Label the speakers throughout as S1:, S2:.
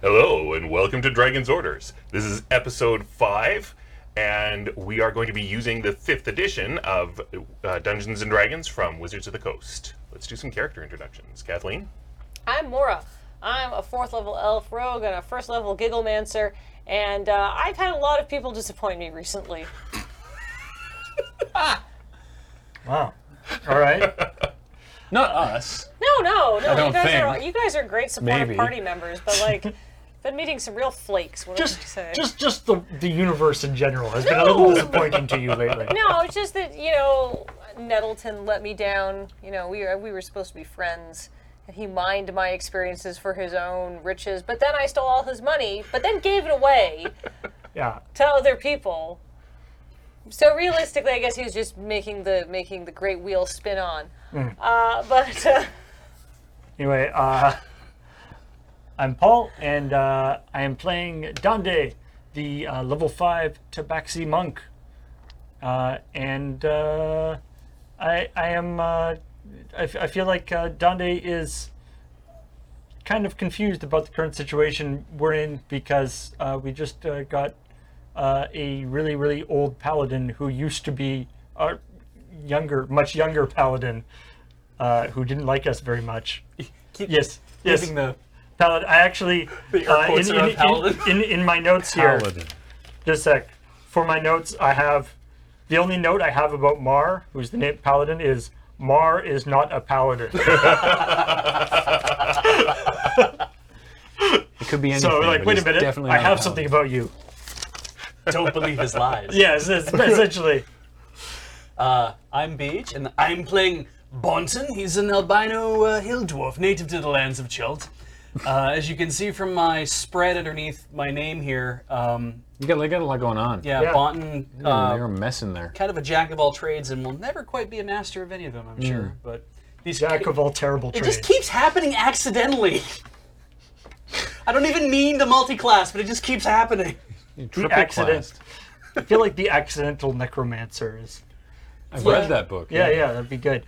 S1: Hello, and welcome to Dragon's Orders. This is episode 5, and we are going to be using the 5th edition of uh, Dungeons and Dragons from Wizards of the Coast. Let's do some character introductions. Kathleen?
S2: I'm Mora. I'm a fourth level elf rogue and a first level gigglemancer, and uh, I've had a lot of people disappoint me recently.
S3: Wow. All right. Not us.
S2: No, no, no.
S3: don't
S2: you guys
S3: think.
S2: are you guys are great supportive
S3: Maybe.
S2: party members, but like, been meeting some real flakes. What
S3: Just,
S2: would you say?
S3: just, just the the universe in general has been a little disappointing to you lately.
S2: no, it's just that you know Nettleton let me down. You know, we were, we were supposed to be friends, and he mined my experiences for his own riches. But then I stole all his money, but then gave it away.
S3: Yeah.
S2: to other people. So realistically, I guess he was just making the making the great wheel spin on.
S4: Mm.
S2: Uh, but uh,
S3: Anyway, uh, I'm Paul, and uh, I am playing Dande, the uh, level five Tabaxi monk, uh, and uh, I I am uh, I, f- I feel like uh, Dande is kind of confused about the current situation we're in because uh, we just uh, got uh, a really really old paladin who used to be our younger much younger paladin uh, who didn't like us very much.
S5: Keep
S3: Yes. Yes.
S5: using the
S3: Paladin. I actually
S5: The air
S3: uh,
S5: quotes
S3: in,
S5: around
S3: in- in-
S5: paladin.
S3: in, in my notes here. Just a sec. For my notes, I have the only note I have about Mar, who's the name paladin, is Mar is not a paladin.
S5: It could be anything.
S3: so like,
S5: but
S3: wait a
S5: he's
S3: minute,
S5: Definitely
S3: I
S5: not a
S3: have
S5: paladin.
S3: something about you.
S5: Don't believe his lies.
S3: Yes, it's essentially.
S5: Uh, I'm Beach, and I'm playing Bonton. He's an albino uh, hill dwarf, native to the lands of Chult. Uh, as you can see from my spread underneath my name here, um,
S4: You got, they got a lot going on.
S5: yeah,
S3: Yeah.
S5: Bonton,
S4: Mm,
S5: uh,
S4: They were messing there.
S5: kind of a jack of all trades, and will never quite be a master of any of them, I'm sure. But these
S3: Jack of all terrible
S5: It
S3: trades.
S5: just keeps happening accidentally. I don't even mean to multi-class, but it just keeps happening.
S4: Triple
S3: accident.
S4: classed.
S3: I feel like the accidental necromancer is.
S4: I've
S5: Yeah.
S4: read that book.
S3: Yeah, yeah, that'd be good.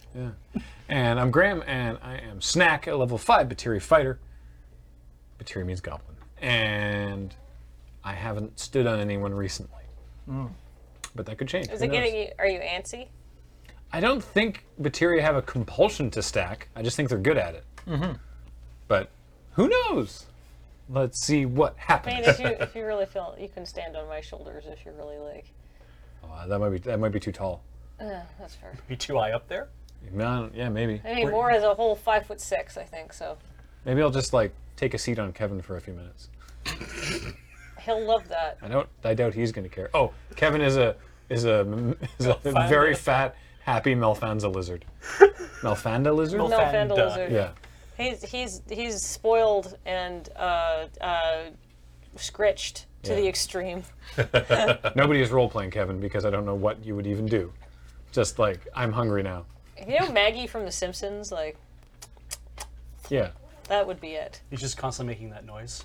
S4: And I'm Graham, and I am Snack, a level 5 Batiri fighter. Batiri means goblin. And I haven't stood on anyone recently.
S5: Mm.
S4: But that could change.
S2: is
S4: Who
S2: it getting
S4: knows?
S2: you? Are you antsy?
S4: I don't think Batiri have a compulsion to stack. I just think they're good at it.
S5: Mm-hmm.
S4: But who knows? Let's see what
S2: I mean,
S4: happens.
S2: if you if you really feel you can stand on my shoulders if you really like.
S4: Oh, that might be that might be too tall.
S2: That's fair.
S5: Be too high up there.
S4: No, yeah, maybe.
S2: I mean, Moore is a whole five foot six, I think. So
S4: Maybe I'll just like take a seat on Kevin for a few minutes.
S2: he'll love that.
S4: I don't. I doubt he's going to care. Oh, Kevin is a is a is a very fat, happy Melfanza lizard. Melfanda lizard.
S2: No
S5: Fanda.
S2: vandalism.
S4: yeah.
S2: He's he's he's spoiled and uh, uh, scritched to
S4: Yeah.
S2: the extreme.
S4: Nobody is role playing Kevin because I don't know what you would even do. Just like I'm hungry now.
S2: You know Maggie from The Simpsons, like
S4: Yeah.
S2: that would be it.
S5: He's just constantly making that noise.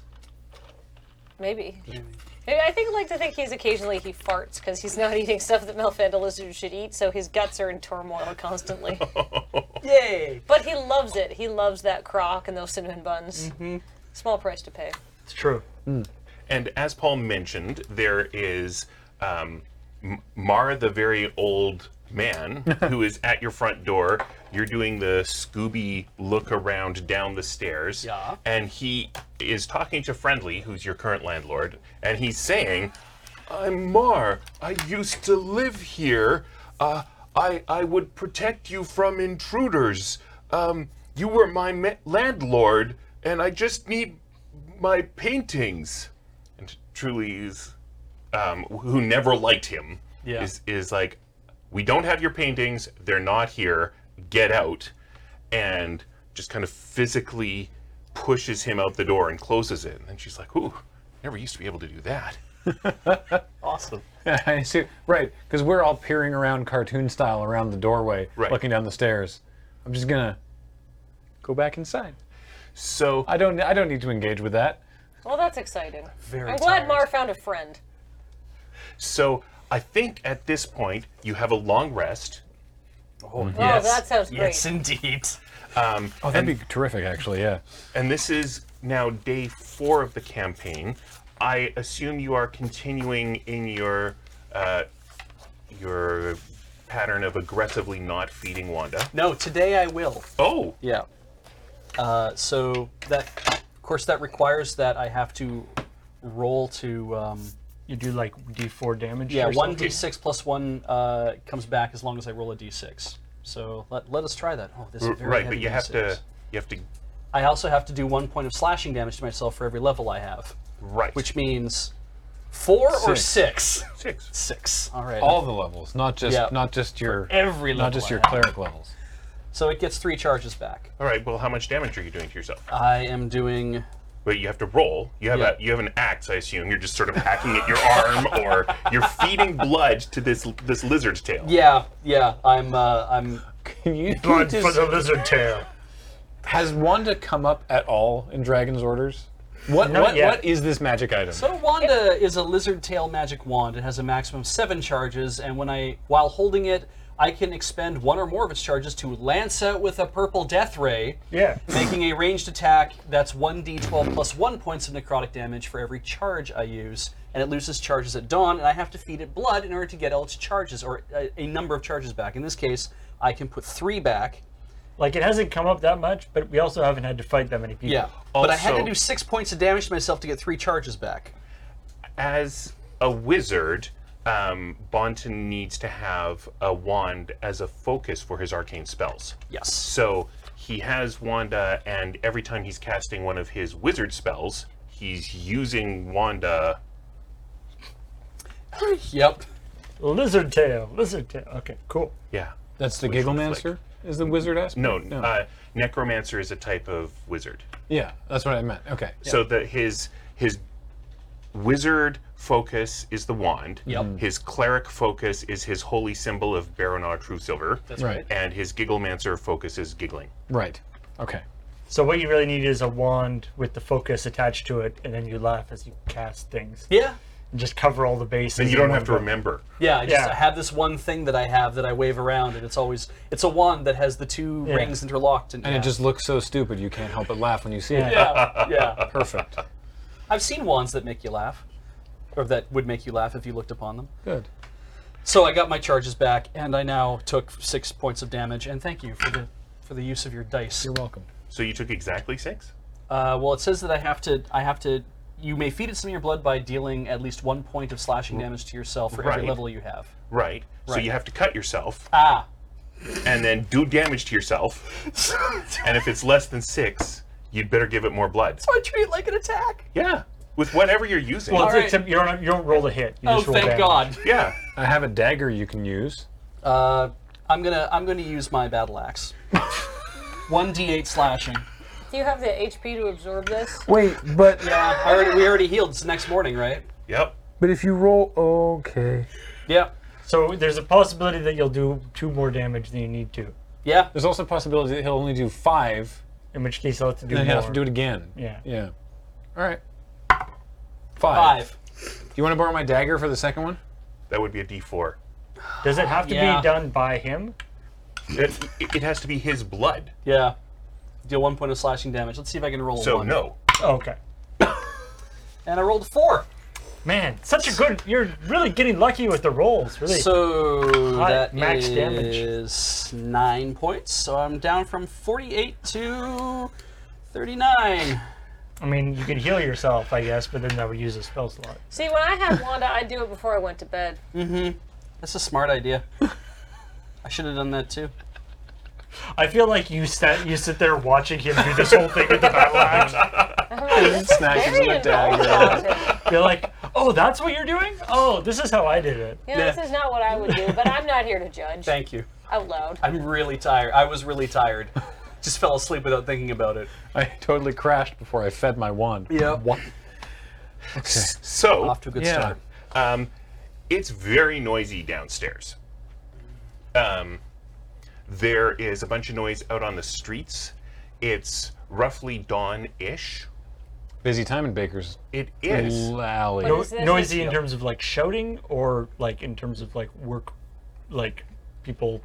S2: Maybe. Maybe I think like to think he's occasionally he farts because he's not eating stuff that Melfanda lizards should eat, so his guts are in turmoil constantly.
S5: Yay!
S2: but he loves it. He loves that crock and those cinnamon buns. Small price to pay.
S3: It's true.
S1: And as Paul mentioned, there is um, M- Mar, the very old man, who is at your front door. You're doing the Scooby look around down the stairs.
S5: Yeah.
S1: And he is talking to Friendly, who's your current landlord, and he's saying, I'm Mar. I used to live here. Uh, I, I would protect you from intruders. Um, you were my ma- landlord, and I just need my paintings. And Truly's, um, who never liked him,
S5: Yeah.
S1: is, is like, we don't have your paintings. They're not here. Get out. And just kind of physically pushes him out the door and closes it. And then she's like, ooh, never used to be able to do that.
S5: Awesome.
S4: I see. Right, because we're all peering around cartoon style around the doorway,
S1: Right.
S4: looking down the stairs. I'm just gonna go back inside.
S1: So
S4: I don't. I don't need to engage with that.
S2: Well, that's exciting.
S5: Very
S2: I'm glad
S5: tired.
S2: Mar found a friend.
S1: So I think at this point you have a long rest.
S5: Mm-hmm.
S2: Yes. Oh, that sounds great.
S5: Yes, indeed.
S4: Oh, that'd be terrific, actually. Yeah.
S1: and this is now day four of the campaign. I assume you are continuing in your uh, your pattern of aggressively not feeding Wanda.
S5: No, today I will.
S1: Oh,
S5: Yeah. Uh, so that, of course, that requires that I have to roll to. Um,
S3: You do like D4 damage.
S5: yeah,
S3: or
S5: one
S3: something?
S5: d6 plus one uh, comes back as long as I roll a d6. So let, let us try that. Oh, this is
S1: r-
S5: a very
S1: right,
S5: heavy
S1: but you have
S5: D6.
S1: to you have to
S5: I also have to do one point of slashing damage to myself for every level I have,
S1: right.
S5: which means four or six.
S1: six.
S5: Six. All right.
S4: All the levels, not just
S5: Yeah.
S4: not just your
S5: every level.
S4: not just
S5: I
S4: your
S5: have.
S4: cleric levels.
S5: So it gets three charges back.
S1: All right. Well, how much damage are you doing to yourself?
S5: I am doing.
S1: But you have to roll. You have
S5: Uh, Yeah.
S1: a you have an axe, I assume. You're just sort of hacking at your arm, or you're feeding blood to this this lizard's tail.
S5: Yeah, yeah. I'm. Uh, I'm.
S4: Can you
S6: Blood
S4: just-
S6: for the lizard tail.
S4: has Wanda come up at all in Dragon's Orders? What what,
S3: yet.
S4: what is this magic item?
S5: So Wanda uh, is a lizard tail magic wand. It has a maximum of seven charges, and when I, while holding it, I can expend one or more of its charges to lance out with a purple death ray,
S3: Yeah.
S5: making a ranged attack that's one d12 plus one points of necrotic damage for every charge I use, and it loses charges at dawn, and I have to feed it blood in order to get all its charges or uh, a, a number of charges back. In this case, I can put three back.
S3: Like it hasn't come up that much, but we also haven't had to fight that many people.
S5: Yeah, but I had to
S1: Also-
S5: do six points of damage to myself to get three charges back.
S1: as a wizard, um, Bonton needs to have a wand as a focus for his arcane spells.
S5: Yes.
S1: So he has Wanda, and every time he's casting one of his wizard spells, he's using Wanda.
S5: Yep.
S3: Lizard tail. Lizard tail. Okay. Cool.
S1: Yeah.
S4: That's the
S1: Which one's
S4: Gigglemancer. Is the wizard aspect?
S1: No, Uh, necromancer is a type of wizard.
S4: yeah, that's what I meant. Okay.
S1: So that his his wizard focus is the wand.
S5: Yep.
S1: His cleric focus is his holy symbol of Baronar True Silver. That's
S4: right.
S1: And his gigglemancer focus is giggling.
S4: Right. Okay.
S3: So what you really need is a wand with the focus attached to it, and then you laugh as you cast things.
S5: Yeah.
S3: And just cover all the bases.
S1: And you
S3: in
S1: don't
S3: one
S1: have to
S3: go.
S1: remember.
S5: Yeah, I just
S3: Yeah.
S5: have this one thing that I have that I wave around, and it's always it's a wand that has the two rings interlocked, and,
S4: And
S5: yeah.
S4: it just looks so stupid you can't help but laugh when you see it.
S5: yeah, yeah.
S4: Perfect.
S5: I've seen wands that make you laugh, or that would make you laugh if you looked upon them.
S4: Good.
S5: So I got my charges back, and I now took six points of damage. And thank you for the for the use of your dice.
S4: You're welcome.
S1: So you took exactly six?
S5: Uh, well, it says that I have to I have to. You may feed it some of your blood by dealing at least one point of slashing damage to yourself for every
S1: Right.
S5: level you have.
S1: Right. So
S5: Right.
S1: you have to cut yourself
S5: Ah,
S1: and then do damage to yourself. and if it's less than six, you'd better give it more blood.
S5: I treat it like an attack.
S1: Yeah. With whatever you're using.
S3: Well, it's-
S5: Alright.
S3: except you don't, you don't roll a hit. You
S5: Oh,
S3: just roll
S5: thank
S3: damage.
S5: God.
S1: yeah.
S4: I have a dagger you can use.
S5: Uh, I'm gonna I'm gonna use my battle axe. One d8 slashing.
S2: Do you have the HP to absorb this?
S4: Wait, but
S5: Yeah, I already, we already healed. It's the next morning, right?
S1: Yep.
S4: but if you roll okay.
S5: Yeah.
S3: So there's a possibility that you'll do two more damage than you need to.
S5: Yeah.
S4: There's also a possibility that he'll only do five,
S3: In which case, I'll have to do
S4: and then
S3: more.
S4: he'll have to do it again.
S3: Yeah.
S4: Yeah. All right.
S5: Five.
S4: Do you want to borrow my dagger for the second one?
S1: That would be a D4.
S3: Does it have to
S5: Yeah.
S3: be done by him?
S1: It, it it has to be his blood.
S5: Yeah. Deal one point of slashing damage. Let's see if I can roll a
S1: So
S5: one.
S1: no.
S3: Oh, okay.
S5: And I rolled a four.
S3: Man, such a good. You're really getting lucky with the rolls, really.
S5: So
S3: Hot
S5: that
S3: max damage.
S5: is nine points. So I'm down from 48 to 39.
S3: I mean, you could heal yourself, I guess, but then that would use a spell slot.
S2: See, when I had Wanda, I'd do it before I went to bed.
S5: That's a smart idea. I should have done that too.
S3: I feel like you sat, you sit there watching him do this whole thing with the battle axe.
S2: I'm like, this
S4: snack gives him
S2: Very
S4: a dagger.
S2: involved.
S3: You're like, oh, that's what you're doing? Oh, this is how I did it.
S2: You know, this is not what I would do, but I'm not here to judge.
S5: Thank you.
S2: Out loud.
S5: I'm really tired. I was really tired. Just fell asleep without thinking about it.
S4: I totally crashed before I fed my wand.
S5: Yep.
S4: What?
S1: So
S5: Off to a good
S4: Yeah.
S5: start.
S1: um, it's very noisy downstairs. Um, there is a bunch of noise out on the streets. It's roughly dawn-ish.
S4: Busy time in Baker's
S1: It is.
S4: Alley.
S2: But
S3: No-
S2: is this-
S3: noisy in terms of like shouting or like in terms of like work, like people.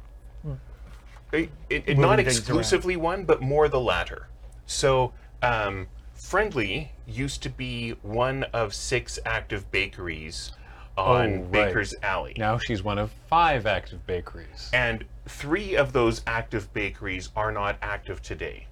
S1: it, it, it- not
S3: moving things
S1: exclusively one, but more the latter. So, um, Friendly used to be one of six active bakeries on
S4: Oh, right.
S1: Baker's Alley.
S4: Now she's one of five active bakeries.
S1: And three of those active bakeries are not active today.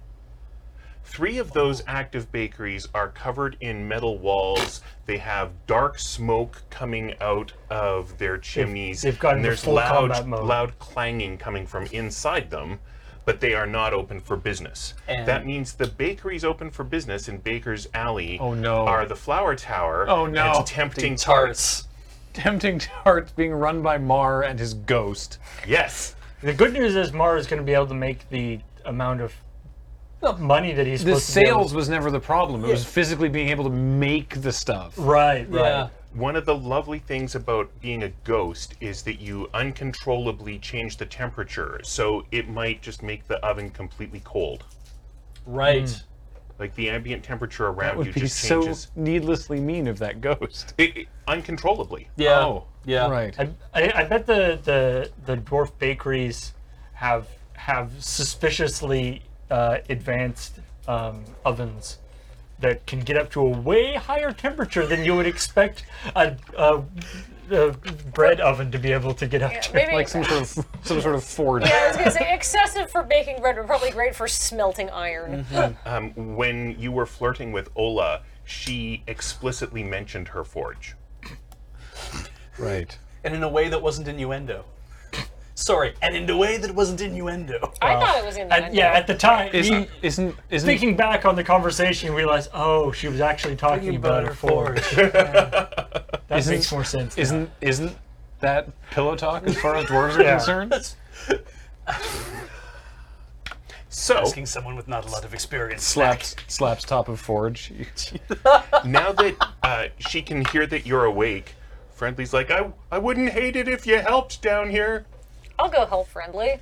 S1: Three of those active bakeries are covered in metal walls. They have dark smoke coming out of their chimneys.
S3: they've gotten
S1: and
S3: to
S1: there's
S3: full
S1: loud,
S3: combat mode.
S1: loud clanging coming from inside them, but they are not open for business.
S5: And-
S1: that means the bakeries open for business in Baker's Alley
S4: Oh, no.
S1: are the Flower Tower
S4: Oh, no.
S1: and Tempting Tarts.
S5: Tarts.
S4: Tempting Tarts being run by Mar and his ghost.
S1: Yes.
S3: The good news is Mara is going to be able to make the amount of money that he's
S4: The
S3: supposed to be able
S4: sales was never the problem. It was physically being able to make the stuff.
S3: to- Right, right.
S5: Yeah.
S1: One of the lovely things about being a ghost is that you uncontrollably change the temperature, so it might just make the oven completely cold.
S5: Right.
S1: Like the ambient temperature around
S4: That would
S1: you
S4: be
S1: just
S4: so
S1: changes
S4: needlessly mean of that ghost.
S1: it, it- uncontrollably.
S5: Yeah.
S4: Oh,
S5: yeah.
S4: Right.
S3: I, I, I bet the, the the dwarf bakeries have have suspiciously uh, advanced um, ovens that can get up to a way higher temperature than you would expect a, a, a bread oven to be able to get up to.
S2: Maybe
S4: Like some sort of some sort of forge.
S2: I was gonna say excessive for baking bread, but probably great for smelting iron.
S1: Um, when you were flirting with Ola, she explicitly mentioned her forge.
S4: Right.
S5: And in a way that wasn't innuendo. Sorry, and in a way that wasn't innuendo.
S2: I thought it was in
S3: And yeah, at the time, we,
S4: Isn't isn't isn't
S3: thinking back on the conversation, we realized, oh, she was actually talking about her forge. That
S4: Isn't-
S3: makes more sense. now.
S4: isn't isn't that pillow talk as far as dwarves are
S3: Yeah.
S4: concerned?
S5: That's
S1: So
S5: asking someone with not a lot of experience.
S4: Slaps slaps top of forge. Oh.
S1: now that uh, she can hear that you're awake, Friendly's like, I, I wouldn't hate it if you helped down here.
S2: I'll go help friendly.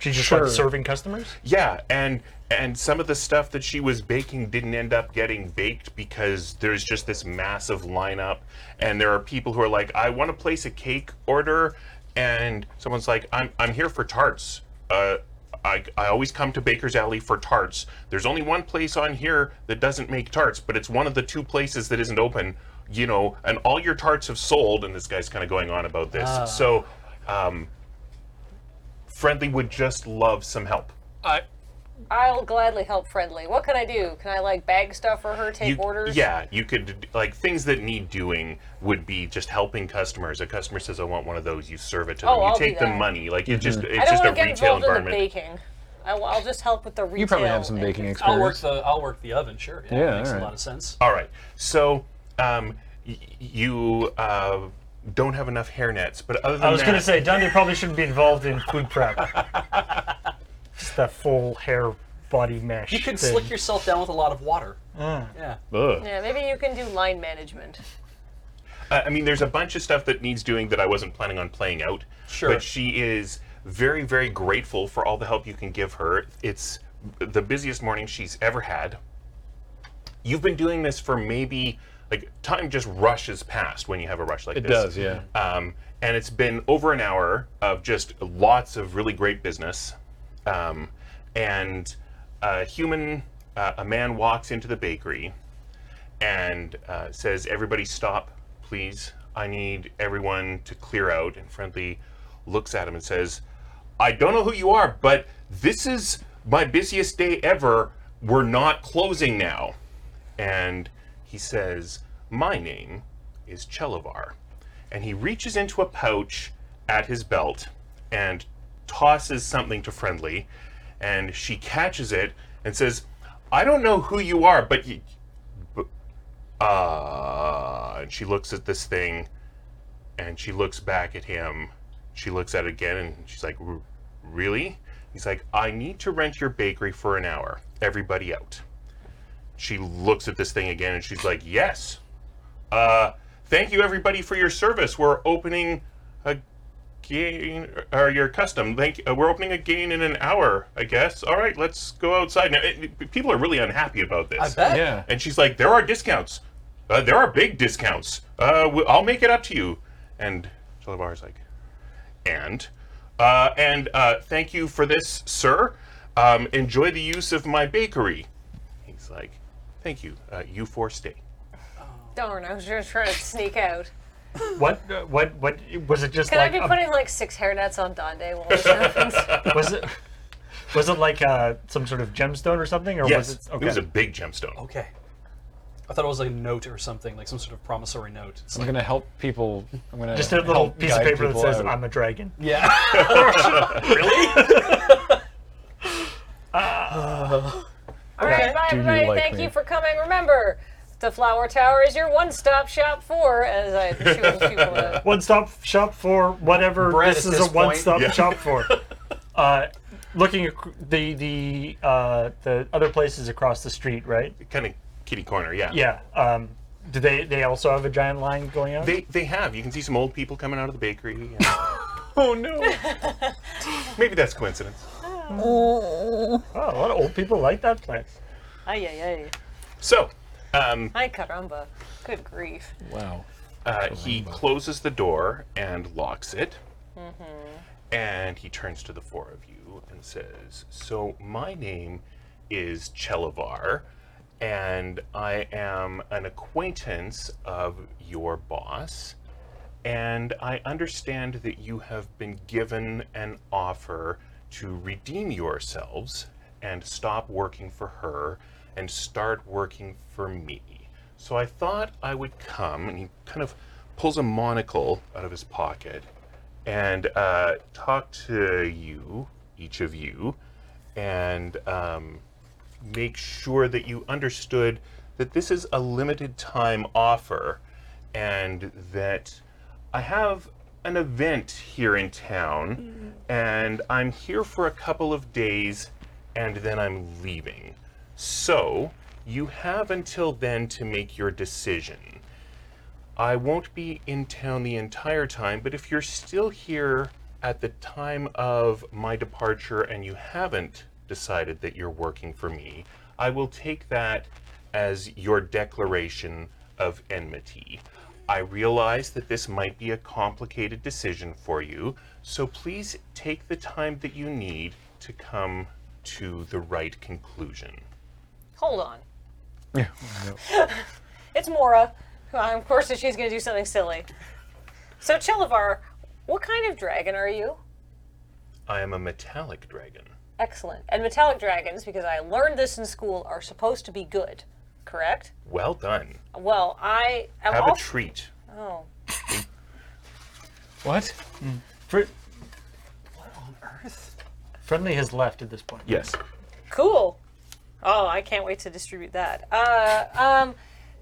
S3: She just
S4: Sure.
S3: like serving customers.
S1: Yeah, and and some of the stuff that she was baking didn't end up getting baked because there's just this massive lineup, and there are people who are like, "I want to place a cake order," and someone's like, "I'm I'm here for tarts." Uh, I, I always come to Baker's Alley for tarts. There's only one place on here that doesn't make tarts, but it's one of the two places that isn't open, you know, and all your tarts have sold. And this guy's kind of going on about this. So, um, Friendly would just love some help.
S4: I
S2: I'll gladly help friendly. What can I do? Can I like bag stuff for her, take
S1: You-
S2: orders?
S1: Yeah, you could like things that need doing would be just helping customers. A customer says, "I want one of those." You serve it to them.
S2: Oh,
S1: you
S2: I'll do
S1: take the
S2: that.
S1: money. Like it's
S3: Mm-hmm.
S1: just
S2: I
S1: it's
S2: don't
S1: just a
S2: want to get
S1: retail
S2: involved in the
S1: environment.
S2: baking. I, will just help with the retail.
S4: you probably have some
S2: and
S4: baking
S2: just-
S5: I'll work
S4: experience.
S5: the I'll work the oven, sure. Yeah,
S4: Yeah,
S5: makes
S4: alright.
S5: a lot of sense.
S1: All right, so um, y- you uh, don't have enough hair nets, but other than
S3: I was
S1: that,
S3: going to say, Dundee probably shouldn't be involved in food prep. Just that full hair body mesh.
S5: You could slick yourself down with a lot of water. Yeah.
S4: ugh.
S2: Yeah, maybe you can do line management.
S1: Uh, I mean, there's a bunch of stuff that needs doing that I wasn't planning on playing out.
S5: Sure.
S1: But she is very, very grateful for all the help you can give her. It's the busiest morning she's ever had. You've been doing this for maybe like time just rushes past when you have a rush like
S4: It
S1: this.
S4: does, yeah.
S1: Um, and it's been over an hour of just lots of really great business. Um, and a human, uh, a man walks into the bakery and uh, says, Everybody stop, please. I need everyone to clear out. And Friendly looks at him and says, I don't know who you are, but this is my busiest day ever. We're not closing now. And he says, My name is Chelavar. And he reaches into a pouch at his belt and tosses something to Friendly. And she catches it and says, I don't know who you are, but you, uh, and she looks at this thing, and she looks back at him. She looks at it again, and she's like, "R- "Really?" He's like, "I need to rent your bakery for an hour. Everybody out." She looks at this thing again, and she's like, "Yes." Uh, thank you, everybody, for your service. We're opening a gain or your custom. Thank. Uh, we're opening a gain in an hour, I guess. All right, let's go outside now. It- it- people are really unhappy about this.
S5: I bet.
S4: Yeah.
S1: And she's like, "There are discounts. Uh, there are big discounts. Uh, we- I'll make it up to you." And Shalabar is like, "And, uh, and uh, thank you for this, sir. Um, enjoy the use of my bakery." He's like, "Thank you. Uh, you four stay."
S2: Darn, I was just trying to sneak out.
S3: What? uh, What? What? Was it just
S2: Can
S3: like
S2: I
S1: um,
S2: be
S3: a-
S2: putting like six hairnets on Dande while this happens?
S3: was it? Was it like uh, some sort of gemstone or something, or
S1: Yes,
S3: was it?
S1: it was a big gemstone.
S5: Okay. I thought it was like a note or something, like some sort of promissory note. It's
S4: I'm
S5: like,
S4: gonna help people. I'm gonna
S3: just a little
S4: help
S3: piece of
S4: guide
S3: paper that
S4: people
S3: says
S4: out.
S3: "I'm a dragon."
S5: yeah.
S2: All right, bye
S4: Do you
S2: everybody.
S4: like
S2: Thank
S4: me?
S2: you for coming. Remember, the Flower Tower is your one-stop shop for. As I she was, she was,
S3: One stop shop for whatever
S5: Bread
S3: this
S5: at
S3: is
S5: this
S3: a
S5: point.
S3: one stop
S1: Yeah.
S3: shop for. Uh, looking ac- the the uh, the other places across the street, right?
S1: Kind of kitty corner, yeah.
S3: Yeah. Um, do they they also have a giant line going out?
S1: They they have. You can see some old people coming out of the bakery. and-
S4: Oh no!
S1: maybe that's coincidence.
S3: oh, a lot of old people like that place.
S2: ay ay ay.
S1: So. Um,
S2: Ay caramba. Good grief.
S4: Wow.
S1: Uh, he closes the door and locks it. And he turns to the four of you and says, So, my name is Chelavar, and I am an acquaintance of your boss. And I understand that you have been given an offer to redeem yourselves and stop working for her and start working for me. So I thought I would come, and he kind of pulls a monocle out of his pocket and uh, talk to you, each of you, and um, make sure that you understood that this is a limited time offer and that I have an event here in town and I'm here for a couple of days and then I'm leaving. So you have until then to make your decision. I won't be in town the entire time, but if you're still here at the time of my departure and you haven't decided that you're working for me, I will take that as your declaration of enmity. I realize that this might be a complicated decision for you, so please take the time that you need to come to the right conclusion.
S2: Hold on.
S4: Yeah.
S2: It's Mora. who I- Of course, she's going to do something silly. So, Chelavar, what kind of dragon are you?
S1: I am a metallic dragon.
S2: Excellent. And metallic dragons, because I learned this in school, are supposed to be good, correct?
S1: Well done.
S2: Well, I am
S1: Have a
S2: also.
S1: treat.
S2: oh,
S4: What?
S3: Fr-
S5: on earth?
S3: friendly has left at this point.
S1: Yes.
S2: cool. Oh, I can't wait to distribute that. Uh, um,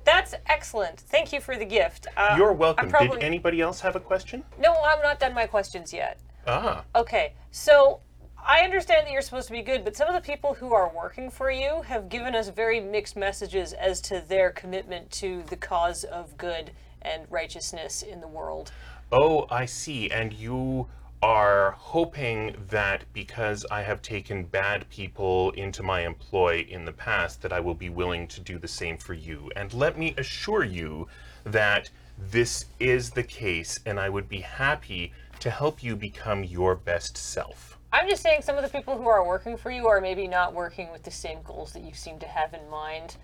S2: that's excellent. Thank you for the gift. Uh,
S1: You're welcome.
S2: I'm probably,
S1: Did anybody else have a question?
S2: No, I'm not done my questions yet.
S1: Ah,
S2: Okay, so I understand that you're supposed to be good, but some of the people who are working for you have given us very mixed messages as to their commitment to the cause of good and righteousness in the world.
S1: oh, I see. And you are hoping that because I have taken bad people into my employ in the past, that I will be willing to do the same for you. And let me assure you that this is the case, and I would be happy to help you become your best self.
S2: I'm just saying some of the people who are working for you are maybe not working with the same goals that you seem to have in mind.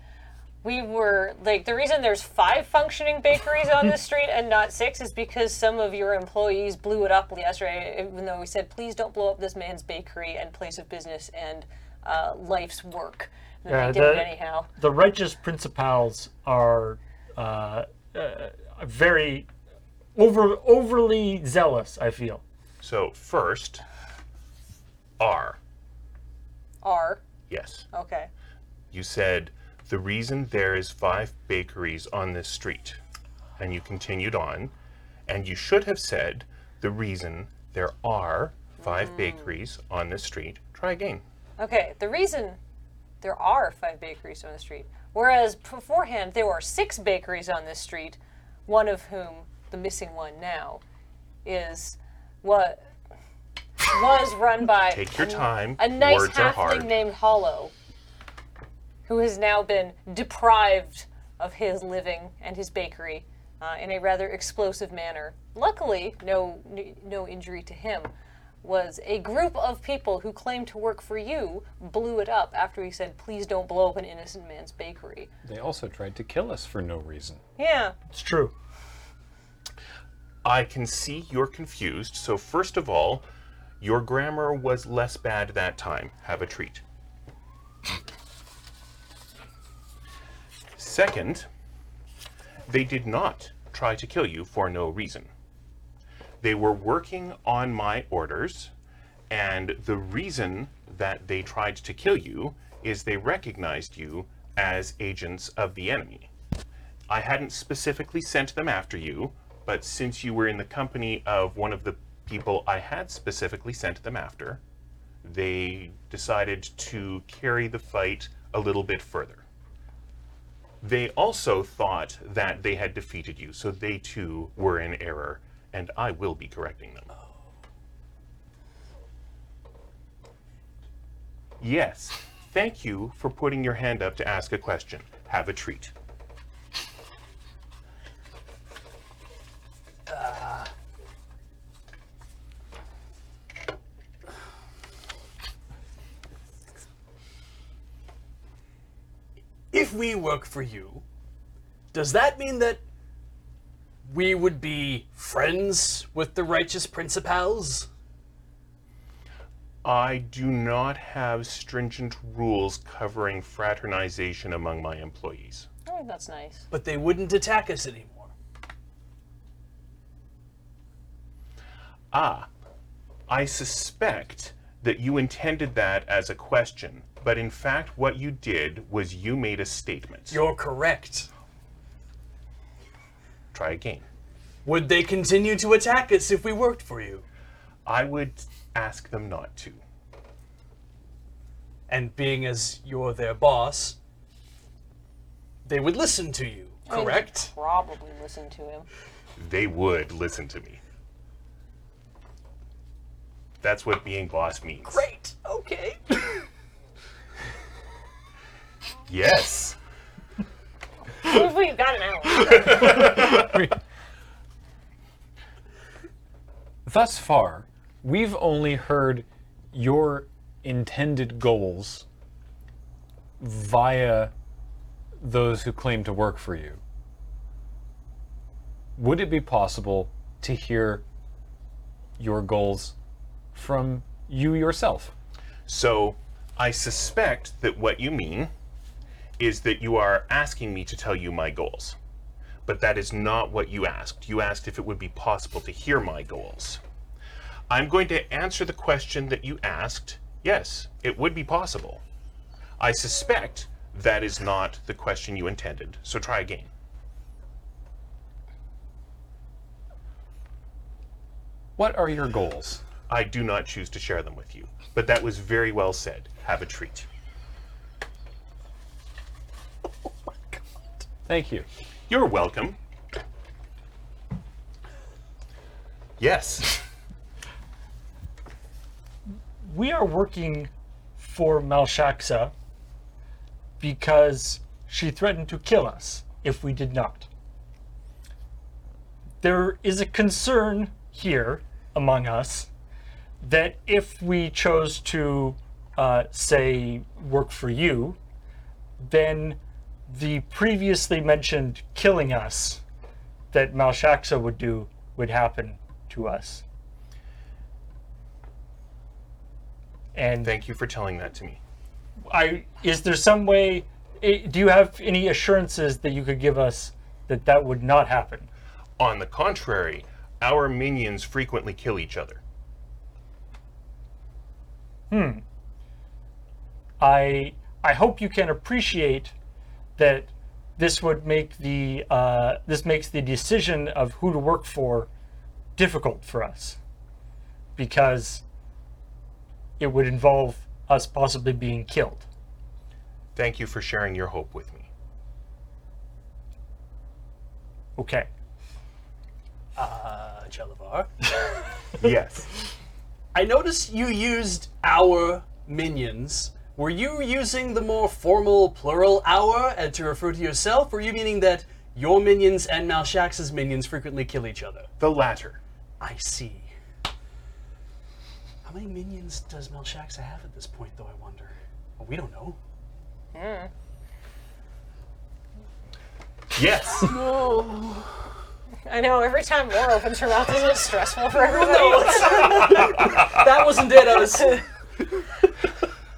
S2: We were like the reason there's five functioning bakeries on the street and not six is because some of your employees blew it up yesterday. Even though we said please don't blow up this man's bakery and place of business and uh, life's work, and
S3: Yeah,
S2: they did it
S3: that-
S2: anyhow.
S3: the righteous principals are uh, uh, very over overly zealous. I feel
S1: So, first, R.
S2: Are
S1: Yes.
S2: okay.
S1: You said The reason there is five bakeries on this street. And you continued on, and you should have said the reason there are
S2: Mm.
S1: five bakeries on this street. Try again.
S2: Okay, the reason there are five bakeries on the street, whereas beforehand there were six bakeries on this street, one of whom, the missing one now, is what was run by
S1: Take your time.
S2: Mm. a nice
S1: Words are
S2: halfling
S1: hard.
S2: named Hollow, who has now been deprived of his living and his bakery uh, in a rather explosive manner. Luckily, no no injury to him. Was a group of people who claimed to work for you blew it up after he said, "Please don't blow up an innocent man's bakery."
S4: They also tried to kill us for no reason.
S2: Yeah,
S3: It's true.
S1: I can see you're confused. So, first of all, your grammar was less bad that time. Have a treat. Second, they did not try to kill you for no reason. They were working on my orders, and the reason that they tried to kill you is they recognized you as agents of the enemy. I hadn't specifically sent them after you, but since you were in the company of one of the people I had specifically sent them after, they decided to carry the fight a little bit further. They also thought that they had defeated you, so they too were in error, and I will be correcting them. Yes, thank you for putting your hand up to ask a question. Have a treat.
S5: If we work for you, does that mean that we would be friends with the righteous principals?
S1: I do not have stringent rules covering fraternization among my employees.
S2: I think that's nice.
S5: But they wouldn't attack us anymore.
S1: Ah, I suspect that you intended that as a question, but in fact, what you did was you made a statement.
S5: You're correct.
S1: Try again.
S5: Would they continue to attack us if we worked for you?
S1: I would ask them not to.
S5: And being as you're their boss, they would listen to you, correct?
S2: Probably listen to him.
S1: They would listen to me. That's what being boss means.
S5: Great, okay.
S1: Yes.
S2: We've got an hour.
S4: Thus far, we've only heard your intended goals via those who claim to work for you. Would it be possible to hear your goals from you yourself?
S1: So I suspect that what you mean is that you are asking me to tell you my goals. But that is not what you asked. You asked if it would be possible to hear my goals. I'm going to answer the question that you asked. Yes, it would be possible. I suspect that is not the question you intended. So try again.
S4: What are your goals?
S1: I do not choose to share them with you. But that was very well said. Have a treat.
S4: Thank you.
S1: You're welcome. Yes.
S3: we are working for Malshaksa because she threatened to kill us if we did not. There is a concern here among us that if we chose to, uh, say, work for you, then the previously mentioned killing us that Malshaksa would do would happen to us. And
S1: Thank you for telling that to me.
S3: I is there some way? i- Do you have any assurances that you could give us that that would not happen?
S1: On the contrary, our minions frequently kill each other.
S3: I I hope you can appreciate that this would make the uh, this makes the decision of who to work for difficult for us because it would involve us possibly being killed.
S1: Thank you for sharing your hope with me.
S3: Okay.
S5: Uh, Chalavar.
S1: Yes.
S5: I noticed you used our minions. Were you using the more formal plural our uh, to refer to yourself? Were you meaning that your minions and Malshax's minions frequently kill each other?
S1: The latter.
S5: I see. How many minions does Malshaxa have at this point, though, I wonder? Well, we don't know.
S1: Yes.
S2: I know every time war opens her mouth, isn't it stressful for everybody?
S5: That wasn't it, I was.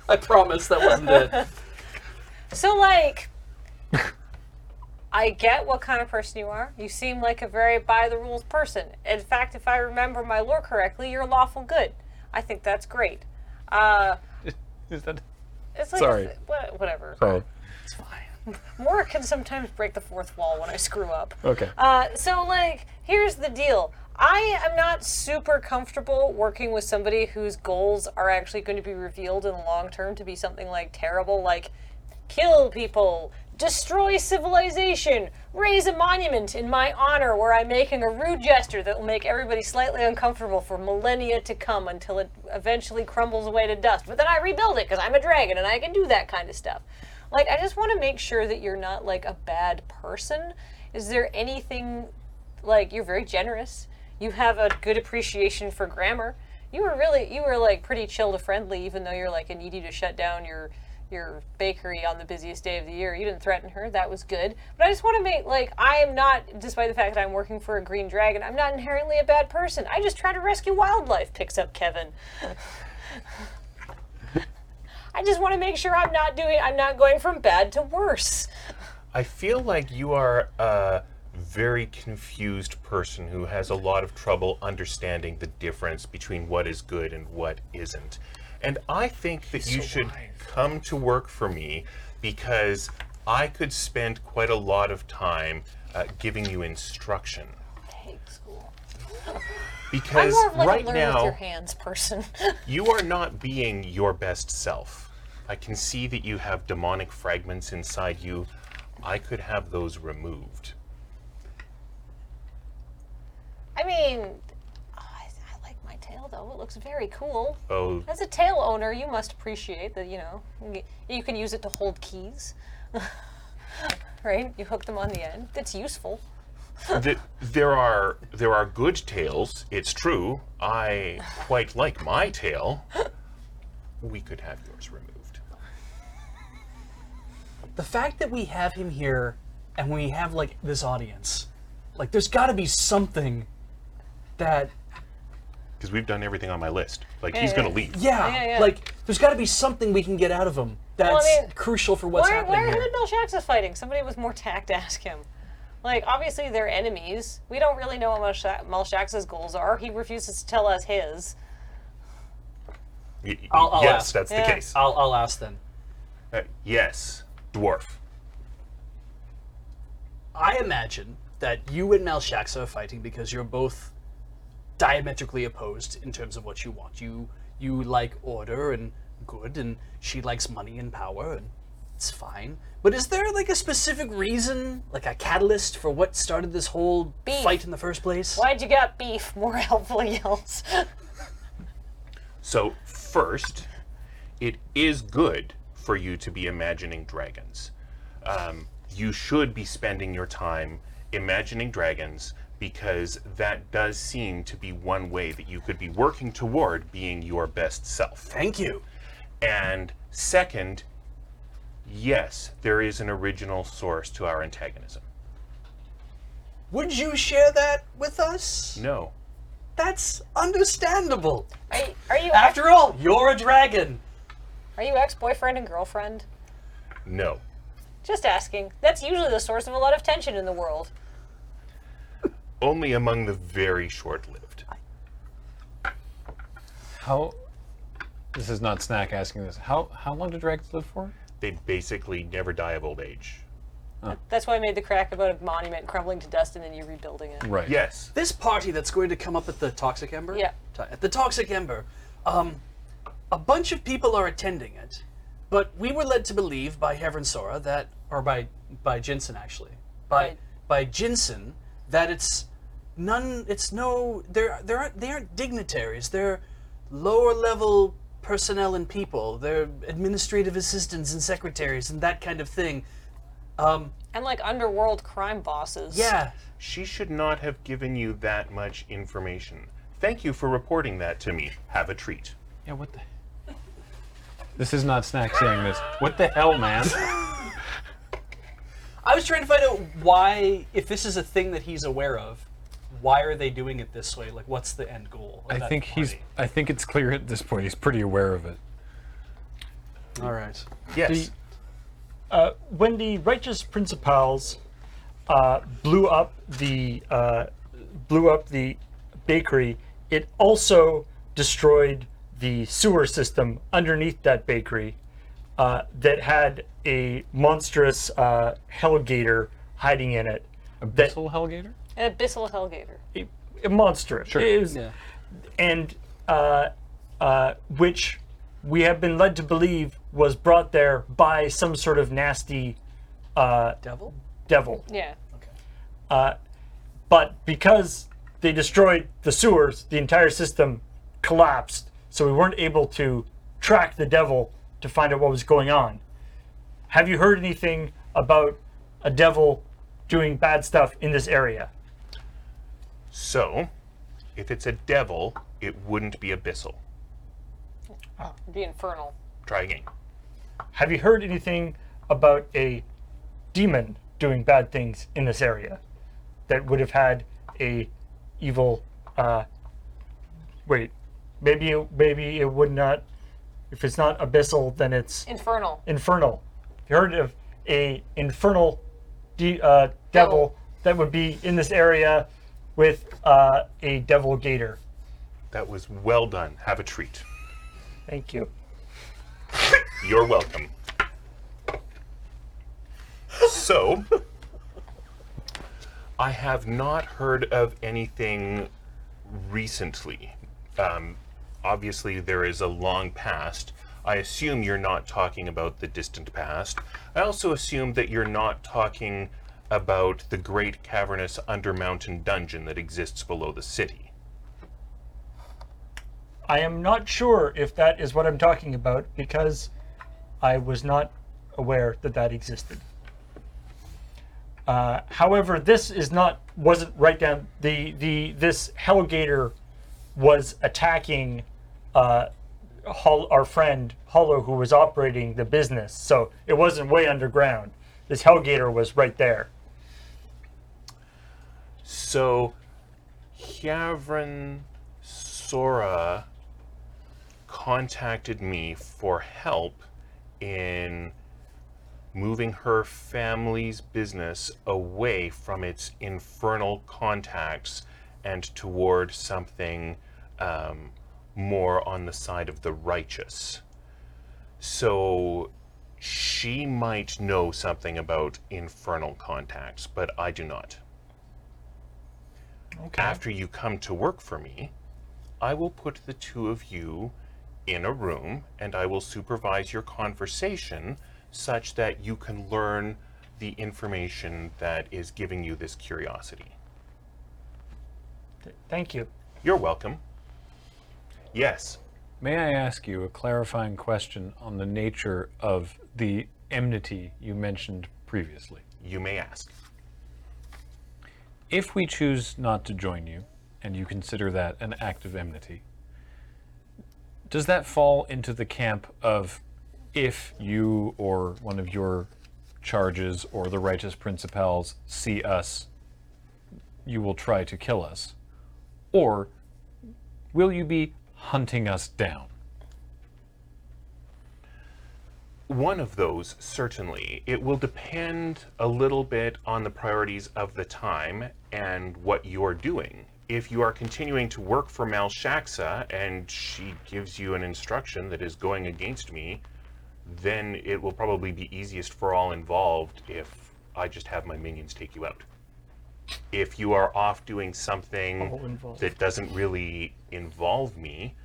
S5: I promise that wasn't it.
S2: So, like, I get what kind of person you are. You seem like a very by the rules person. In fact, if I remember my lore correctly, you're lawful good. I think that's great. Uh,
S4: Is that
S2: it's like
S4: Sorry.
S2: wha- whatever.
S4: sorry?
S2: More can sometimes break the fourth wall when I screw up.
S4: Okay.
S2: Uh, so, like, here's the deal. I am not super comfortable working with somebody whose goals are actually going to be revealed in the long term to be something like terrible, like kill people, destroy civilization, raise a monument in my honor where I'm making a rude gesture that will make everybody slightly uncomfortable for millennia to come until it eventually crumbles away to dust. But then I rebuild it because I'm a dragon and I can do that kind of stuff. Like, I just want to make sure that you're not like a bad person. Is there anything like you're very generous? You have a good appreciation for grammar. You were really you were like pretty chill to friendly, even though you're like it needed to shut down your your bakery on the busiest day of the year. You didn't threaten her. That was good. But I just want to make like I am not, despite the fact that I'm working for a green dragon, I'm not inherently a bad person. I just try to rescue wildlife. Picks up Kevin. I just want to make sure I'm not doing I'm not going from bad to worse.
S1: I feel like you are a very confused person who has a lot of trouble understanding the difference between what is good and what isn't. And I think that you should come to work for me because I could spend quite a lot of time uh, giving you instruction.
S2: hate school. I'm
S1: Because
S2: more of like
S1: right
S2: a learn with
S1: now,
S2: your hands person.
S1: you are not being your best self. I can see that you have demonic fragments inside you. I could have those removed.
S2: I mean, oh, I, I like my tail though. It looks very cool.
S1: Oh,
S2: As a tail owner, you must appreciate that, you know, y- you can use it to hold keys. right? You hook them on the end. It's useful.
S1: Th there are there are good tales. It's true. I quite like my tale. We could have yours removed.
S5: The fact that we have him here and we have, like, this audience, like, there's gotta be something that
S1: Because we've done everything on my list. Like he's
S5: Eh.
S1: gonna leave.
S5: Yeah,
S2: Yeah, yeah.
S5: like there's got to be something we can get out of him that's
S2: mean,
S5: crucial for what's
S2: where
S5: happening
S2: where
S5: here.
S2: did Bill Shaxx fighting? Somebody with more tact ask him. Like, obviously, they're enemies. We don't really know what Melsha- Melshax's goals are. He refuses to tell us his.
S1: Y- y-
S5: I'll- I'll
S1: yes,
S5: ask. Eh.
S1: that's the
S2: Yeah.
S1: case.
S5: I'll, I'll ask them.
S1: Uh, yes, dwarf.
S5: I imagine that you and Malshax are fighting because you're both diametrically opposed in terms of what you want. You you like order and good, and she likes money and power, and it's fine. But is there like a specific reason, like a catalyst for what started this whole
S2: Beef.
S5: fight in the first place?
S2: Why'd you got beef? More helpfully yells.
S1: So first, it is good for you to be imagining dragons. Um, you should be spending your time imagining dragons because that does seem to be one way that you could be working toward being your best self.
S5: Thank you.
S1: And second, yes, there is an original source to our antagonism.
S5: Would you share that with us?
S1: No.
S5: That's understandable.
S2: Are you, are you ex-
S5: After all, you're a dragon.
S2: are you ex-boyfriend and girlfriend?
S1: No.
S2: Just asking. That's usually the source of a lot of tension in the world.
S1: Only among the very short lived.
S4: How? This is not snack asking this. How how long do dragons live for?
S1: They basically never die of old age.
S2: That's why I made the crack about a monument crumbling to dust and then you rebuilding it.
S4: Right.
S1: Yes.
S5: This party that's going to come up at the Toxic Ember?
S2: Yeah.
S5: To- At the Toxic Ember, um, a bunch of people are attending it, but we were led to believe by Heaven Sora that, or by by Jensen actually, by
S2: Right.
S5: by Jensen that it's none, it's no, they're they aren't they aren't dignitaries. They're lower level personnel and people. They're administrative assistants and secretaries and that kind of thing. Um,
S2: And like underworld crime bosses.
S5: yeah,
S1: She should not have given you that much information. Thank you for reporting that to me. Have a treat.
S5: yeah. What the.
S4: This is not Snack saying this. What the hell, man?
S5: I was trying to find out why, if this is a thing that he's aware of, why are they doing it this way? Like, what's the end goal? of
S4: I
S5: that
S4: think he's.
S5: party?
S4: I think it's clear at this point. He's pretty aware of it.
S5: All right.
S1: Yes.
S3: uh, when the righteous principals uh, blew up the uh, blew up the bakery, it also destroyed the sewer system underneath that bakery uh, that had a monstrous uh, hellgator hiding in it. That
S4: Missile Hellgator.
S2: An abyssal hellgator.
S3: a, a monstrous. It was- and uh, uh, which we have been led to believe was brought there by some sort of nasty
S5: Devil?
S3: devil.
S2: Yeah.
S3: But because they destroyed the sewers, the entire system collapsed. So we weren't able to track the devil to find out what was going on. Have you heard anything about a devil doing bad stuff in this area?
S1: So, if it's a devil, it wouldn't be abyssal.
S2: It'd be infernal.
S1: Try again.
S3: Have you heard anything about a demon doing bad things in this area that would have had a evil uh wait maybe it, maybe it would not if it's not abyssal then it's
S2: Infernal.
S3: infernal have you heard of a infernal de- uh, devil that would be in this area with uh, a devil gator
S1: That was well done. Have a treat.
S3: thank you
S1: You're welcome. So, I have not heard of anything recently. Um, obviously, there is a long past. I assume you're not talking about the distant past. I also assume that you're not talking about the great cavernous undermountain dungeon that exists below the city.
S3: I am not sure if that is what I'm talking about because I was not aware that that existed. Uh, however, this is not wasn't right down the the this Hellgator was attacking uh, Hol- our friend Hollow who was operating the business, so it wasn't way underground. This Hellgator was right there.
S1: So, Yavran Sora contacted me for help in moving her family's business away from its infernal contacts and toward something um, more on the side of the righteous. So she might know something about infernal contacts, but I do not
S3: Okay.
S1: after you come to work for me, I will put the two of you in a room and I will supervise your conversation such that you can learn the information that is giving you this curiosity.
S3: Thank you.
S1: You're welcome. Yes.
S4: May I ask you a clarifying question on the nature of the enmity you mentioned previously?
S1: You may ask.
S4: If we choose not to join you, and you consider that an act of enmity, does that fall into the camp of if you or one of your charges or the righteous principals see us, you will try to kill us? Or will you be hunting us down?
S1: One of those, certainly. It will depend a little bit on the priorities of the time and what you're doing. If you are continuing to work for Malshaxa and she gives you an instruction that is going against me, then it will probably be easiest for all involved if I just have my minions take you out. If you are off doing
S3: All
S1: something
S3: involved.
S1: that doesn't really involve me,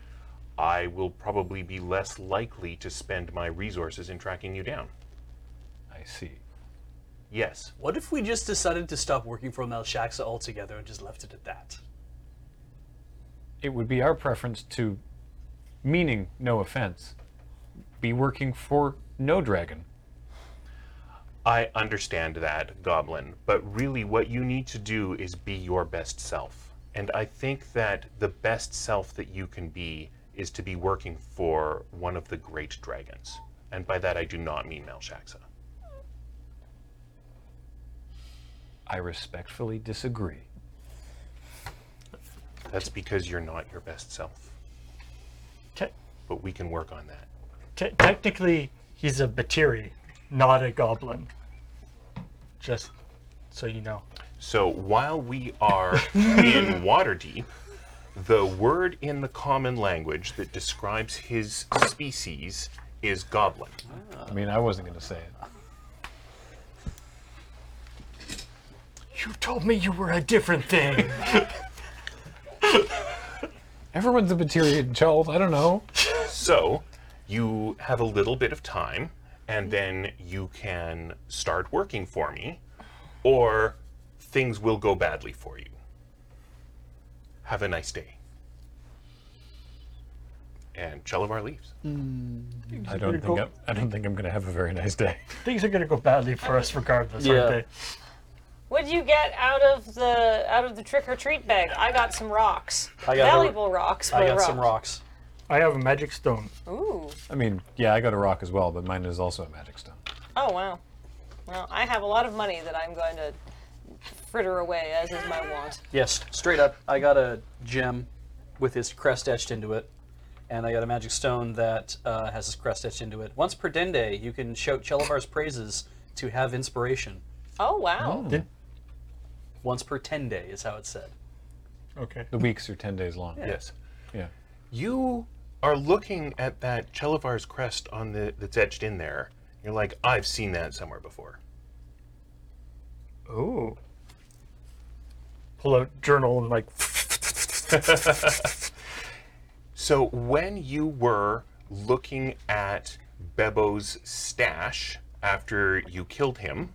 S1: I will probably be less likely to spend my resources in tracking you down.
S4: I see.
S1: Yes.
S5: What if we just decided to stop working for Mel Shaxa altogether and just left it at that?
S4: It would be our preference to, meaning no offense, be working for no dragon.
S1: I understand that, Goblin, but really what you need to do is be your best self. And I think that the best self that you can be is to be working for one of the great dragons. And by that I do not mean Malshaxa.
S4: I respectfully disagree.
S1: That's because you're not your best self.
S3: Te-
S1: But we can work on that.
S3: te- technically, he's a Batiri, not a goblin. Just so you know.
S1: So while we are in Waterdeep, the word in the common language that describes his species is goblin.
S4: I mean, I wasn't going to say it.
S3: You told me you were a different thing.
S4: Everyone's a Batirian child. I don't know.
S1: So you have a little bit of time, and then you can start working for me, or things will go badly for you. Have a nice day. And Chelavar leaves.
S4: I don't think I'm, I don't think I'm going to have a very nice day.
S3: Things are gonna go badly for us regardless,
S5: Yeah.
S3: aren't they?
S2: What'd you get out of the out of the trick or treat bag? I got some rocks.
S5: I got the-
S2: valuable rocks. but
S5: I got some rocks.
S3: I have a magic stone.
S2: Ooh.
S4: I mean, yeah, I got a rock as well, but mine is also a magic stone.
S2: Oh wow. Well, I have a lot of money that I'm going to fritter away, as is my wont.
S5: Yes, straight up. I got a gem with his crest etched into it, and I got a magic stone that uh, has his crest etched into it. Once per dende, you can shout Chelavar's praises to have inspiration.
S2: Oh wow.
S5: Once per ten day is how it's said.
S3: Okay.
S4: The weeks are 10 days long.
S1: Yes.
S4: Yeah.
S1: You are looking at that Chelavar's crest on the that's etched in there. You're like, I've seen that somewhere before.
S3: Ooh. Pull out journal and like
S1: So when you were looking at Bebo's stash after you killed him,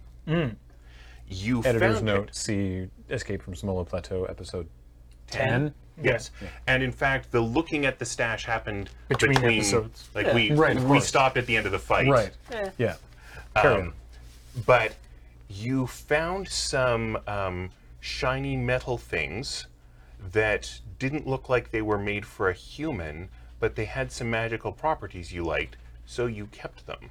S1: you
S4: Mm. Editor's
S1: found
S4: note:
S1: it.
S4: See Escape from Smola Plateau, episode 10.
S1: Yes, and in fact, the looking at the stash happened
S3: Between episodes.
S1: Like we
S4: Right, of
S1: we
S4: course.
S1: stopped at the end of the fight,
S4: Right. Yeah. Carry on.
S1: But you found some um, shiny metal things that didn't look like they were made for a human, but they had some magical properties you liked, so you kept them.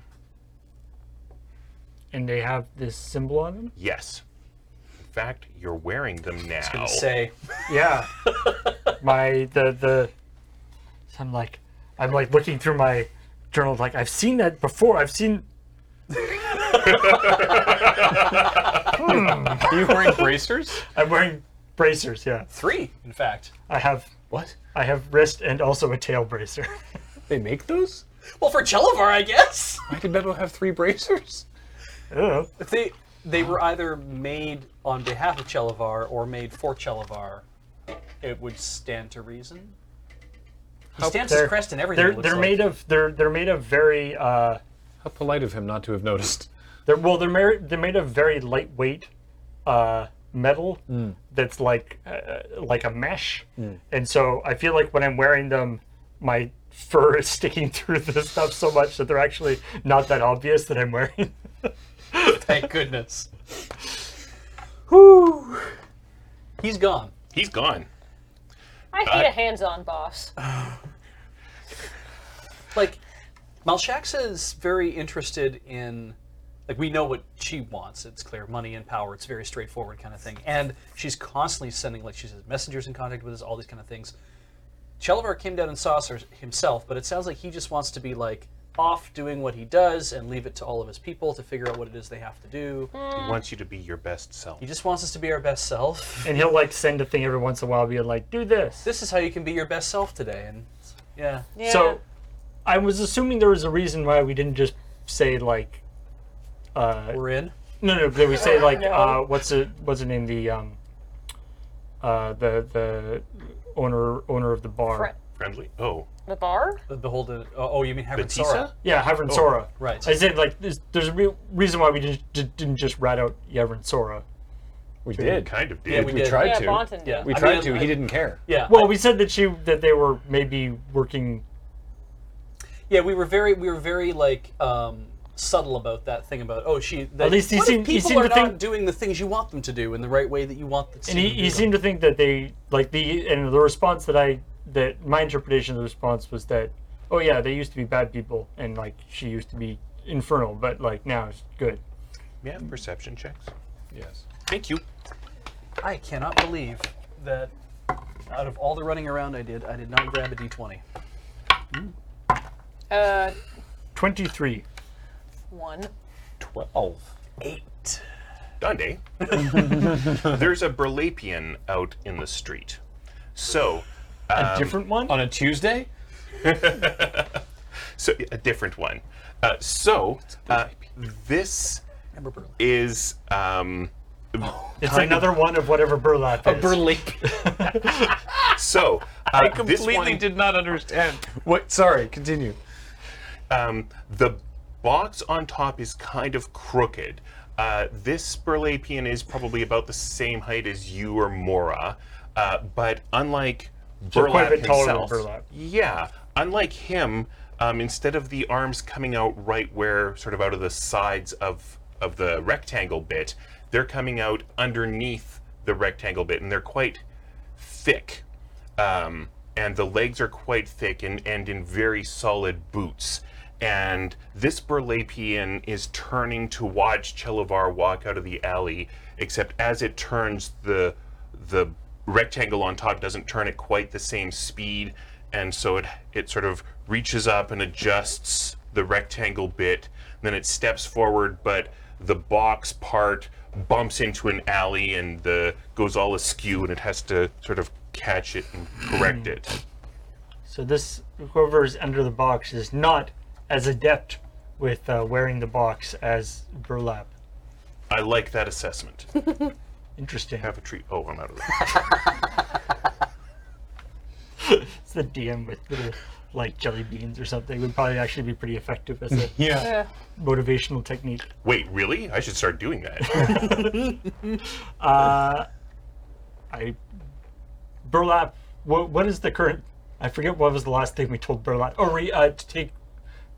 S3: and they have this symbol on them?
S1: Yes. In fact, you're wearing them now.
S4: Oh.
S5: Gonna say
S3: Yeah. my the the so I'm like I'm like looking through my journal like I've seen that before. I've seen
S4: Are you wearing bracers?
S3: I'm wearing bracers, yeah.
S5: three, in fact.
S3: I have
S4: What?
S3: I have wrist and also a tail bracer.
S4: They make those?
S5: Well, for Chelavar, I guess.
S4: Why did Bebo have three bracers?
S3: Ew.
S5: They they were either made on behalf of Chelavar or made for Chelavar. It would stand to reason. He stands his
S3: they're-
S5: crest and everything.
S3: They're
S5: it looks
S3: they're
S5: like.
S3: made of they're they're made of very uh
S4: How polite of him not to have noticed.
S3: They're well, they're mar- they're made of very lightweight uh, metal
S5: Hmm.
S3: that's like uh, like a mesh, and so I feel like when I'm wearing them, my fur is sticking through the stuff so much that they're actually not that obvious that I'm wearing.
S5: Thank goodness. He's gone.
S1: He's gone.
S2: I hate a hands-on boss.
S5: Like, Malshaxa is very interested in. Like, we know what she wants. It's clear money and power. It's very straightforward kind of thing. And she's constantly sending, like, she says, messengers in contact with us, all these kind of things. Chelivar came down in saucer himself, but it sounds like he just wants to be, like, off doing what he does and leave it to all of his people to figure out what it is they have to do.
S1: He wants you to be your best self.
S5: He just wants us to be our best self.
S3: and he'll like send a thing every once in a while, being like, "Do this."
S5: This is how you can be your best self today. And, yeah.
S2: Yeah.
S3: So, I was assuming there was a reason why we didn't just say like, uh,
S5: We're in.
S3: No, no, but we say like
S2: No.
S3: uh, what's it? What's the name? The um, uh, the the owner owner of the bar.
S2: Fre-
S1: Friendly? Oh,
S2: the bar?
S5: The beholder. Oh, oh, you mean Havard
S1: Batissa?
S5: Sora?
S3: Yeah, Havern Sora.
S5: right.
S3: I said like there's, there's a real reason why we didn't ju- didn't just rat out Yevren Sora.
S4: We did.
S1: Kind of did.
S5: Yeah, we
S4: We
S5: did.
S4: tried
S2: Yeah,
S4: to.
S2: Bonton.
S5: Yeah.
S2: did.
S4: We
S5: I
S4: tried
S5: mean,
S4: to.
S5: I-
S4: he didn't care.
S5: Yeah.
S3: Well,
S5: I-
S3: we said that she that they were maybe working.
S5: yeah, we were very, we were very like um, subtle about that thing about oh she. That,
S3: At least he
S5: what
S3: seemed-
S5: If
S3: he
S5: people
S3: seemed to
S5: are not
S3: think-
S5: doing the things you want them to do in the right way that you want them to.
S3: And he,
S5: do
S3: he
S5: them.
S3: seemed to think that they like the and the response that I that my interpretation of the response was that oh yeah they used to be bad people and like she used to be infernal but like now it's good.
S1: Yeah, perception checks.
S4: Yes.
S1: Thank you.
S5: I cannot believe that out of all the running around I did, I did not grab a d20.
S2: Uh,
S3: Twenty three.
S2: one.
S4: Twelve.
S5: Eight.
S1: Dundee. There's a Burlapian out in the street. So,
S3: A different one.
S4: On a Tuesday?
S1: so a different one. Uh, so, uh, this
S5: Remember Berlin.
S1: is um,
S3: It's another one of whatever burlap is.
S1: so. Uh,
S4: I completely did not understand. What? Sorry. Continue.
S1: um, the box on top is kind of crooked. Uh, this Burlapian is probably about the same height as you or Mora, uh, but unlike
S3: quite a
S1: Burlap
S3: bit taller than
S1: himself,
S3: Burlap.
S1: yeah, unlike him, um, instead of the arms coming out right where sort of out of the sides of of the rectangle bit, they're coming out underneath the rectangle bit, and they're quite thick um, and the legs are quite thick and, and in very solid boots. And this Burlapian is turning to watch Chelavar walk out of the alley, except as it turns, the the rectangle on top doesn't turn at quite the same speed, and so it it sort of reaches up and adjusts the rectangle bit. Then it steps forward, but the box part bumps into an alley and the goes all askew, and it has to sort of catch it and correct it.
S3: So this whoever is under the box is not as adept with uh, wearing the box as burlap.
S1: I like that assessment.
S3: Interesting.
S1: Have a treat. Oh, I'm out of there.
S3: It's the DM with little like jelly beans or something would probably actually be pretty effective as a
S4: Yeah.
S2: Uh,
S3: motivational technique.
S1: Wait, really? I should start doing that.
S3: I burlap. What, what is the current? I forget what was the last thing we told burlap. Oh, we uh, to take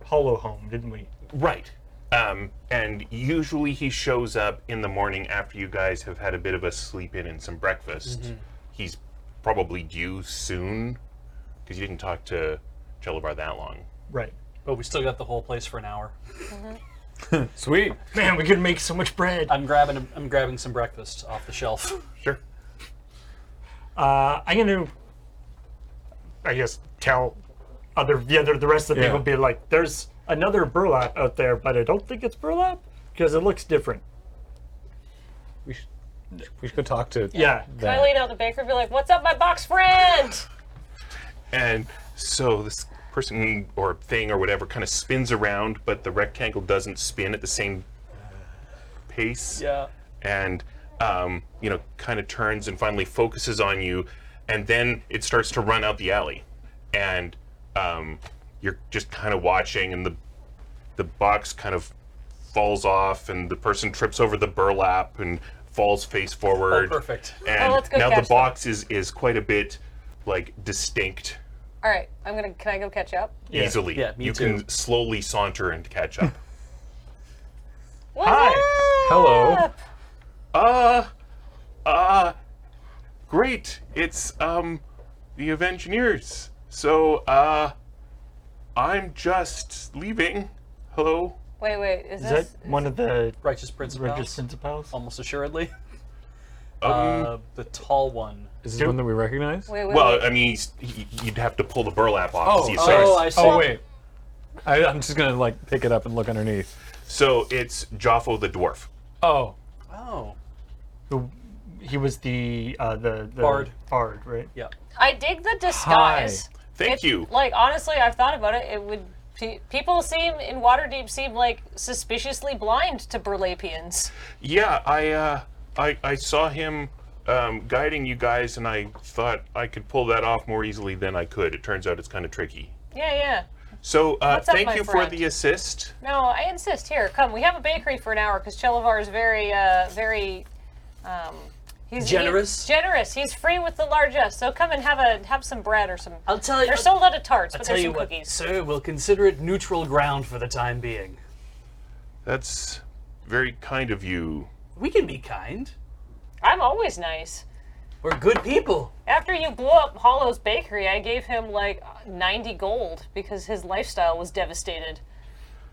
S3: Hollow home, didn't we?
S1: right. Um, and usually he shows up in the morning after you guys have had a bit of a sleep in and some breakfast. He's probably due soon because you didn't talk to Jelabar that long.
S3: Right.
S5: But we still got the whole place for an hour.
S4: Sweet.
S3: Man, we could make so much bread.
S5: I'm grabbing, a, I'm grabbing some breakfast off the shelf.
S1: Sure.
S3: Uh, I'm gonna, I guess, tell other the other the rest of the
S4: Yeah.
S3: people be like, there's another burlap out there, but I don't think it's burlap because it looks different.
S4: We should, we should go talk to.
S3: Yeah.
S4: That.
S2: I lean out the baker and be like, what's up, my box friend?
S1: And so this person or thing or whatever kind of spins around, but the rectangle doesn't spin at the same pace.
S5: Yeah.
S1: And, um, you know, kind of turns and finally focuses on you. And then it starts to run out the alley. And um, you're just kind of watching, and the, the box kind of falls off, and the person trips over the burlap and falls face forward.
S5: perfect.
S1: And
S2: Oh, let's go
S1: now the
S2: catch them.
S1: box is, is quite a bit like distinct
S2: All right, I'm gonna. Can I go catch up?
S3: Yeah.
S1: easily.
S5: Yeah, me
S1: you
S5: too.
S1: can slowly saunter and catch up.
S2: What's
S3: Hi.
S2: up?
S4: Hello.
S1: uh, uh, great. It's, um, the Avengineers. So, uh, I'm just leaving. Hello?
S2: Wait, wait. Is,
S3: Is
S2: this?
S3: that one of the
S5: Righteous Principals.
S3: Regis Principals?
S5: Almost assuredly.
S1: Um,
S5: Uh, the tall one.
S4: Is this one that we recognize?
S2: Wait, wait.
S1: well,
S2: wait.
S1: I mean, he's- he, you'd have to pull the burlap off. to see his face.
S5: oh, I see.
S4: Oh wait. I, I'm just gonna like pick it up and look underneath.
S1: So it's Joffo the dwarf.
S4: Oh.
S5: Oh.
S3: Who he was the uh, the, the
S5: Bard.
S3: Bard, right?
S5: Yeah.
S2: I dig the disguise.
S1: Thank
S2: It's-
S1: you.
S2: Like honestly, I've thought about it. It would Pe- people seem in Waterdeep seem like suspiciously blind to Burlapians.
S1: Yeah, I uh, I, I saw him um, guiding you guys, and I thought I could pull that off more easily than I could. It turns out it's kind of tricky.
S2: Yeah, yeah.
S1: So uh,
S2: What's up,
S1: thank
S2: my
S1: you
S2: friend?
S1: for the assist.
S2: No, I insist. Here, come. We have a bakery for an hour because Chelivar is very, uh, very. Um, he's
S5: Generous?
S2: he's generous. He's free with the largesse, so come and have a have some bread or some.
S5: I'll tell you.
S2: They're sold out of tarts,
S5: I'll
S2: but
S5: tell
S2: there's
S5: you
S2: some
S5: what,
S2: cookies.
S5: sir. We'll consider it neutral ground for the time being.
S1: That's very kind of you.
S5: We can be kind.
S2: I'm always nice.
S5: We're good people.
S2: After you blew up Hollow's bakery, I gave him like 90 gold because his lifestyle was devastated.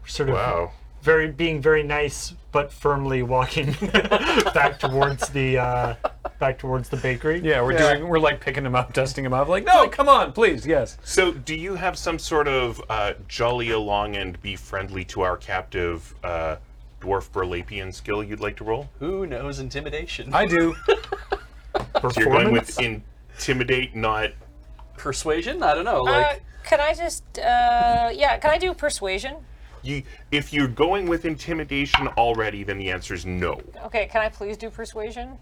S3: Sort of
S1: Wow.
S3: very being very nice, but firmly walking back towards the uh, back towards the bakery.
S4: Yeah, we're doing. We're like picking him up, dusting him off. Like, no, come on, please, yes.
S1: So, do you have some sort of uh, jolly along and be friendly to our captive uh, dwarf Burlapian skill you'd like to roll?
S5: Who knows intimidation?
S4: I do.
S1: You're going with
S3: Performance?
S1: intimidate, not
S5: Persuasion? I don't know.
S2: Uh,
S5: Like
S2: can I just, uh, yeah, can I do persuasion?
S1: you. If you're going with intimidation already, then the answer is no.
S2: Okay, can I please do persuasion?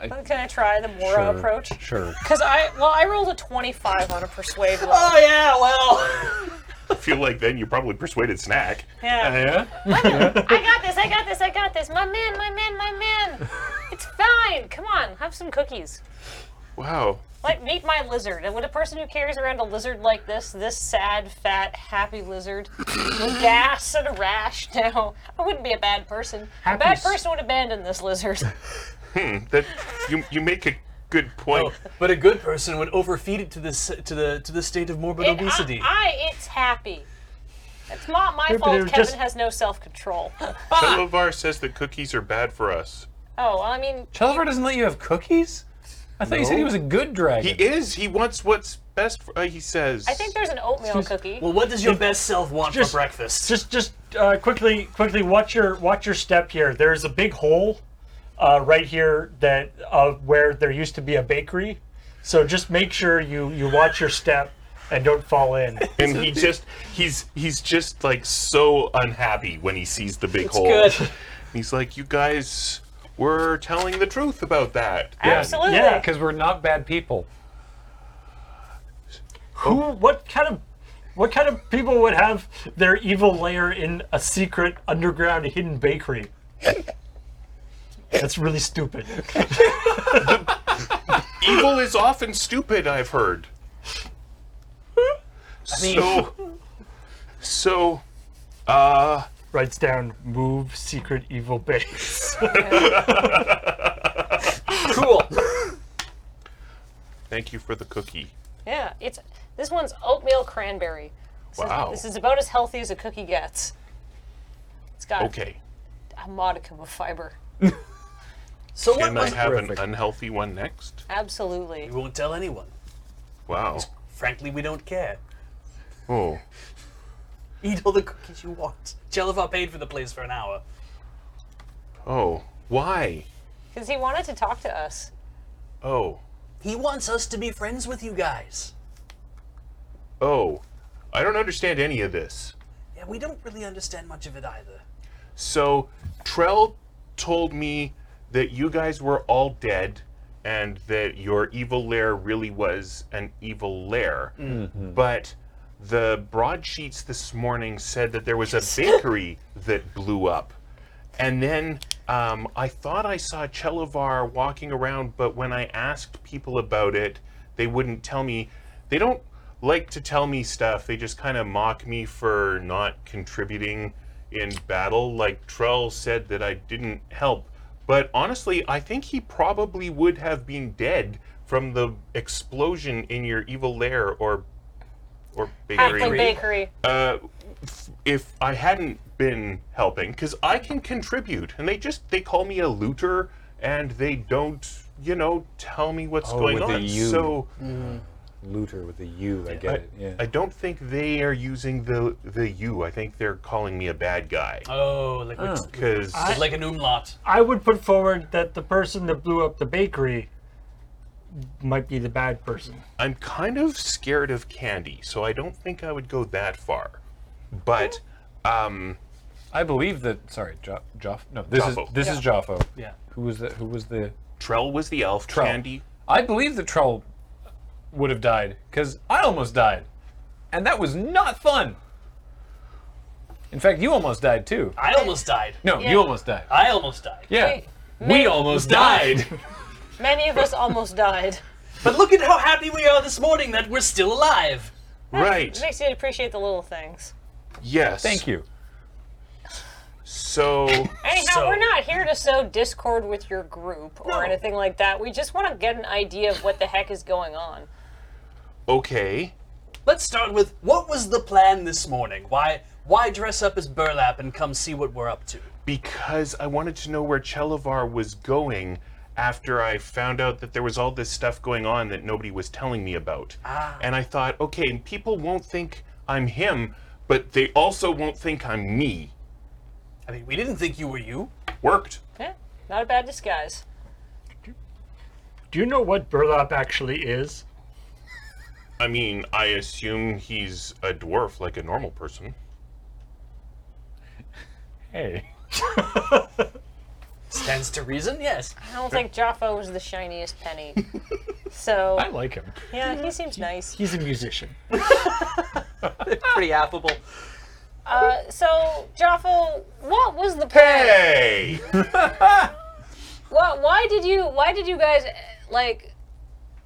S4: I-
S2: can I try the Mora approach?
S4: Sure.
S2: Because I, well, I rolled a 25 on a persuade roll.
S5: Oh yeah, well.
S1: I feel like then you probably persuaded Snack.
S2: Yeah.
S4: Yeah.
S2: I got this, I got this, I got this. My man, my man, my man. It's fine. Come on, have some cookies.
S1: Wow.
S2: Like, meet my lizard. And would a person who carries around a lizard like this, this sad, fat, happy lizard, with gas and a rash, no, I wouldn't be a bad person. A bad
S3: Happy's-
S2: person would abandon this lizard.
S1: That you you make a good point.
S5: But a good person would overfeed it to this to the to the state of morbid
S2: It-
S5: obesity.
S2: Eh, I, I, it's happy. It's not my fault
S3: it
S2: Kevin
S3: was just-
S2: has no self control. oh,
S1: Televar says that cookies are bad for us.
S2: well, oh, I mean,
S4: Chelivar doesn't let you have cookies. I thought you said he was a good
S1: He
S4: dragon.
S1: is. He wants what's best. For, uh, he says.
S2: I think there's an oatmeal cookie.
S5: well, what does your best self want
S3: Just-
S5: for breakfast?
S3: Just just uh, quickly quickly watch your watch your step here. There's a big hole uh, right here that uh, where there used to be a bakery. So just make sure you you watch your step and don't fall in.
S1: and he just he's he's just like so unhappy when he sees the big hole.
S5: good.
S1: He's like, you guys were telling the truth about that.
S2: Absolutely.
S3: Yeah,
S4: Because we're not bad people.
S3: Who? What kind of what kind of people would have their evil lair in a secret underground hidden bakery? That's really stupid.
S1: Evil is often stupid. I've heard. so, so, uh,
S3: Writes down move secret evil base.
S5: cool.
S1: thank you for the cookie.
S2: Yeah, it's this one's oatmeal cranberry. This
S1: Wow.
S2: Is, this is about as healthy as a cookie gets. It's got
S1: Okay,
S2: a modicum of fiber.
S5: So what
S1: can I
S5: was?
S1: have an
S4: Terrific.
S1: unhealthy one next?
S2: Absolutely.
S5: We won't tell anyone.
S1: Wow.
S5: Frankly, we don't care.
S1: Oh.
S5: Eat all the cookies you want. Jelivar paid for the place for an hour.
S1: Oh. Why?
S2: Because he wanted to talk to us.
S1: Oh.
S5: He wants us to be friends with you guys.
S1: Oh. I don't understand any of this.
S5: Yeah, we don't really understand much of it either.
S1: So, Trell told me that you guys were all dead and that your evil lair really was an evil lair. But the broadsheets this morning said that there was a bakery that blew up. And then um, I thought I saw Chelivar walking around, but when I asked people about it, they wouldn't tell me. They don't like to tell me stuff. They just kind of mock me for not contributing in battle. Like Trell said that I didn't help. But honestly, I think he probably would have been dead from the explosion in your evil lair or or bakery
S2: Hackling Bakery.
S1: uh, f- if I hadn't been helping, because I can contribute, and they just they call me a looter, and they don't, you know, tell me what's
S4: Oh,
S1: going
S4: with the
S1: on.
S4: U.
S1: So
S4: Looter with a U. I get
S1: I,
S4: it. Yeah.
S1: I don't think they are using the the you. I think they're calling me a bad guy
S5: Oh, like we just-
S1: because
S5: like an umlaut.
S3: I would put forward that the person that blew up the bakery might be the bad person.
S1: I'm kind of scared of candy, so I don't think I would go that far. But um,
S4: I believe that. Sorry, jo- Joff. No, this
S1: Joffo.
S4: is this is Joffo.
S5: Yeah.
S4: Who was the Who was the
S1: Trell was the elf.
S4: Trell?
S1: Candy.
S4: I believe that Trell would have died because I almost died, and that was not fun. In fact, you almost died too.
S5: I almost died.
S4: No,
S2: Yeah.
S4: you almost died.
S5: I almost died.
S4: Yeah.
S2: Wait,
S4: We almost died.
S2: Many of us almost died.
S5: But look at how happy we are this morning that we're still alive.
S1: Right.
S2: Makes you appreciate the little things.
S1: Yes.
S4: Thank you.
S1: So
S2: Anyhow,
S5: So-
S2: we're not here to sow discord with your group or
S5: No.
S2: anything like that. We just want to get an idea of what the heck is going on.
S1: okay.
S5: Let's start with what was the plan this morning? Why why dress up as burlap and come see what we're up to?
S1: because I wanted to know where Chelavar was going after I found out that there was all this stuff going on that nobody was telling me about. And I thought, okay, and people won't think I'm him, but they also won't think I'm me.
S5: I mean, we didn't think you were you.
S1: Worked.
S2: Yeah, Eh, not a bad disguise.
S3: Do you know what burlap actually is?
S1: I mean, I assume he's a dwarf like a normal person.
S4: Hey.
S5: Stands to reason, yes.
S2: I don't think Jaffa was the shiniest penny. So,
S4: I like him.
S2: yeah, he seems nice.
S3: He's a musician.
S5: Pretty affable.
S2: Uh, so, Jaffa, what was the plan?
S1: Hey!
S2: Well, why did you? Why did you guys eh, like?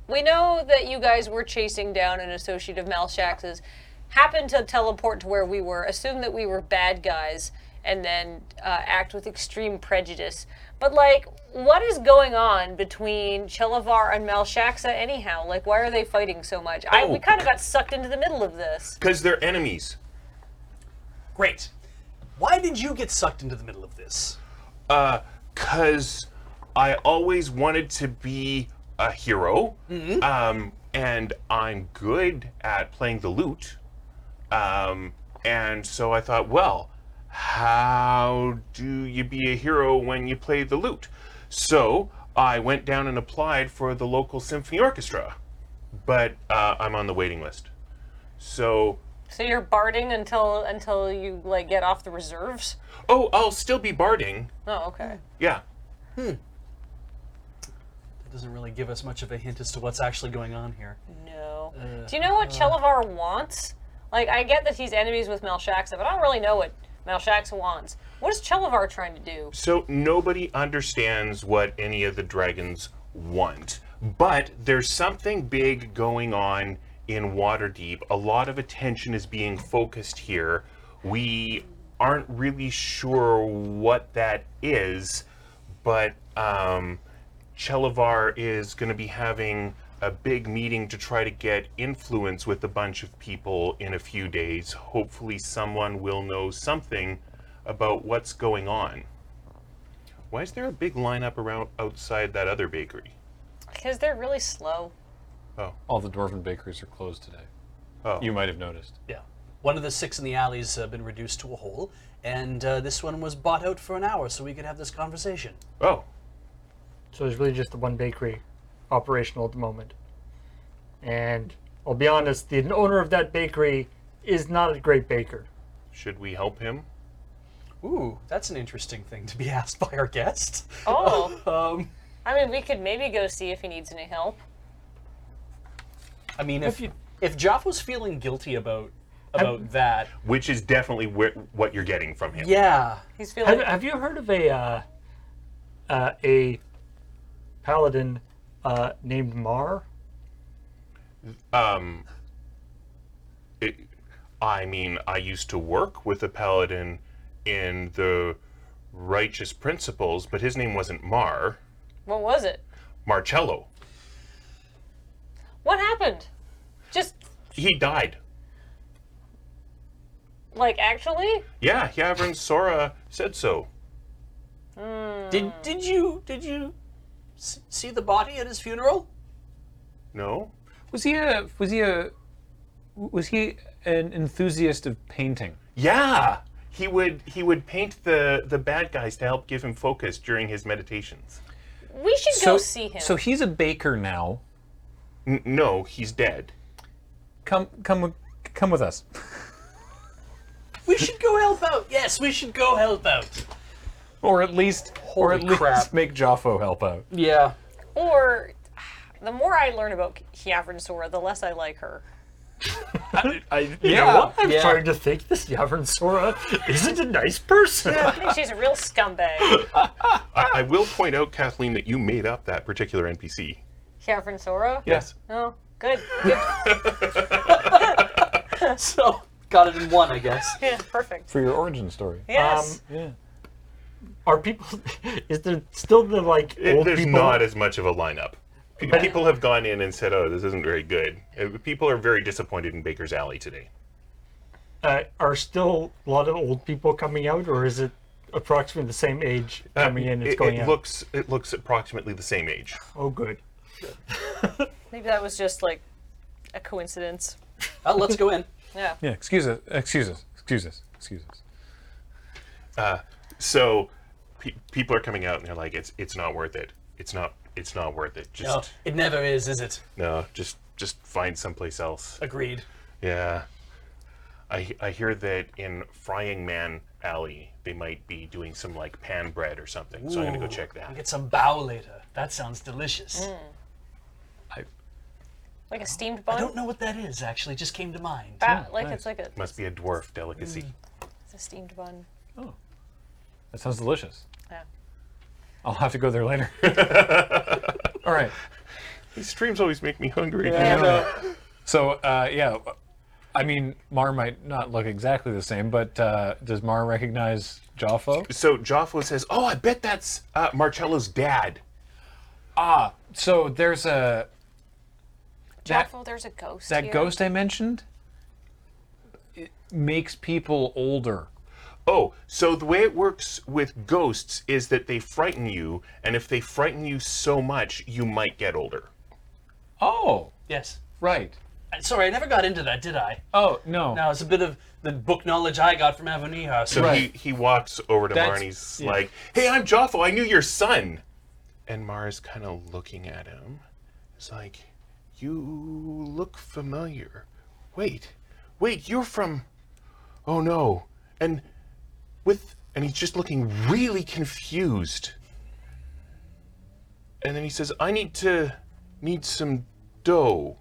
S2: We know that you guys were chasing down an associate of Malshax's, happened to teleport to where we were, assume that we were bad guys, and then uh, act with extreme prejudice. But like, what is going on between Chelavar and Malshaxa anyhow? Like, why are they fighting so much? I we
S1: Oh.
S2: kind of got sucked into the middle of this.
S1: Because they're enemies.
S5: Great. Why did you get sucked into the middle of this?
S1: because I always wanted to be a hero, um, and I'm good at playing the lute. Um, and so I thought, well, how do you be a hero when you play the lute? So I went down and applied for the local symphony orchestra, but uh, I'm on the waiting list. So,
S2: So you're barding until until you like get off the reserves.
S1: oh, I'll still be barding.
S2: Oh, okay.
S1: Yeah.
S5: That doesn't really give us much of a hint as to what's actually going on here.
S2: No.
S4: Uh,
S2: Do you know what Chelavar wants? Like, I get that he's enemies with Malshaxa, but I don't really know what Malshaxa wants. What is Chelavar trying to do?
S1: So nobody understands what any of the dragons want, but there's something big going on in Waterdeep. A lot of attention is being focused here. We aren't really sure what that is, but um, Chelavar is going to be having a big meeting to try to get influence with a bunch of people in a few days. Hopefully, someone will know something about what's going on. Why is there a big lineup around outside that other bakery?
S2: Because they're really slow.
S4: All the dwarven bakeries are closed today.
S1: Oh.
S4: You might have noticed.
S5: Yeah. One of the six in the alley's uh, been reduced to a hole, and uh, this one was bought out for an hour so we could have this conversation.
S1: Oh,
S3: So there's really just the one bakery operational at the moment. And I'll be honest, the owner of that bakery is not a great baker.
S1: should we help him?
S5: Ooh, that's an interesting thing to be asked by our guest.
S2: Oh.
S5: Um,
S2: I mean, we could maybe go see if he needs any help.
S5: I mean, if if Joff was feeling guilty about about that,
S1: Which is definitely where, what you're getting from him.
S5: yeah,
S2: He's
S3: Have,
S2: feeling.
S3: have you heard of a uh, uh, a paladin uh, named Mar?
S1: Um, it, I mean, I used to work with a paladin in the Righteous Principles, but his name wasn't Mar,
S2: What was it?
S1: Marcello.
S2: What happened? Just,
S1: He died.
S2: like, actually?
S1: Yeah, Yavrin Sora said so.
S5: Did did you did you s- see the body at his funeral?
S1: No?
S4: Was he a was he a was he an enthusiast of painting?
S1: Yeah. He would he would paint the the bad guys to help give him focus during his meditations.
S2: We should go see him.
S4: So he's a baker now.
S1: N- no, he's dead.
S4: Come come with- come with us.
S5: We should go help out. Yes, we should go help out.
S4: Or at least, or at
S5: Holy crap.
S4: least make Joffo help out.
S5: Yeah.
S2: Or the more I learn about Kiavrin Sora, the less I like her.
S3: I, you know
S4: Yeah.
S3: what? I'm
S5: Yeah.
S3: starting to think this Yavern Sora isn't a nice person.
S2: I think she's a real scumbag.
S1: I, I will point out, Kathleen, that you made up that particular NPC.
S2: Kiavrin Sora?
S1: Yes.
S2: Oh, good. Good.
S5: So got it in one, I guess.
S2: Yeah, perfect.
S4: For your origin story. Um,
S2: Yes.
S3: Are people? Is there still the like
S1: It-
S3: old
S1: there's
S3: people?
S1: not as much of a lineup. P- People have gone in and said, "Oh, this isn't very good." Uh, People are very disappointed in Baker's Alley today.
S3: uh, are still a lot of old people coming out, or is it approximately the same age coming in? It's
S1: it,
S3: going
S1: it
S3: out.
S1: looks it looks approximately the same age.
S3: oh, good.
S2: Maybe that was just like a coincidence.
S5: Uh, let's go in.
S2: Yeah.
S4: Yeah, excuse us, excuse us, excuse us, excuse us.
S1: So pe- people are coming out and they're like, "It's it's not worth it. It's not it's not worth it.
S5: No,
S1: Just
S5: it never is, is it?
S1: no, just just find someplace else."
S5: Agreed.
S1: Yeah. I, I hear that in Frying Man Alley, they might be doing some like pan bread or something. So I'm gonna go
S5: Ooh.
S1: check
S5: I'll
S1: that.
S5: get some bao later. That sounds delicious.
S2: Like a steamed
S5: I
S2: bun?
S5: don't know what that is, actually. Just came to mind.
S2: That- like it's like a,
S1: Must be a dwarf delicacy.
S2: it's a steamed bun.
S4: That sounds delicious.
S2: Yeah.
S4: I'll have to go there later. All right.
S1: These streams always make me hungry.
S4: So uh, yeah, I mean, Mar might not look exactly the same, but uh, does Mar recognize Joffo?
S1: So Joffo says, "Oh, I bet that's uh, Marcello's dad."
S4: So there's a that,
S2: Jackful, Oh, there's a ghost.
S4: that
S2: here.
S4: ghost I mentioned. It makes people older.
S1: Oh, so the way it works with ghosts is that they frighten you, and if they frighten you so much, you might get older.
S4: Oh,
S5: Yes.
S4: right.
S5: Uh, Sorry, I never got into that, did I?
S4: Oh no.
S5: Now, it's a bit of the book knowledge I got from Avonija. So
S1: So
S4: Right.
S1: he, he walks over to Mar
S4: That's-
S1: and he's
S4: yeah.
S1: like, Hey, I'm Joffo. I knew your son. And Mar is kind of looking at him. It's like, You look familiar. Wait, wait, you're from. Oh no. And with. And he's just looking really confused. And then he says, I need to. Need some dough.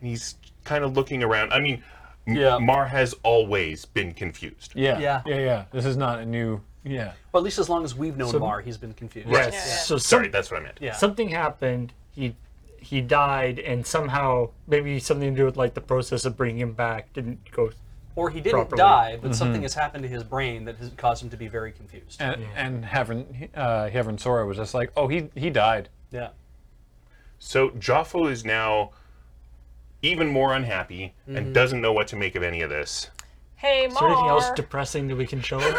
S1: And he's kind of looking around. I mean, M-
S5: Yeah.
S1: Mar has always been confused.
S4: Yeah.
S5: Yeah.
S4: Yeah. Yeah. This is not a new. Yeah.
S5: Well, at least as long as we've known Mar, he's been confused.
S1: Right.
S3: So
S1: Sorry,
S3: some,
S1: that's what I meant.
S5: Yeah.
S3: something happened. He he died, and somehow maybe something to do with like the process of bringing him back didn't go.
S5: Or he didn't
S3: Properly.
S5: die, but something has happened to his brain that has caused him to be very confused.
S4: And and Havern uh, Havern Sora was just like, oh, he he died.
S5: yeah.
S1: So Joffo is now even more unhappy
S5: Mm-hmm.
S1: and doesn't know what to make of any of this.
S2: Hey, Mar.
S3: Is there anything else depressing that we can show him?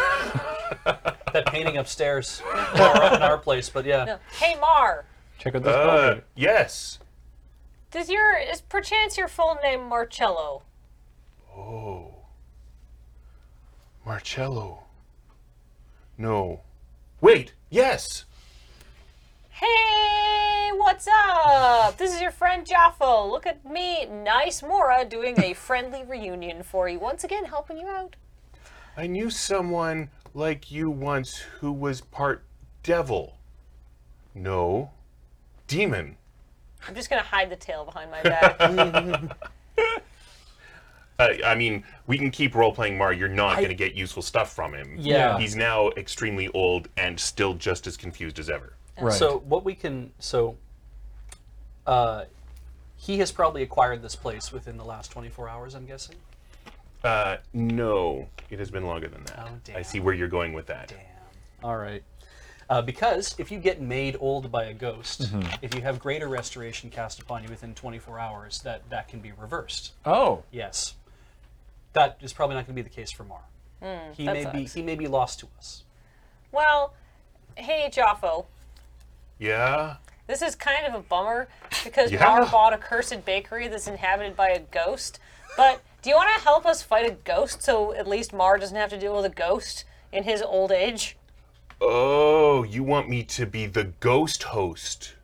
S5: That painting upstairs or up in our place, but yeah.
S2: Hey, Mar.
S4: Check out this
S1: Uh,
S4: book.
S1: yes.
S2: Does your is perchance your full name Marcello?
S1: Oh. Marcello. No. Wait, yes.
S2: Hey, what's up? This is your friend Jaffo. Look at me, nice Mora, doing a friendly reunion for you once again, helping you out.
S1: I knew someone like you once who was part devil. No. Demon.
S2: I'm just gonna hide the tail behind my back.
S1: Uh, I mean, we can keep role playing Mar. You're not going to get useful stuff from him.
S5: Yeah.
S1: He's now extremely old and still just as confused as ever.
S4: Right.
S5: So what we can so uh he has probably acquired this place within the last 24 hours, I'm guessing.
S1: Uh, no, it has been longer than that.
S5: Oh,
S1: I
S5: damn.
S1: see where you're going with that.
S5: All right. Uh, because if you get made old by a ghost, if you have greater restoration cast upon you within 24 hours, that that can be reversed.
S4: oh.
S5: Yes. That is probably not going to be the case for Mar. he
S2: Hmm, that
S5: may be
S2: sucks.
S5: he may be lost to us.
S2: well, hey Jaffo,
S1: Yeah.
S2: this is kind of a bummer because
S1: Yeah.
S2: Mar bought a cursed bakery that's inhabited by a ghost. But do you want to help us fight a ghost so at least Mar doesn't have to deal with a ghost in his old age?
S1: Oh, you want me to be the ghost host?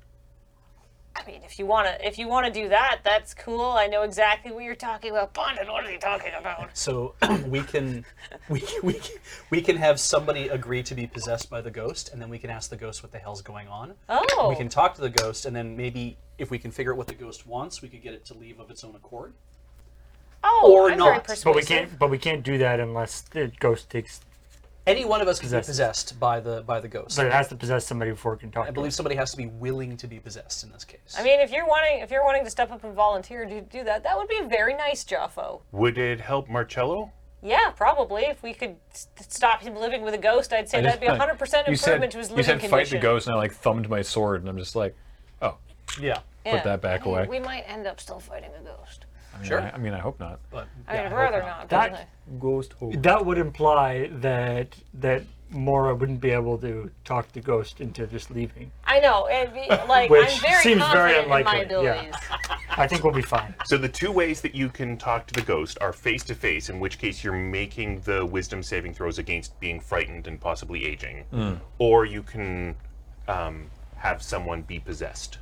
S2: I mean, if you wanna if you wanna do that, that's cool. I know exactly what you're talking about. Bonded, what are you talking about?
S5: So we can we, we we can have somebody agree to be possessed by the ghost, and then we can ask the ghost what the hell's going on.
S2: Oh,
S5: We can talk to the ghost, and then maybe if we can figure out what the ghost wants, we could get it to leave of its own accord.
S2: oh,
S5: or
S2: I'm
S5: not.
S2: Very
S5: But
S2: persuasive.
S3: But we can't. But we can't do that unless the ghost takes.
S5: Any one of us can
S3: Possessed.
S5: be possessed by the by the ghost.
S3: But it has to possess somebody before it can talk.
S5: I believe somebody has to be willing to be possessed in this case.
S2: I mean, if you're wanting if you're wanting to step up and volunteer to do that, that would be very nice, Jaffo.
S1: Would it help Marcello?
S2: Yeah, probably. If we could st- stop him living with a ghost, I'd say
S4: I
S2: that'd
S4: just-
S2: be 100 percent
S4: you said-
S2: improvement to his living
S4: You said
S2: condition.
S4: fight the ghost, and I like thumbed my sword, and I'm just like, oh,
S5: yeah,
S2: Yeah.
S4: that back
S2: I mean,
S4: away.
S2: We might end up still fighting a ghost.
S4: I mean,
S5: Sure.
S4: I, I mean, I hope not.
S5: but
S2: I mean,
S5: yeah,
S2: I'd
S5: hope
S2: rather
S5: not.
S2: not.
S3: That-
S2: personally.
S4: Ghost hope.
S3: That would imply that that Mora wouldn't be able to talk the ghost into just leaving.
S2: I know. It'd be, like
S3: Which
S2: I'm very
S3: seems very
S2: confident in my
S3: unlikely, yeah.
S2: abilities.
S3: I think we'll be fine.
S1: So the two ways that you can talk to the ghost are face to face, in which case you're making the wisdom saving throws against being frightened and possibly aging, or you can um, have someone be possessed.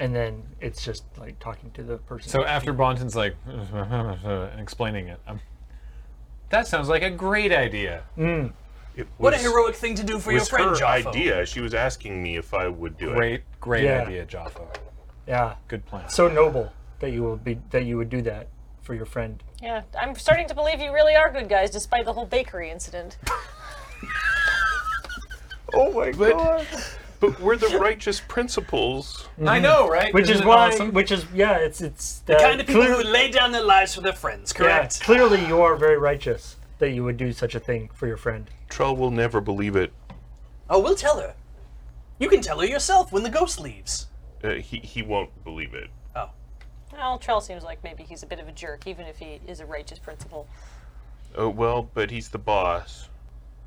S3: And then it's just like talking to the person.
S4: So uh, after Bonton's like and explaining it, I'm, that sounds like a great idea.
S1: It
S5: What a
S1: was-
S5: heroic thing to do for your
S1: was
S5: friend,
S1: her
S5: Jaffo.
S1: idea. She was asking me if I would do it.
S4: Great, great
S3: Yeah.
S4: idea, Jaffa.
S3: yeah,
S4: Good plan.
S3: so noble that you will be that you would do that for your friend.
S2: Yeah, I'm starting to believe you really are good guys, despite the whole bakery incident.
S4: oh my god!
S1: But we're the righteous principles.
S4: I know, right?
S3: Which
S4: Isn't
S3: is
S4: it
S3: why,
S4: awesome?
S3: which is yeah, it's it's
S5: The kind of people who lay down their lives for their friends,
S3: yeah,
S5: correct?
S3: clearly you are very righteous that you would do such a thing for your friend.
S1: Trull will never believe it.
S5: Oh, we'll tell her. You can tell her yourself when the ghost leaves.
S1: Uh, he he won't believe it.
S5: Oh,
S2: Well, Trell seems like maybe he's a bit of a jerk, even if he is a righteous principle.
S1: Oh well, but he's the boss.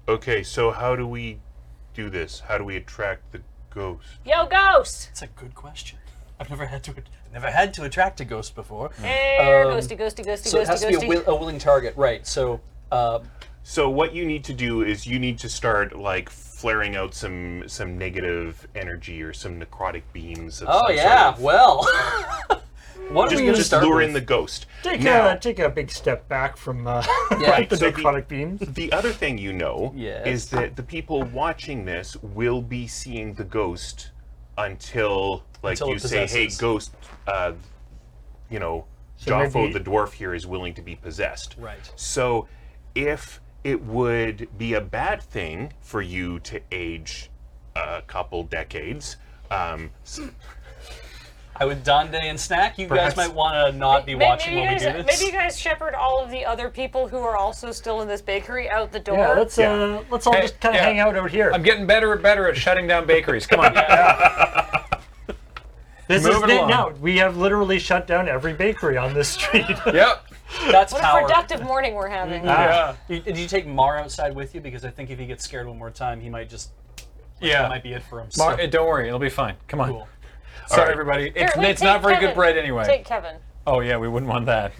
S1: Okay, so how do we do this? How do we attract the ghost?
S2: Yo, ghost!
S5: that's a good question. I've never had to I've never had to attract a ghost before.
S2: Air, ghosty, ghosty, ghosty,
S5: Um, So
S2: ghosty,
S5: it has to
S2: ghosty.
S5: be a, will, a willing target, right? So uh,
S1: So what you need to do is you need to start like flaring out some some negative energy or some necrotic beams. Of
S5: Oh
S1: some
S5: yeah,
S1: sort of-
S5: well. what are we gonna
S1: just just
S5: start
S1: lure
S5: with?
S1: in the ghost.
S3: Take
S1: Now-
S3: a take a big step back from uh,
S5: Yeah.
S3: like the
S1: So the-
S3: necrotic beams.
S1: The other thing you know
S5: Yes.
S1: is that the people watching this will be seeing the ghost until, like
S5: Until it
S1: you say, "Hey,
S5: possesses."
S1: ghost," uh, you know,
S3: So
S1: Jaffo
S3: maybe-
S1: the dwarf here is willing to be possessed.
S5: Right.
S1: So, if it would be a bad thing for you to age a couple decades, um, s-
S5: I would Dande and Snack. You
S1: Perhaps-
S5: guys might want to not be watching
S2: maybe you
S5: when we
S2: guys,
S5: do this.
S2: Maybe you guys shepherd all of the other people who are also still in this bakery out the door.
S3: Yeah, let's
S1: Yeah.
S3: uh let's all
S4: Hey,
S3: just kind of
S4: yeah.
S3: hang out over here.
S4: I'm getting better and better at shutting down bakeries. Come on.
S3: this
S4: move
S3: is
S4: it
S3: the,
S4: along.
S3: now we have literally shut down every bakery on this street.
S4: Yep.
S5: That's
S2: what a
S5: power.
S2: productive morning we're having.
S5: Mm-hmm.
S4: Yeah.
S5: You- Did you take Mar outside with you? Because I think if he gets scared one more time, he might just
S4: Yeah.
S5: that might be it for him.
S4: Mar-
S5: so,
S4: eh, don't worry, it'll be fine. Come on.
S5: cool.
S4: Sorry,
S1: right.
S4: everybody.
S2: Here,
S4: It's,
S2: wait,
S4: it's not
S2: take
S4: very
S2: Kevin.
S4: good bread anyway.
S2: Take Kevin.
S4: Oh yeah, we wouldn't want that.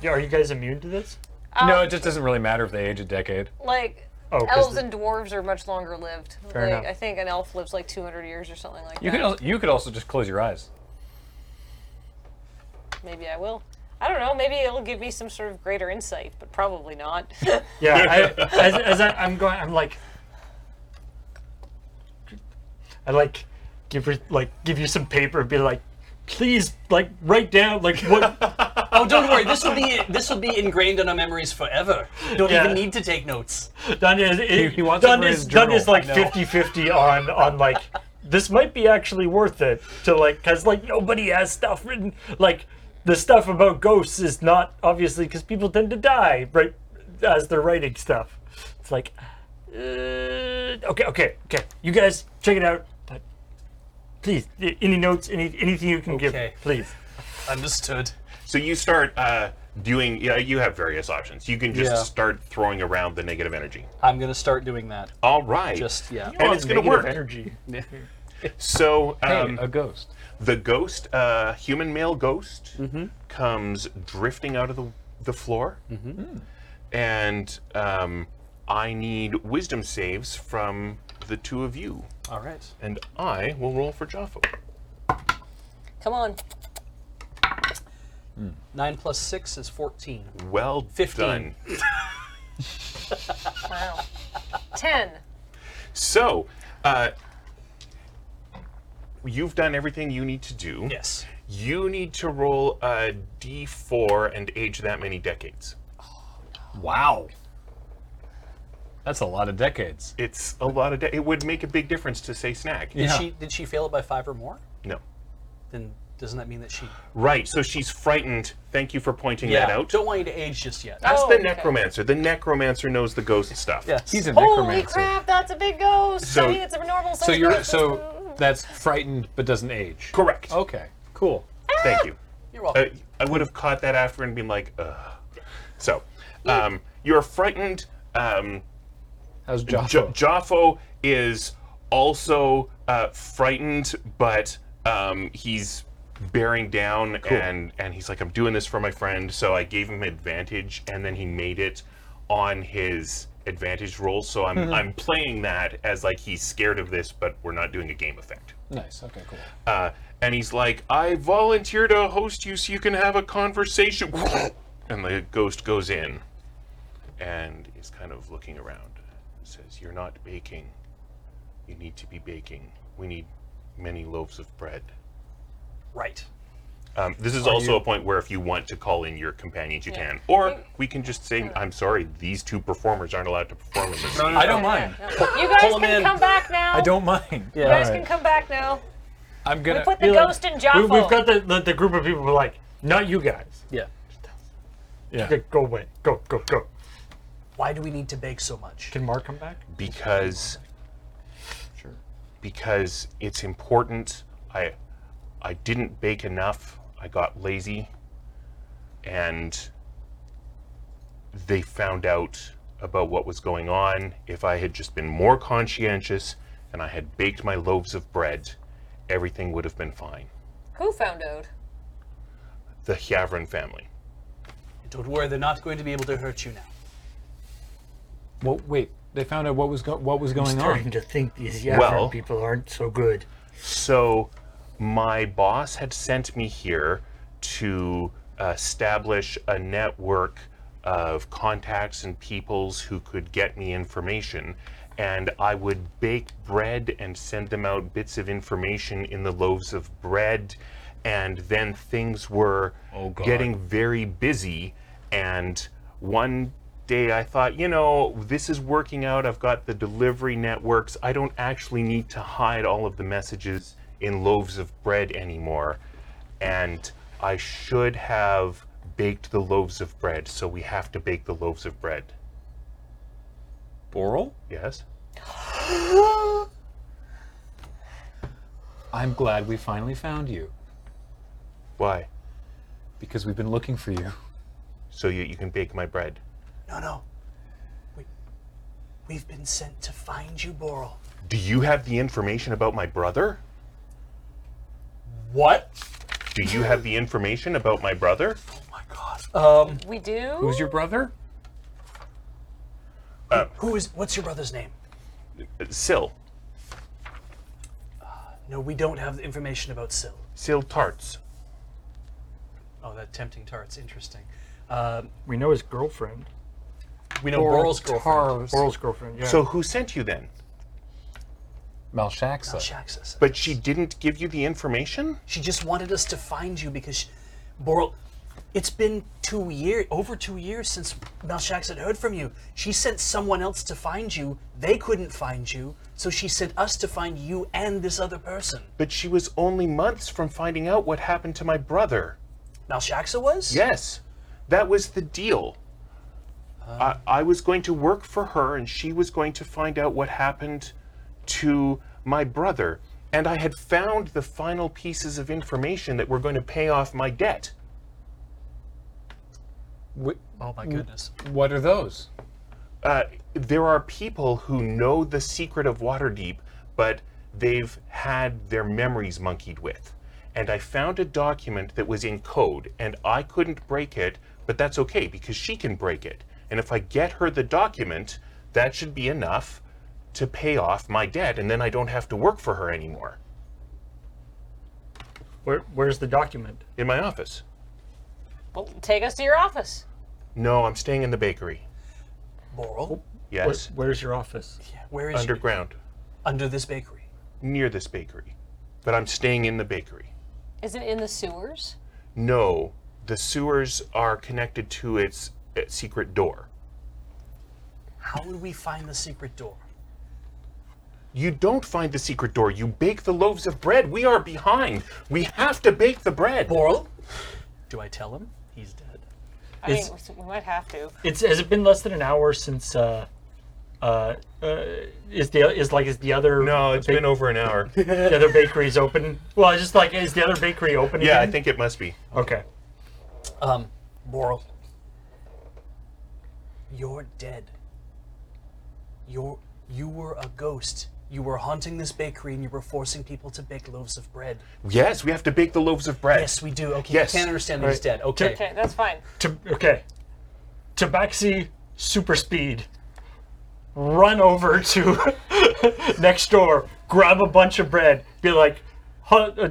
S3: Yeah, Are you guys immune to this?
S4: no, it just doesn't really matter if they age a decade.
S2: Like,
S3: Oh, 'cause
S2: elves
S3: the-
S2: and dwarves are much longer lived.
S3: Fair
S2: like,
S3: enough.
S2: I think an elf lives like 200 years or something like
S4: You
S2: that.
S4: could al- you could also just close your eyes.
S2: Maybe I will. I don't know. Maybe it'll give me some sort of greater insight, but probably not.
S3: Yeah, I, as, as I, I'm going, I'm like, I like give her like give you some paper and be like, please like write down like what.
S5: Oh, don't worry. This will be this will be ingrained in our memories forever. Don't
S3: Yeah.
S5: even need to take notes.
S3: Done is it,
S4: he wants it
S3: Done
S4: for
S3: is
S4: his
S3: Done
S4: journal.
S3: is like
S4: I know.
S3: 50-50 on on like this might be actually worth it to like because like nobody has stuff written like the stuff about ghosts is not obviously because people tend to die right as they're writing stuff. It's like. Uh, okay, okay, okay. You guys check it out. But please, a- any notes, any anything you can
S5: Okay.
S3: give, please.
S5: Understood.
S1: so you start uh, doing. Yeah, you have various options. You can just
S5: Yeah.
S1: start throwing around the negative energy.
S5: I'm gonna start doing that.
S1: All right.
S5: Just yeah.
S1: and it's going to work.
S3: Energy.
S1: So um,
S4: hey, uh, a ghost.
S1: the ghost, uh, human male ghost, comes drifting out of the, the floor. And um, I need wisdom saves from the two of you.
S5: All right.
S1: And I will roll for Jaffo.
S2: Come on.
S5: Nine plus six is fourteen.
S1: Well
S5: 15.
S1: done.
S2: Wow. Ten.
S1: So, uh, you've done everything you need to do.
S5: Yes.
S1: You need to roll a d4 and age that many decades.
S4: Wow. That's a lot of decades.
S1: It's a lot of. De- it would make a big difference to say snack.
S5: Did
S4: Yeah.
S5: she did she fail it by five or more?
S1: No.
S5: Then doesn't that mean that she?
S1: Right. So she's frightened. Thank you for pointing that out.
S5: Don't want you to age just yet.
S1: That's
S2: Oh,
S1: the
S2: okay.
S1: necromancer. The necromancer knows the ghost stuff.
S5: Yes.
S4: He's a
S2: Holy
S4: necromancer.
S2: crap, that's a big ghost.
S1: So-
S2: I mean, it's a normal
S4: So you're so that's frightened but doesn't age.
S1: Correct.
S4: Okay. Cool.
S1: Thank you.
S5: You're
S1: Uh,
S5: welcome.
S1: I would have caught that after and been like, ugh. So, um, you're frightened. Um,
S4: How's Joffo?
S1: Jo- Jaffo is also uh, frightened, but um, he's bearing down, and and he's like, "I'm doing this for my friend." So I gave him advantage, and then he made it on his advantage roll. So I'm
S4: Mm-hmm.
S1: I'm playing that as like he's scared of this, but we're not doing a game effect.
S4: nice. Okay. Cool.
S1: Uh, and he's like, "I volunteer to host you, so you can have a conversation." And the ghost goes in, and is kind of looking around. Says, "You're not baking. You need to be baking. We need many loaves of bread."
S5: right.
S1: Um, this is also a point where if you want to call in your companions, you can, or we can just say, "I'm sorry, these two performers aren't allowed to perform in this."
S4: I don't mind.
S2: You guys
S5: Pull 'em
S2: can
S5: in.
S2: come back now.
S4: I don't mind.
S5: Yeah.
S2: You guys
S4: All
S2: can
S4: right.
S2: come back now.
S4: I'm gonna.
S2: Put the
S3: like,
S2: ghost in
S3: We,
S2: Jaffo.
S3: we've got the, the the group of people who are like, not you guys.
S5: Yeah.
S4: yeah.
S3: Like, go away. Go go go.
S5: Why do we need to bake so much?
S3: Can Mark come back?
S1: because
S4: Sure.
S1: because it's important. I I didn't bake enough. I got lazy and they found out about what was going on. If I had just been more conscientious and I had baked my loaves of bread, everything would have been fine.
S2: Who found out?
S1: The Hyavrin family.
S5: Don't worry, they're not going to be able to hurt you now.
S4: Well, wait. They found out what was go- what was going on.
S3: to think these
S1: Well-
S3: people aren't so good.
S1: So, my boss had sent me here to uh, establish a network of contacts and peoples who could get me information. And I would bake bread and send them out bits of information in the loaves of bread. And then things were
S4: Oh, God.
S1: getting very busy. And one day I thought, you know, this is working out. I've got the delivery networks. I don't actually need to hide all of the messages in loaves of bread anymore. And I should have baked the loaves of bread. So we have to bake the loaves of bread.
S4: Boral.
S1: Yes?
S4: I'm glad we finally found you
S1: Why?
S4: because we've been looking for you.
S1: So you, you can bake my bread.
S5: No, no. We, we've been sent to find you, Boral.
S1: Do you have the information about my brother?
S5: What?
S1: Do you have the information about my brother?
S5: Oh my god. Um,
S2: We do?
S4: Who's your brother?
S5: who is? What's your brother's name?
S1: Uh, Sil.
S5: No, we don't have the information about Syl.
S1: Sil Tarts.
S5: Oh, that tempting tart's interesting. Um,
S3: We know his girlfriend,
S5: we know
S4: Boral
S5: Boral's girlfriend.
S4: Tars.
S3: Oral's girlfriend. Yeah.
S1: So who sent you then?
S4: Malshaxa.
S5: Shaxus.
S1: But she didn't give you the information?
S5: She just wanted us to find you because she, Boral. It's been two years, over two years since Malshax had heard from you. She sent someone else to find you. They couldn't find you, so she sent us to find you and this other person.
S1: But she was only months from finding out what happened to my brother.
S5: Malshaxa was?
S1: Yes, that was the deal. I, I was going to work for her, and she was going to find out what happened to my brother. And I had found the final pieces of information that were going to pay off my debt.
S4: Wh-
S5: Oh my goodness.
S4: what are those?
S1: uh, there are people who know the secret of Waterdeep, but they've had their memories monkeyed with. And I found a document that was in code, and I couldn't break it, but that's okay because she can break it. And if I get her the document, that should be enough to pay off my debt, and then I don't have to work for her anymore
S3: Where, where's the document?
S1: in my office.
S2: Well, take us to your office.
S1: No, I'm staying in the bakery.
S5: Moral.
S3: Where,
S1: Yes,
S3: where's your office?
S5: Where is Oh. under,
S1: underground,
S5: under this bakery?
S1: near this bakery. But I'm staying in the bakery.
S2: Is it in the sewers?
S1: No, the sewers are connected to its, its secret door.
S5: How would we find the secret door?
S1: You don't find the secret door. You bake the loaves of bread. We are behind. We have to bake the bread.
S5: Boral? Do I tell him he's dead?
S2: I
S3: Is-
S2: mean, we might have to.
S3: It's has it been less than an hour since? Uh, uh, uh, is the is like is the other
S1: No, it's
S3: ba-
S1: been over an hour.
S3: the other bakery's open? Well, it's just like is the other bakery open?
S1: Yeah, I
S3: again?
S1: think it must be.
S3: Okay.
S5: Um, Boral. You're dead. You're you were a ghost. You were haunting this bakery and you were forcing people to bake loaves of bread.
S1: Yes, we have to bake the loaves of bread.
S5: Yes, we do. Okay,
S1: Yes.
S5: you can't understand that he's dead. Okay.
S2: Okay, that's fine.
S3: To, okay. Tabaxi super speed. Run over to next door. Grab a bunch of bread. Be like, "Huh, uh,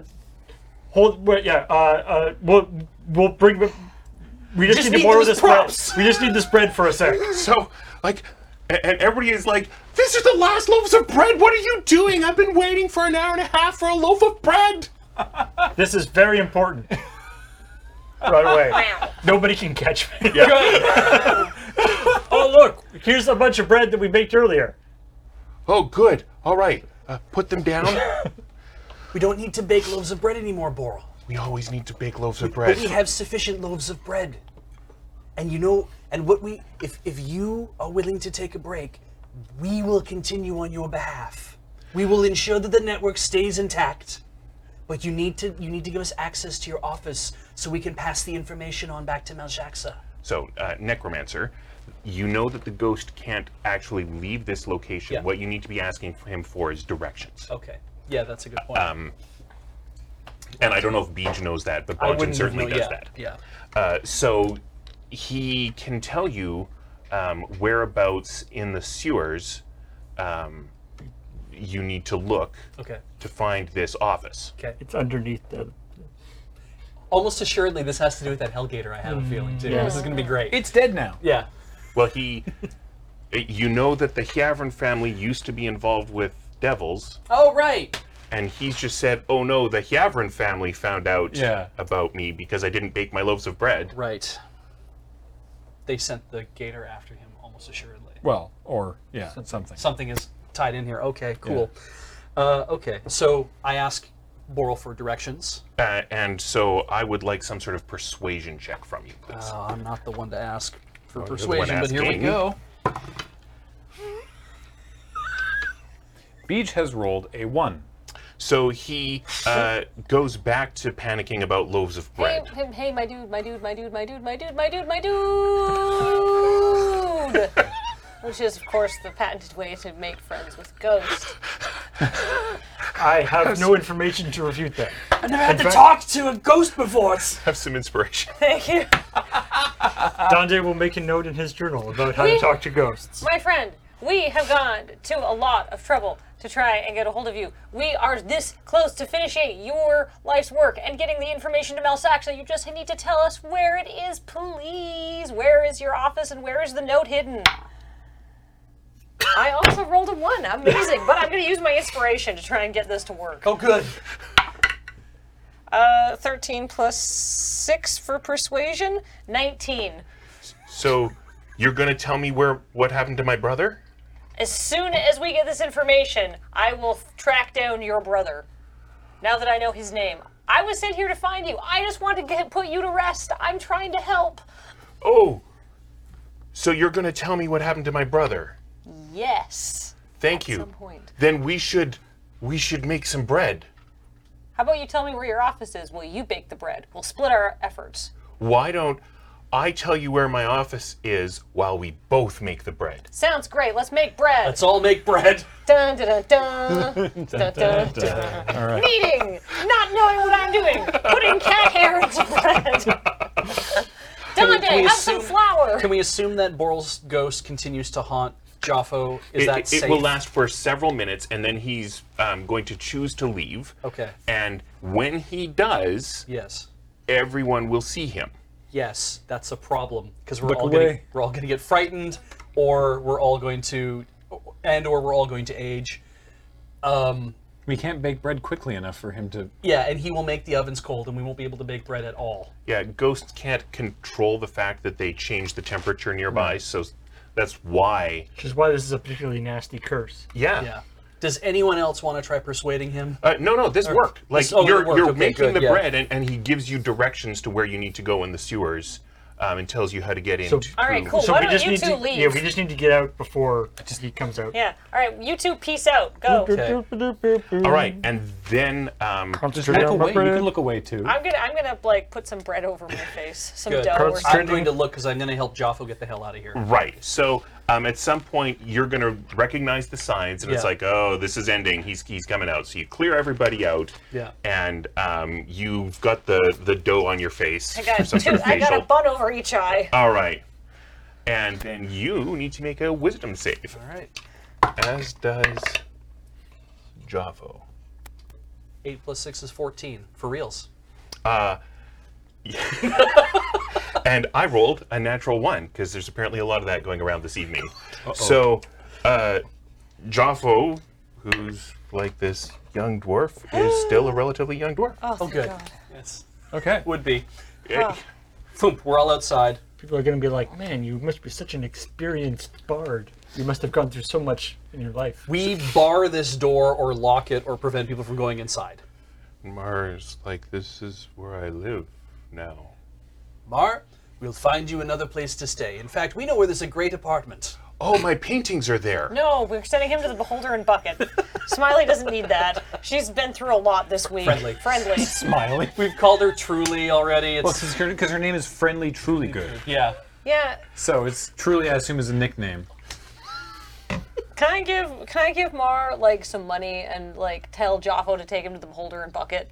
S3: hold. wait, yeah. Uh, uh, we'll we'll bring. We just,
S5: Just
S3: need to
S5: need
S3: borrow
S5: those
S3: this
S5: props."
S3: bread. We just need this bread for a sec.
S1: So, like, a- and everybody is like, "This is the last loaves of bread. What are you doing? I've been waiting for an hour and a half for a loaf of bread."
S3: This is very important. right away. Nobody can catch me. oh look, here's a bunch of bread that we baked earlier.
S1: Oh, good. All right, uh, put them down.
S5: We don't need to bake loaves of bread anymore, Boral.
S1: we always need to bake loaves of
S5: But
S1: bread.
S5: we have sufficient loaves of bread. And you know, and what we if if you are willing to take a break, we will continue on your behalf. We will ensure that the network stays intact. But you need to you need to give us access to your office so we can pass the information on back to Meljaxa.
S1: So, uh, necromancer, you know that the ghost can't actually leave this location.
S5: Yeah.
S1: What you need to be asking for him for is directions.
S5: Okay. Yeah, that's a good point.
S1: Um, And I don't know if Beej knows that, but Bonjin certainly does that.
S5: Yeah.
S1: Uh, so he can tell you um, whereabouts in the sewers um, you need to look
S5: Okay.
S1: to find this office.
S5: Okay.
S3: It's underneath the.
S5: Almost assuredly this has to do with that Hellgator I have a feeling too. This is gonna be great.
S4: It's dead now.
S5: yeah.
S1: Well, he, you know that the Hiavern family used to be involved with devils,
S5: Oh right.
S1: and he's just said, "Oh no, the Hiavern family found out
S4: Yeah.
S1: about me because I didn't bake my loaves of bread."
S5: Right. They sent the gator after him, almost assuredly.
S4: Well, or yeah, something.
S5: Something is tied in here. Okay, cool. Uh, okay, so I ask Boral for directions.
S1: Uh, and so I would like some sort of persuasion check from you, please.
S5: Uh, I'm not the one to ask for
S1: you're the one
S5: persuasion, but here we
S1: asking.
S5: go.
S4: Beach has rolled a one.
S1: So he uh, goes back to panicking about loaves of
S2: Hey,
S1: bread.
S2: hey, hey, my dude, my dude, my dude, my dude, my dude, my dude, my dude. Which is, of course, the patented way to make friends with ghosts.
S3: I have no information to refute that.
S5: I never had to
S3: fact-
S5: talk to a ghost before. It's-
S1: Have some inspiration.
S2: Thank you. Uh,
S3: Dante will make a note in his journal about how to talk to ghosts.
S2: My friend, we have gone to a lot of trouble to try and get a hold of you. We are this close to finishing your life's work and getting the information to Mel Saxa. You just need to tell us where it is, please. Where is your office and where is the note hidden? I also rolled a one. Amazing, but I'm going to use my inspiration to try and get this to work.
S5: Oh, good.
S2: Uh, 13 plus 6 for persuasion, 19.
S1: So you're gonna tell me where what happened to my brother?
S2: As soon as we get this information, I will f- track down your brother. Now that I know his name, I was sent here to find you. I just want to get, put you to rest. I'm trying to help.
S1: Oh, so you're gonna tell me what happened to my brother?
S2: Yes.
S1: Thank
S2: At
S1: you.
S2: some point.
S1: Then we should we should make some bread.
S2: How about you tell me where your office is? Will you bake the bread? We'll split our efforts.
S1: Why don't I tell you where my office is while we both make the bread?
S2: Sounds great. Let's make bread.
S5: Let's all make bread.
S2: Dun, dun, dun, dun. dun, dun, dun.
S4: All right.
S2: Eating, not knowing what I'm doing, putting cat hair into bread. Dante,
S5: we
S2: have some
S5: assume-
S2: flour.
S5: Can we assume that Boral's ghost continues to haunt Joffo? Is
S1: it,
S5: that
S1: it-
S5: safe?
S1: it will last for several minutes, and then he's um, going to choose to leave.
S5: Okay.
S1: And when he does,
S5: Yes.
S1: everyone will see him.
S5: Yes, that's a problem because we're
S4: Look
S5: all gonna,
S4: away.
S5: we're all going to get frightened, or we're all going to, and or we're all going to age. Um,
S4: We can't bake bread quickly enough for him to.
S5: yeah, and he will make the ovens cold, and we won't be able to bake bread at all.
S1: Yeah, ghosts can't control the fact that they change the temperature nearby, so that's why.
S3: Which is why this is a particularly nasty curse.
S1: Yeah.
S5: Yeah. Does anyone else want to try persuading him?
S1: Uh, no, no, this worked. Like
S5: this- oh, it
S1: you're,
S5: worked,
S1: you're
S5: okay,
S1: making
S5: good,
S1: the
S5: yeah.
S1: bread, and, and he gives you directions to where you need to go in the sewers, um, and tells you how to get in.
S3: So-
S1: to-
S2: All right,
S1: through-
S2: cool.
S3: So
S2: Why
S3: we
S2: don't
S3: just
S2: you
S3: need
S2: two
S3: to
S2: leave?
S3: yeah, we just need to get out before he comes out.
S2: Yeah. All right, you two, peace out. Go.
S1: All right, and then um,
S4: Just look away. You can look away too.
S2: I'm gonna, I'm gonna like put some bread over my face, some
S5: Good.
S2: dough or
S5: I'm
S2: something.
S5: going to look because I'm going to help Joffo get the hell out of here.
S1: right. So um, at some point, you're gonna recognize the signs, and it's
S5: Yeah.
S1: like, oh, this is ending. He's he's coming out. So you clear everybody out.
S5: Yeah.
S1: And um, you've got the the dough on your face.
S2: I
S1: for
S2: got
S1: some sort
S2: two.
S1: of
S2: I got a
S1: facial.
S2: bun over each eye.
S1: All right. And then you need to make a wisdom save,
S5: All right.
S1: as does Javo.
S5: Eight plus six is fourteen. For reals.
S1: And I rolled a natural one because there's apparently a lot of that going around this evening. So, uh, Jaffo, who's like this young dwarf, is still a relatively young dwarf.
S2: Oh, thank
S5: good.
S2: God.
S5: Yes.
S4: Okay.
S5: Would be.
S1: Eh,
S5: Boom. We're all outside.
S3: People are gonna be like, "Man, you must be such an experienced bard. You must have gone through so much in your life."
S5: We bar this door or lock it or prevent people from going inside.
S1: Mars, like this is where I live now.
S5: Mar, we'll find you another place to stay. In fact, we know where there's a great apartment.
S1: Oh, my paintings are there.
S2: No, we're sending him to the beholder and bucket. Smiley doesn't need that. She's been through a lot this week.
S5: Friendly.
S2: Friendly.
S4: Smiley.
S5: We've called her Truly already. It's
S4: Because her, 'cause her name is Friendly Truly Good.
S5: yeah.
S2: Yeah.
S4: So it's Truly, I assume, is a nickname.
S2: Can I give Can I give Mar like some money and like tell Joffo to take him to the beholder and bucket?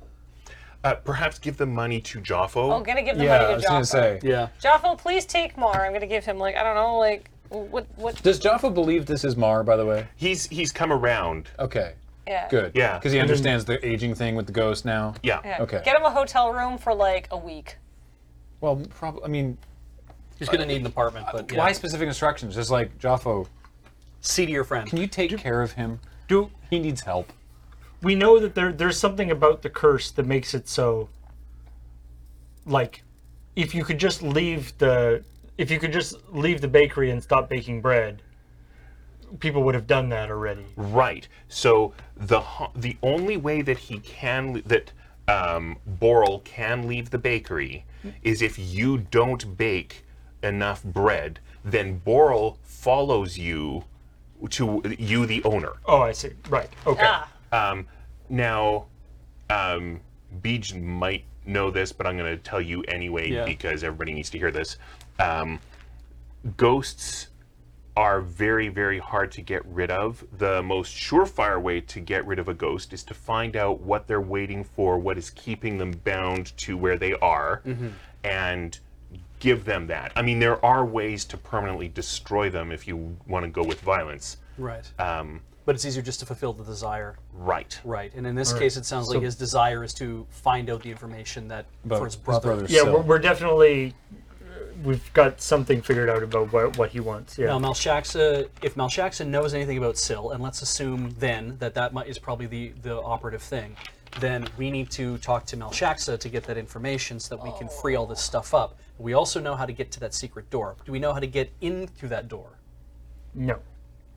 S1: Uh, perhaps give the money to Jaffo.
S2: I'm gonna give the
S4: Yeah,
S2: money to
S4: I was
S2: Joffo.
S4: gonna say.
S5: Yeah.
S2: Joffo, please take Mar. I'm gonna give him like I don't know like what what
S4: Does Jaffa believe this is Mar, by the way?
S1: He's he's come around.
S4: Okay.
S2: yeah
S4: Good.
S1: Yeah.
S4: Because he understands the aging thing with the ghost now.
S1: Yeah.
S2: Yeah.
S4: Okay.
S2: Get him a hotel room for like a week.
S4: Well, probably. I mean,
S5: He's gonna need an apartment, but yeah.
S4: why specific instructions? Just like Jaffo,
S5: see to your friend.
S4: can you take care of him?
S3: Do
S4: He needs help.
S3: we know that there there's something about the curse that makes it so like if you could just leave the if you could just leave the bakery and stop baking bread people would have done that already
S1: Right. So the ho- the only way that he can le- that um, Boral can leave the bakery is if you don't bake enough bread, then Boral follows you to you the owner.
S3: oh i see right okay
S2: Ah.
S1: Um, now, um, Beej might know this, but I'm going to tell you anyway
S5: Yeah.
S1: because everybody needs to hear this. Um, ghosts are very, very hard to get rid of. The most surefire way to get rid of a ghost is to find out what they're waiting for, what is keeping them bound to where they are, and give them that. I mean, there are ways to permanently destroy them if you want to go with violence.
S5: Right. Um, but it's easier just to fulfill the desire.
S1: Right.
S5: Right. And in this case, it sounds like his desire is to find out the information that
S4: But
S5: for his brother.
S4: brother's
S3: yeah
S4: cell.
S3: we're, we're definitely we've got something figured out about what, what he wants yeah
S5: Now, Malshaxa, if Malshaxa knows anything about Syl, and let's assume then that that might, is probably the, the operative thing, then we need to talk to Malshaxa to get that information so that we can free all this stuff up. We also know how to get to that secret door. Do we know how to get in through that door?
S3: no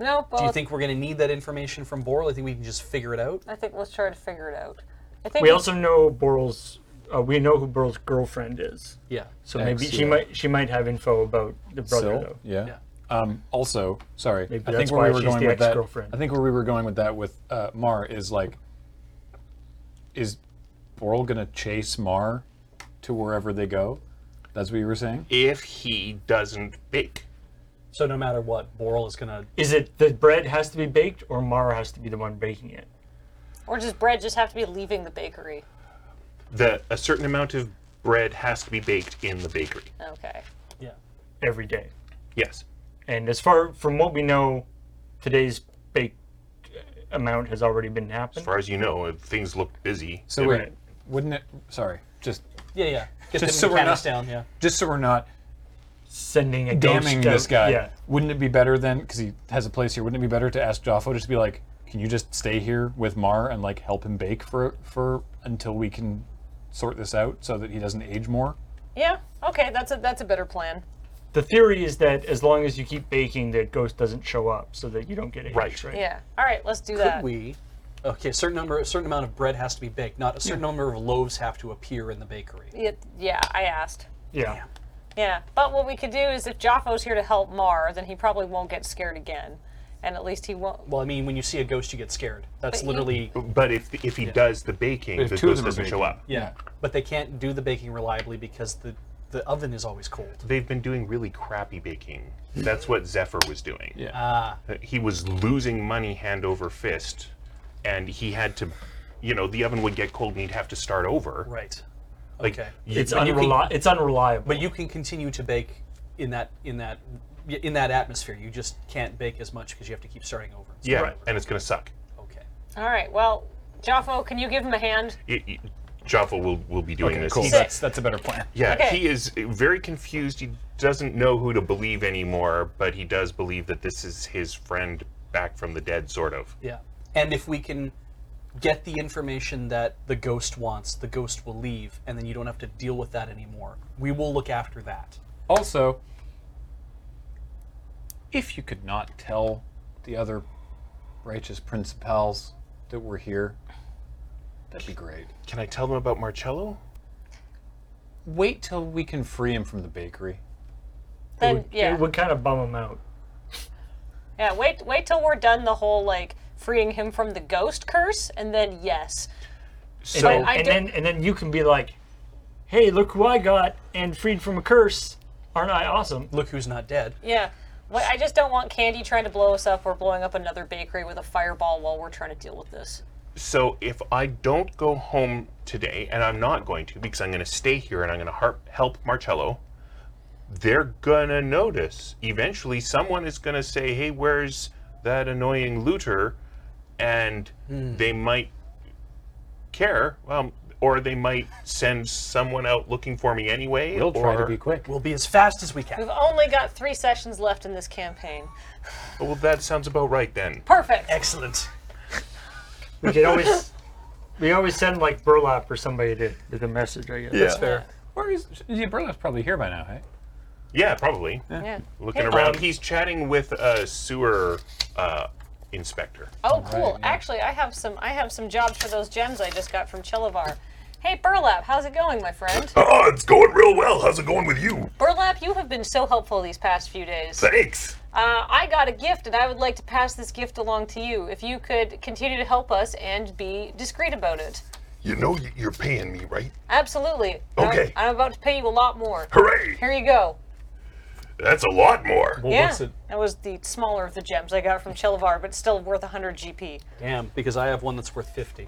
S2: No, but
S5: Do you think we're going to need that information from Boral? I think we can just figure it out.
S2: I think let's try to figure it out. I think
S3: we also know boral's uh, we know who boral's girlfriend is
S5: Yeah.
S3: so maybe she
S4: yeah.
S3: might she might have info about the brother
S4: Still,
S3: though
S4: yeah.
S5: Yeah.
S4: Um, also, sorry, I think
S3: that's
S4: where
S3: why
S4: we were
S3: she's
S4: going
S3: the
S4: with that.
S3: ex-girlfriend.
S4: I think where we were going with that with uh, Mar is like, is Boral gonna chase Mar to wherever they go? That's what you were saying.
S1: If he doesn't bake.
S5: So no matter what, Boral is going to.
S3: Is it the bread has to be baked or Mara has to be the one baking it?
S2: or just bread just have to be leaving the bakery.
S1: that a certain amount of bread has to be baked in the bakery.
S2: Okay.
S5: Yeah.
S3: every day.
S1: Yes.
S3: And as far from what we know, today's baked amount has already been happened.
S1: As far as you know, things look busy.
S4: So
S1: They're-
S4: wait,
S3: Right.
S4: wouldn't it? Sorry, just
S5: Yeah, yeah. Get
S4: Just
S5: the
S4: so we're
S5: mechanics
S4: not-
S5: down. Yeah.
S4: just so we're not
S3: Sending a
S4: damning
S3: ghost out-
S4: this guy.
S3: Yeah.
S4: Wouldn't it be better then? Because he has a place here. Wouldn't it be better to ask Joffo just to be like, "Can you just stay here with Mar and like help him bake for for until we can sort this out so that he doesn't age more?"
S2: Yeah. Okay. That's a that's a better plan.
S3: The theory is that as long as you keep baking, the ghost doesn't show up, so that you don't get aged.
S1: Right.
S3: Right.
S2: Yeah. All right. Let's do
S5: Could
S2: that.
S5: we? Okay, a certain number, a certain amount of bread has to be baked. Not a certain number of loaves have to appear in the bakery.
S2: It- yeah. I asked.
S3: Yeah.
S2: Yeah. But what we could do is if Jaffo's here to help Mar, then he probably won't get scared again, and at least he won't.
S5: Well, I mean, when you see a ghost, you get scared. That's
S2: But you-
S5: literally
S1: But if if he does the baking,
S4: If
S1: the
S4: two of
S1: ghost
S4: them are
S1: doesn't show
S4: baking.
S1: up.
S5: yeah. But they can't do the baking reliably because the the oven is always cold.
S1: They've been doing really crappy baking. That's what Zephyr was doing.
S4: Yeah.
S1: He was losing money hand over fist, and he had to, you know, the oven would get cold and he'd have to start over.
S5: Right.
S1: Like,
S5: Okay.
S1: you-
S3: It's
S1: but you can-
S3: unreliable. It's unreliable.
S5: But you can continue to bake in that in that in that atmosphere. You just can't bake as much because you have to keep starting over. and
S1: Yeah,
S5: stuff.
S1: and it's going to suck.
S5: Okay.
S2: All right. Well, Jaffo, can you give him a hand?
S1: It, it, Jaffa will, will be doing
S4: Okay,
S1: this.
S4: cool.
S1: He-
S4: That's that's a better plan.
S1: yeah,
S2: Okay.
S1: he is very confused. He doesn't know who to believe anymore, but he does believe that this is his friend back from the dead, sort of.
S5: Yeah. And if we can get the information that the ghost wants, the ghost will leave, and then you don't have to deal with that anymore. We will look after that.
S4: Also, if you could not tell the other righteous principals that we're here, that'd be great.
S1: Can I tell them about Marcello?
S4: Wait till we can free him from the bakery.
S2: Then yeah.
S3: It would kind of bum him out.
S2: Yeah, wait wait till we're done the whole like freeing him from the ghost curse and then yes.
S3: And,
S1: So,
S3: then,
S2: I
S3: and
S2: did-
S3: then and then you can be like, "Hey, look who I got and freed from a curse! Aren't I awesome?"
S5: Look who's not dead.
S2: Yeah. Wait, I just don't want Candy trying to blow us up or blowing up another bakery with a fireball while we're trying to deal with this.
S1: so if I don't go home today, and I'm not going to because I'm going to stay here and I'm going to harp, help Marcello, they're going to notice. Eventually, someone is going to say, hey, where's that annoying looter? And
S4: Hmm.
S1: they might care, well, or they might send someone out looking for me anyway.
S4: We'll try to
S1: or-
S4: be quick.
S5: We'll be as fast as we
S2: We've
S5: can.
S2: only got three sessions left in this campaign.
S1: "Oh, Well, that sounds about right then.
S2: Perfect.
S5: Excellent.
S3: We could always we always send like burlap or somebody to to the message. I guess.
S1: That's fair.
S4: Where is yeah, Burlap's probably here by now, hey?
S1: Yeah, probably.
S2: Yeah.
S1: Looking
S2: Hey,
S1: around,
S2: um,
S1: he's chatting with a sewer uh, inspector.
S2: Oh cool. Actually I have some I have some jobs for those gems I just got from Chilivar. Hey Burlap, how's it going, my friend?
S1: Oh, it's going real well. How's it going with you?
S2: Burlap, you have been so helpful these past few days.
S1: Thanks.
S2: Uh, I got a gift, and I would like to pass this gift along to you. If you could continue to help us and be discreet about it.
S1: You know y- you're paying me, right?
S2: Absolutely.
S1: Okay.
S2: I'm, I'm about to pay you a lot more.
S1: Hooray!
S2: Here you go.
S1: That's a lot more.
S5: Well,
S2: yeah.
S5: what's it?
S2: That was the smaller of the gems I got from Chelivar, but still worth 100 GP.
S5: Damn, because I have one that's worth 50.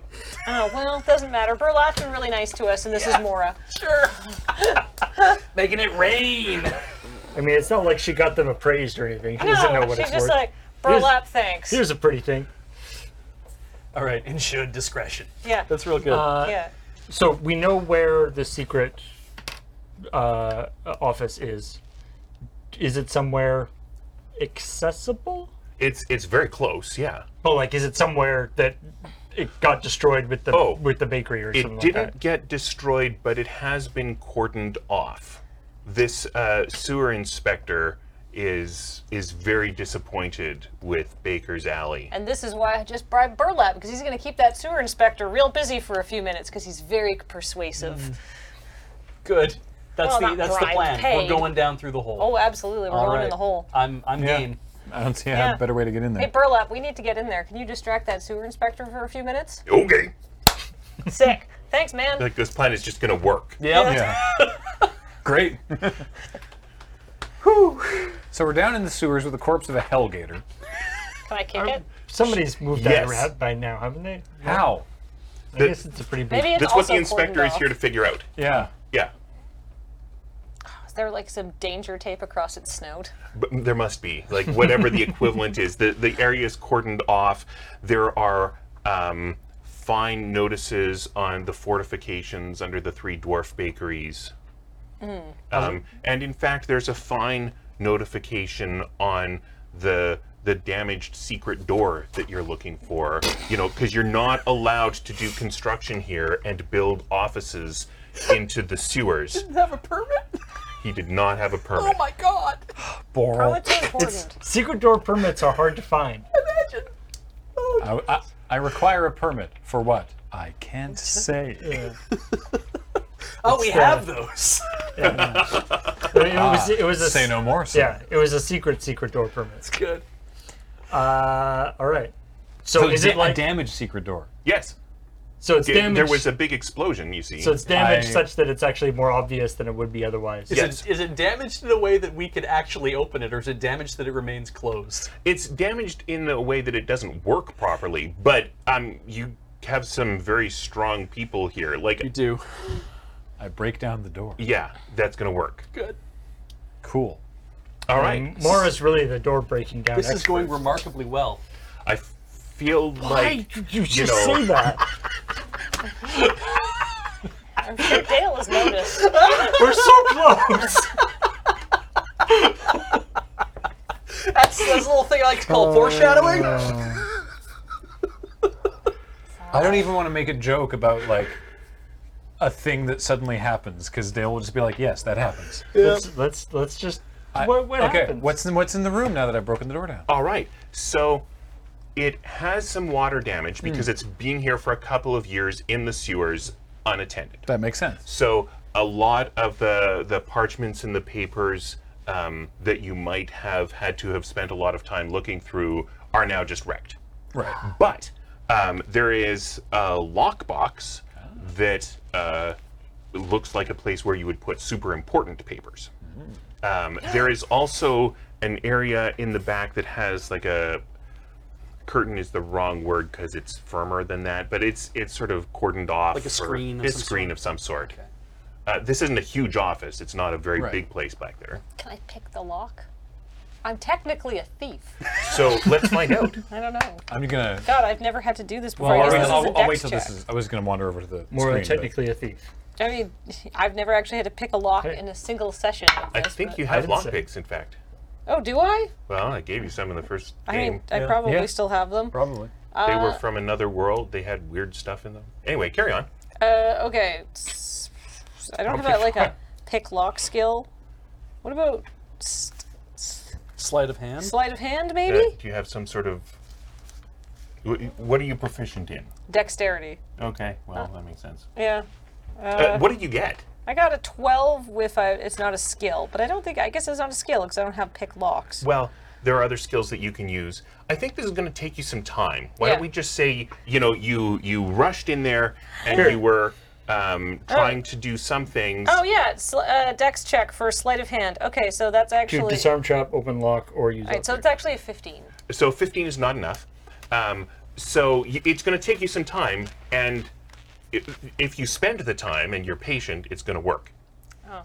S2: Oh, well, doesn't matter. Burlap's been really nice to us, and this is Mora.
S5: Sure. Making it rain.
S3: I mean, it's not like she got them appraised or anything. She doesn't know
S2: No,
S3: what
S2: Ah, she's
S3: it's
S2: just
S3: worth.
S2: like, Burlap, thanks.
S3: Here's a pretty thing.
S5: All right, and should discretion. Uh,
S2: yeah.
S5: That's real good.
S2: yeah.
S3: So we know where the secret uh, office is. Is it somewhere accessible?
S1: It's it's very close. Yeah.
S3: Well, like, is it somewhere that it got destroyed with the
S1: Oh.
S3: with the bakery or something
S1: It didn't
S3: like that?
S1: get destroyed, but it has been cordoned off. This uh, sewer inspector is is very disappointed with Baker's Alley.
S2: And this is why I just bribed Burlap, because he's going to keep that sewer inspector real busy for a few minutes, because he's very persuasive.
S5: good. That's
S2: Well,
S5: the
S2: not
S5: that's the
S2: bribed,
S5: plan. We're
S2: paid.
S5: going down through the hole.
S2: Oh, absolutely. We're
S5: All
S2: going
S5: right.
S2: in the hole.
S5: I'm I'm
S4: Yeah.
S5: game.
S4: I don't see a
S2: Yeah.
S4: better way to get in there.
S2: Hey, Burlap, we need to get in there. Can you distract that sewer inspector for a few minutes?
S1: Okay.
S2: Sick. Thanks, man.
S1: Like this plan is just gonna work.
S5: Yeah.
S4: Yeah. Great. so we're down in the sewers with the corpse of a hell gator.
S2: Can I kick it?
S3: Somebody's moved
S1: Yes.
S3: out of that by now, haven't they?
S4: How?
S3: I guess it's a pretty big.
S2: Maybe it's
S1: That's what
S2: also
S1: the inspector
S2: cordoned
S1: is here to
S2: off.
S1: figure out.
S4: Yeah.
S1: Yeah.
S2: there like some danger tape across it snowed?
S1: But there must be like whatever the equivalent is. The the area is cordoned off. There are um, fine notices on the fortifications under the three dwarf bakeries. Um, and in fact, there's a fine notification on the the damaged secret door that you're looking for. You know, because you're not allowed to do construction here and build offices into the sewers.
S5: Have a permit?
S1: He did not have a permit.
S5: my god!
S2: Oh,
S4: Boral.
S2: it's so important.
S3: Secret door permits are hard to find.
S5: Imagine.
S4: I, I, I require a permit for what? I can't say.
S5: Oh, we have those.
S3: It was, it was a,
S4: Ah, Say no more. So.
S3: Yeah, it was a secret secret door permit.
S5: Good.
S3: Uh, all right. So,
S4: So
S3: is it like
S4: a damaged secret door?
S1: Yes,
S3: so it's
S1: it-
S3: damaged?
S1: there was a big explosion. You see,
S3: so it's damaged
S4: I-
S3: such that it's actually more obvious than it would be otherwise.
S1: Yeah.
S5: Is, it, is it damaged in a way that we could actually open it, or is it damaged that it remains closed?
S1: it's damaged in a way that it doesn't work properly. But um, you have some very strong people here. Like,
S5: do.
S4: I break down the door.
S1: yeah, that's gonna work.
S5: Good.
S4: Cool.
S1: All right.
S3: Um, More is really the door breaking down.
S5: This is
S3: expert.
S5: going remarkably well.
S1: I f- feel
S3: Why
S1: like
S3: did you just
S1: know.
S3: say that?
S2: I'm sure Dale has noticed.
S3: We're so close.
S5: That's this little thing I like to call
S1: Mm.
S5: foreshadowing.
S4: I don't even want to make a joke about like a thing that suddenly happens because Dale will just be like, "Yes, that happens."
S3: let's, let's let's just. what what
S4: okay,
S3: happens?
S4: what's in, what's in the room now that I've broken the door down?
S1: All right. So it has some water damage because it's been here for a couple of years in the sewers unattended.
S4: That makes sense.
S1: So a lot of the the parchments and the papers um, that you might have had to have spent a lot of time looking through are now just wrecked.
S4: Right.
S1: But um, there is a lockbox that uh, looks like a place where you would put super important papers. Um, there is also an area in the back that has like a curtain is the wrong word because it's firmer than that, but it's it's sort of cordoned off
S5: Like a
S1: for-
S5: screen of
S1: a
S5: some
S1: screen
S5: sort?
S1: of some sort. Uh, this isn't a huge office. It's not a very
S4: Right.
S1: big place back there.
S2: Can I pick the lock? I'm technically a thief.
S1: So let's find out.
S2: I don't know.
S4: I'm gonna.
S2: God, I've never had to do this before.
S4: I'll,
S2: I guess
S4: wait-
S2: this is a
S4: I'll- I'll
S2: dex
S4: wait till
S2: check.
S4: this is. I was gonna wander over to the
S3: More
S4: screen. but-
S3: technically a thief.
S2: I mean, I've never actually had to pick a lock
S3: Hey.
S2: in a single session. Of
S1: I
S2: this,
S1: think
S2: but-
S1: you have
S3: didn't say.
S1: lockpicks, in fact.
S2: Oh, do I?
S1: Well, I gave you some in the first
S2: I
S1: game.
S2: mean, I probably
S4: Yeah.
S2: still have them.
S4: probably.
S1: They
S2: Uh,
S1: were from another world. They had weird stuff in them. Anyway, carry on.
S2: Uh, okay. S- I don't
S1: Okay,
S2: have a, like
S1: fine.
S2: a pick lock skill. What about s- s-
S5: Sleight of hand.
S2: sleight of hand,
S1: Uh,
S2: maybe?
S1: do you have some sort of? wh- What are you proficient in?
S2: Dexterity.
S1: Okay, well that makes sense.
S2: Yeah.
S1: Uh, what did you get?
S2: I got a 12 with a, it's not a skill, but I don't think, I guess it's not a skill because I don't have pick locks.
S1: Well, there are other skills that you can use. I think this is going to take you some time. Why
S2: Yeah.
S1: don't we just say, you know, you you rushed in there and you were um, trying to do some things.
S2: Oh, yeah, it's, uh, dex check for sleight of hand. Okay, so that's
S3: To
S2: actually,
S3: disarm trap, open lock, or use.
S2: right, so it's actually a 15.
S1: So 15 is not enough. Um, so y- it's going to take you some time, and i if you spend the time and you're patient, it's going to work.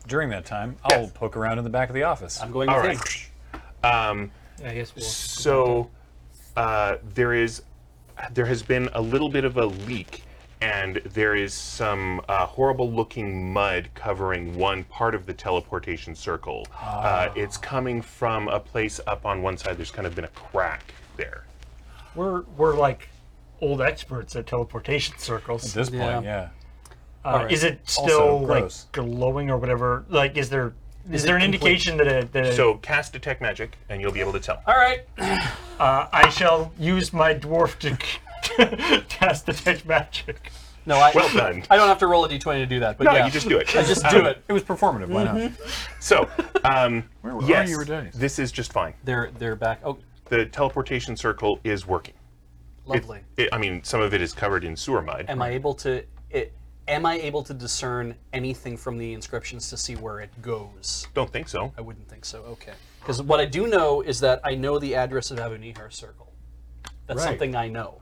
S4: During that time, I'll poke around in the back of the office.
S5: I'm going with
S1: right.
S5: him.
S3: I guess we'll.
S1: So uh, there is there has been a little bit of a leak, and there is some uh, horrible-looking mud covering one part of the teleportation circle.
S5: Ah.
S1: Uh, it's coming from a place up on one side. There's kind of been a crack there.
S3: We're we're like old experts at teleportation circles.
S4: At this point,
S5: Yeah.
S4: yeah.
S3: Uh, Is it still
S4: Also
S3: like
S4: gross.
S3: glowing or whatever? Like, is there is, there an
S5: it complete?
S3: indication that it, that it-
S1: So cast detect magic, and you'll be able to tell.
S5: All right.
S3: uh, I shall use my dwarf to c- cast detect magic?
S5: No, I.
S1: Well done.
S5: I don't have to roll a d20 to do that, but
S1: No,
S5: yeah.
S1: you just do it. Um,
S5: I just do it.
S4: It was performative. Why not?
S1: So, um,
S4: Where were
S1: yes,
S4: you were doing?
S1: this is just fine.
S5: They're they're back. Oh,
S1: The teleportation circle is working.
S5: lovely.
S1: It, I mean, some of it is covered in sewer mud.
S5: am I able to? It, am I able to discern anything from the inscriptions to see where it goes?
S1: Don't think so.
S5: I wouldn't think so. Okay. Because what I do know is that I know the address of Avonihar Circle. That's
S4: Right.
S5: something I know.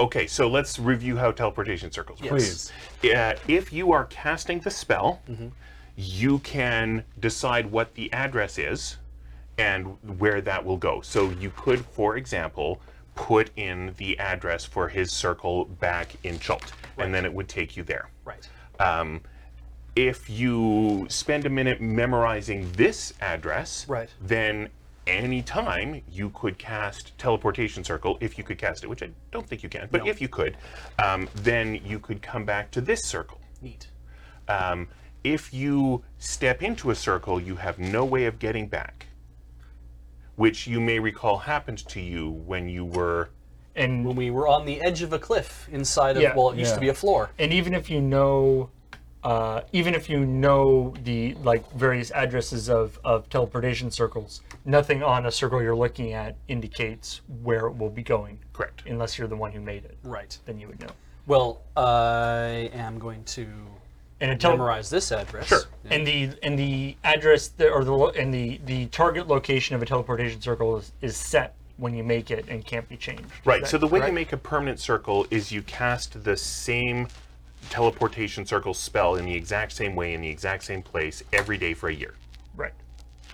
S1: Okay, so let's review how teleportation circles work.
S5: Yes.
S4: Please.
S1: Uh, if you are casting the spell, you can decide what the address is and where that will go. So you could, for example, put in the address for his circle back in Chult, and then it would take you there.
S5: Right.
S1: Um, if you spend a minute memorizing this address,
S5: Right.
S1: then anytime you could cast teleportation circle, if you could cast it, which I don't think you can, but if you could, um, then you could come back to this circle.
S5: Neat.
S1: Um, if you step into a circle, you have no way of getting back, which you may recall happened to you when you were.
S3: And
S5: When we were on the edge of a cliff inside of
S3: Yeah.
S5: well, it used
S4: Yeah.
S5: to be a floor.
S3: and even if you know uh, even if you know the like various addresses of, of teleportation circles nothing on a circle you're looking at indicates where it will be going
S1: Correct.
S3: unless you're the one who made it
S5: Right.
S3: then you would know
S5: Well, I am going to
S3: and a tele-
S5: memorize this address.
S1: Sure.
S3: and the and the address that, or the lo- and the the target location of a teleportation circle is, is set when you make it and can't be changed
S1: Right. So the way you
S5: correct?
S1: make a permanent circle is you cast the same teleportation circle spell in the exact same way in the exact same place every day for a year.
S3: right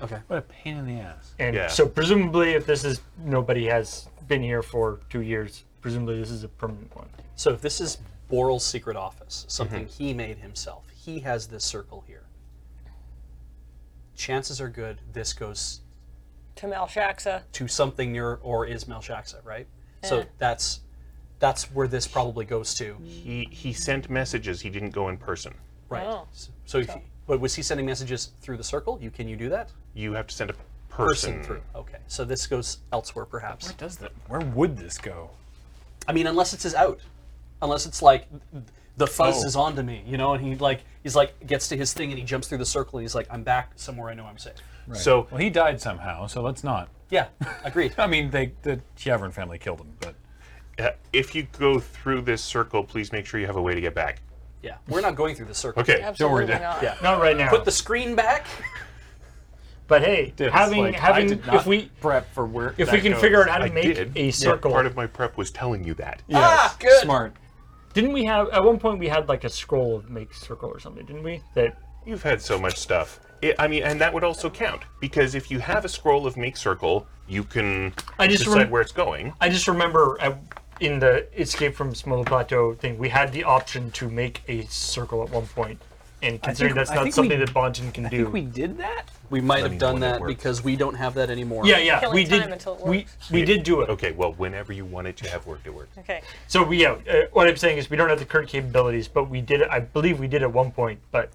S5: Okay.
S4: What a pain in the ass.
S3: and
S1: Yeah.
S3: so presumably if this is nobody has been here for two years presumably this is a permanent one
S5: So if this is Boral's secret office, something he made himself, he has this circle here. Chances are good this goes
S2: to Malshaxa.
S5: to something near or is Melshaxa, right? So that's that's where this probably goes to,
S1: He he sent messages. He didn't go in person.
S5: right?
S2: Oh.
S5: So, so if he, but was he sending messages through the circle? You can you do that?
S1: You have to send a person,
S5: through. Okay. So this goes elsewhere perhaps.
S4: Does that? Where would this go?
S5: I mean, unless it's his out, unless it's like the fuzz
S4: Oh.
S5: is onto me, you know, and he like he's like gets to his thing and he jumps through the circle and he's like, I'm back somewhere I know I'm safe.
S1: So
S4: Well, he died somehow, so let's not.
S5: Yeah, agreed.
S4: I mean, they the Chiavern family killed him, but
S1: uh, if you go through this circle, please make sure you have a way to get back.
S5: yeah, we're not going through the circle.
S1: Okay.
S2: Absolutely
S4: Dan.
S2: not.
S5: Yeah.
S3: not right now
S5: Put the screen back.
S3: But hey,
S4: It's
S3: having
S4: like, I
S3: having
S4: did not
S3: if we
S4: prep for where
S3: if we can figure out how to
S1: I
S3: make
S1: did.
S3: a circle,
S1: Part of my prep was telling you that.
S4: yes,
S5: Ah, good.
S4: smart.
S3: didn't we have at one point we had like a scroll of make circle or something, didn't we? That
S1: You've had so much stuff. I I mean, and that would also count because if you have a scroll of make circle, you can
S3: I just
S1: decide
S3: remem-
S1: where it's going.
S3: I just remember at, in the Escape from Smola Plateau thing, we had the option to make a circle at one point, and considering
S4: think-
S3: that's
S4: I
S3: not
S4: think
S3: something
S4: we-
S3: that Bonton can do.
S4: did that.
S5: We might have
S1: me
S5: done
S1: when it
S5: that
S1: works.
S5: because we don't have that anymore.
S3: yeah, yeah,
S2: Killing
S3: we
S2: time
S3: did.
S2: until it
S3: We
S2: works.
S3: we did do it.
S1: Okay, well, whenever you want it to have worked, it worked.
S2: Okay.
S3: So we yeah, uh, what I'm saying is we don't have the current capabilities, but we did. I believe we did at one point, but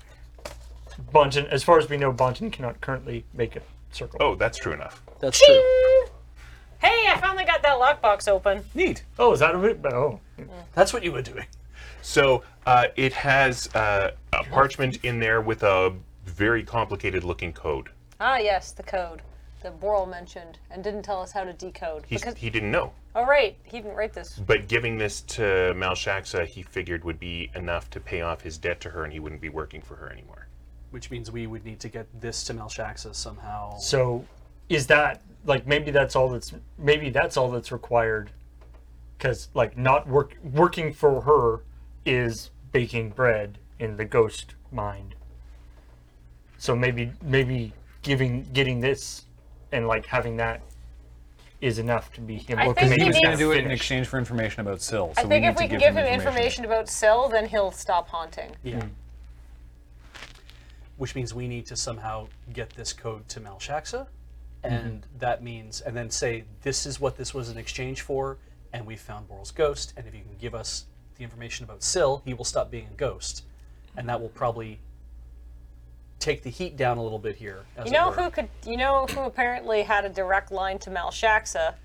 S3: Bonton, as far as we know, Bonton cannot currently make a circle.
S1: Oh, that's true enough.
S5: that's true.
S2: Hey, I finally got that lockbox open.
S5: Neat.
S3: Oh, is that what it? Oh,
S5: That's what you were doing.
S1: So uh, it has uh, a parchment in there with a very complicated looking code.
S2: Ah, yes, the code that Boral mentioned and didn't tell us how to decode.
S1: He's,
S2: because,
S1: he didn't know.
S2: oh, right, he didn't write this.
S1: But giving this to Malshaxa, he figured would be enough to pay off his debt to her and he wouldn't be working for her anymore.
S5: Which means we would need to get this to Melshaxa somehow.
S3: So, is that like maybe that's all that's maybe that's all that's required? Because like not work working for her is baking bread in the ghost mind. So maybe maybe giving getting this and like having that is enough to be him.
S2: I
S3: working.
S2: think
S3: Maybe
S4: He
S2: he
S4: was
S3: it's
S4: going to
S2: needs-
S3: not
S4: do it in
S3: finished.
S4: exchange for information about Syl. So
S2: I think
S4: we need
S2: if we
S4: to
S2: can
S4: give,
S2: give
S4: him
S2: him information about Syl, then he'll stop haunting.
S5: which means we need to somehow get this code to Malshaxa,
S2: Mm-hmm.
S5: and that means, and then say this is what this was in exchange for, and we found Boral's ghost, and if you can give us the information about Syl, he will stop being a ghost, and that will probably take the heat down a little bit here. As
S2: You know
S5: it were.
S2: who could? You know who apparently had a direct line to Malshaxa?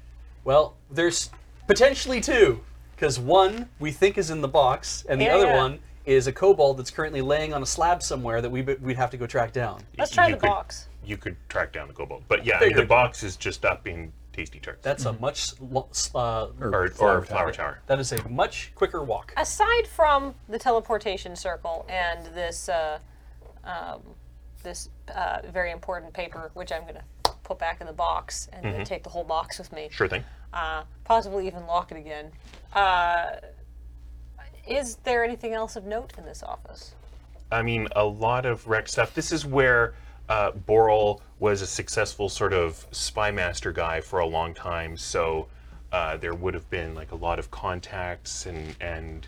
S5: Well, there's potentially two, because one we think is in the box, and the
S2: Yeah,
S5: other
S2: yeah.
S5: one is a kobold that's currently laying on a slab somewhere that we we'd have to go track down.
S2: Let's try
S1: You
S2: the
S1: could-
S2: box.
S1: You could track down the kobold. But yeah, I mean, the
S5: Figured.
S1: box is just up in Tasty Tarts.
S5: That's a much s-
S2: Mm-hmm.
S5: lo- s- uh,
S1: or, or Flower Tower.
S5: That is a much quicker walk.
S2: Aside from the teleportation circle and this uh, um, this uh, very important paper, which I'm gonna put back in the box and
S1: Mm-hmm.
S2: then take the whole box with me,
S1: Sure thing.
S2: possibly even lock it again. Uh, is there anything else of note in this office?
S1: I mean, a lot of rec stuff. This is where uh, Boral was a successful sort of spy master guy for a long time. So uh, there would have been like a lot of contacts, and and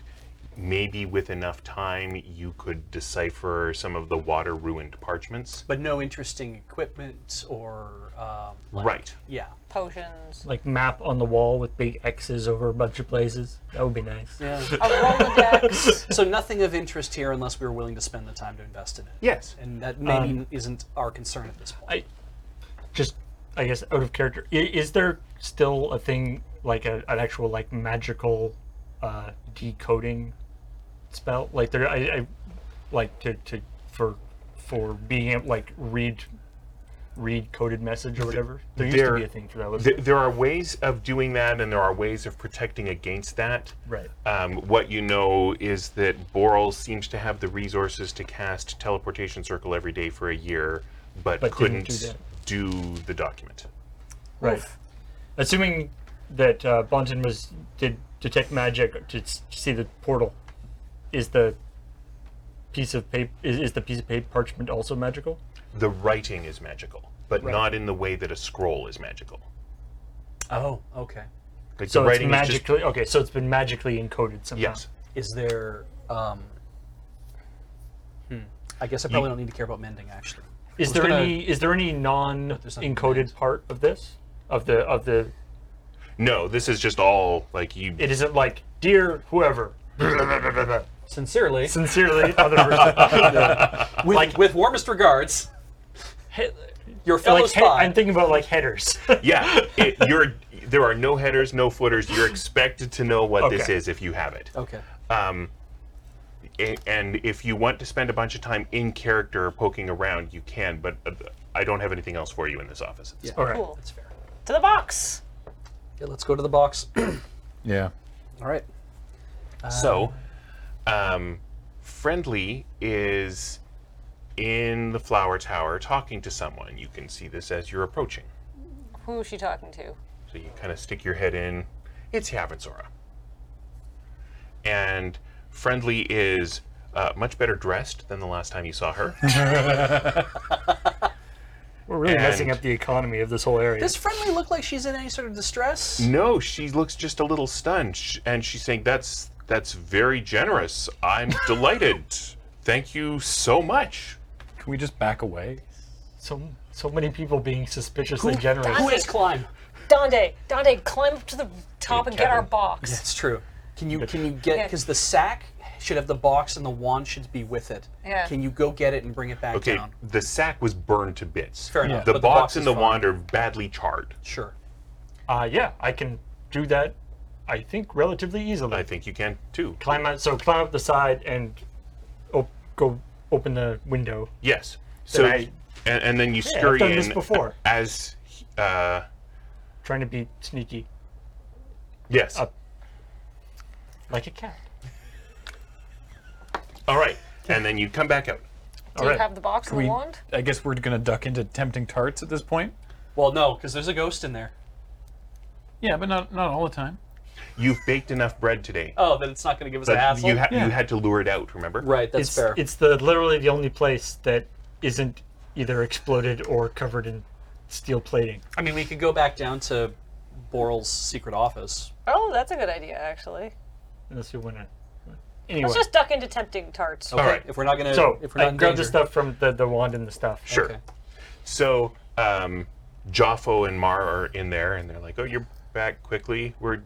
S1: maybe with enough time, you could decipher some of the water ruined parchments.
S5: But no interesting equipment or. Um, like-
S1: Right.
S5: Yeah.
S2: Potions.
S3: Like map on the wall with big X's over a bunch of places. That would be nice.
S5: Yeah.
S2: A Rolodex.
S5: so nothing of interest here unless we were willing to spend the time to invest in it.
S1: Yes.
S5: And that maybe isn't our concern at this point.
S3: I- Just, I guess, out of character. I- is there still a thing like a, an actual like magical uh, decoding spell? Like there, I, I like to, to for for being able like read read coded message or whatever. There used
S1: there-
S3: to be a thing for that. Was
S1: Th- there are ways of doing that, and there are ways of protecting against that.
S3: right.
S1: Um, what you know is that Boral seems to have the resources to cast teleportation circle every day for a year, but,
S3: But
S1: couldn't
S3: didn't
S1: do, the document.
S3: Right. Assuming that uh, Bonton was did detect magic to s- see the portal, is the piece of paper is, is the piece of paper parchment also magical?
S1: The writing is magical, but
S3: Right.
S1: not in the way that a scroll is magical.
S5: oh, okay.
S1: Like
S3: So
S1: the
S3: it's
S1: writing is just
S3: magically okay. So it's been magically encoded somehow.
S1: yes.
S5: Is there. Um, hmm. I guess I probably don't need to care about mending, actually.
S3: Is
S5: was
S3: there
S5: gonna-
S3: any is there any non
S5: there's something
S3: encoded
S5: that-
S3: part of this of the of the?
S1: No, this is just all like you.
S3: It isn't like dear whoever.
S5: Sincerely,
S3: Sincerely, other person.
S5: with, with warmest regards,
S3: He-
S5: your fellow
S3: like he-
S5: spy.
S3: I'm thinking about like headers.
S1: yeah, it, you're. There are no headers, no footers. You're expected to know what this
S3: Okay.
S1: is if you have it.
S5: okay.
S1: A- and if you want to spend a bunch of time in character poking around, you can. But uh, I don't have anything else for you in this office.
S5: Yeah.
S3: All right.
S2: Cool.
S5: That's fair.
S2: To the box.
S5: Okay, let's go to the box.
S4: Yeah.
S5: All right.
S1: So, um, friendly is in the flower tower talking to someone. You can see this as you're approaching.
S2: Who is she talking to?
S1: So you kind of stick your head in. It's Havansora. And Friendly is uh, much better dressed than the last time you saw her.
S3: We're really messing
S1: And-
S3: up the economy of this whole area.
S5: Does Friendly look like she's in any sort of distress?
S1: no, she looks just a little stunned, sh- and she's saying, "That's that's very generous. I'm delighted. Thank you so much."
S4: Can we just back away?
S3: so so many people being suspiciously generous.
S5: Who is Climb?
S2: Dante. Dante, climb up to the top and get our
S1: Kevin.
S2: box.
S5: That's true. Can you can you get because the sack should have the box and the wand should be with it.
S2: Yeah.
S5: Can you go get it and bring it back
S1: Okay,
S5: down?
S1: the sack was burned to bits.
S5: Fair enough,
S1: The
S5: but the
S1: box
S5: box
S1: and
S5: is
S1: the
S5: fine.
S1: wand are badly charred.
S5: Sure.
S3: Uh, yeah, I can do that. I think relatively easily.
S1: I think you can too.
S3: climb out, so climb up the side and op- go open the window.
S1: Yes. So,
S3: I-
S1: and, and then you
S3: I've
S1: scurry
S3: done
S1: in
S3: this before.
S1: as, uh,
S3: Trying to be sneaky,
S1: yes.
S3: Up. like a cat.
S1: All right, and then you come back out.
S2: Do you have the box and the
S4: We,
S2: wand?
S4: I guess we're gonna duck into tempting tarts at this point.
S5: Well, no, because there's a ghost in there.
S4: Yeah, but not not all the time.
S1: You've baked enough bread today,
S5: Oh, then it's not going to give us a
S1: but
S5: hassle.
S1: you ha-
S4: Yeah.
S1: you had to lure it out. Remember?
S5: right. That's
S3: it's
S5: fair.
S3: it's the literally the only place that isn't either exploded or covered in steel plating.
S5: I mean, we could go back down to Boral's secret office.
S2: Oh, that's a good idea, actually.
S3: Unless you want to. Anyway,
S2: Let's just duck into tempting tarts.
S5: Okay.
S1: right.
S5: If we're not going to,
S3: so
S5: if we're not
S3: I
S5: in
S3: grab
S5: danger.
S3: the stuff from the, the wand and the stuff.
S1: Sure.
S5: Okay.
S1: So, um, Joffo and Mar are in there, and they're like, "Oh, you're back quickly. We're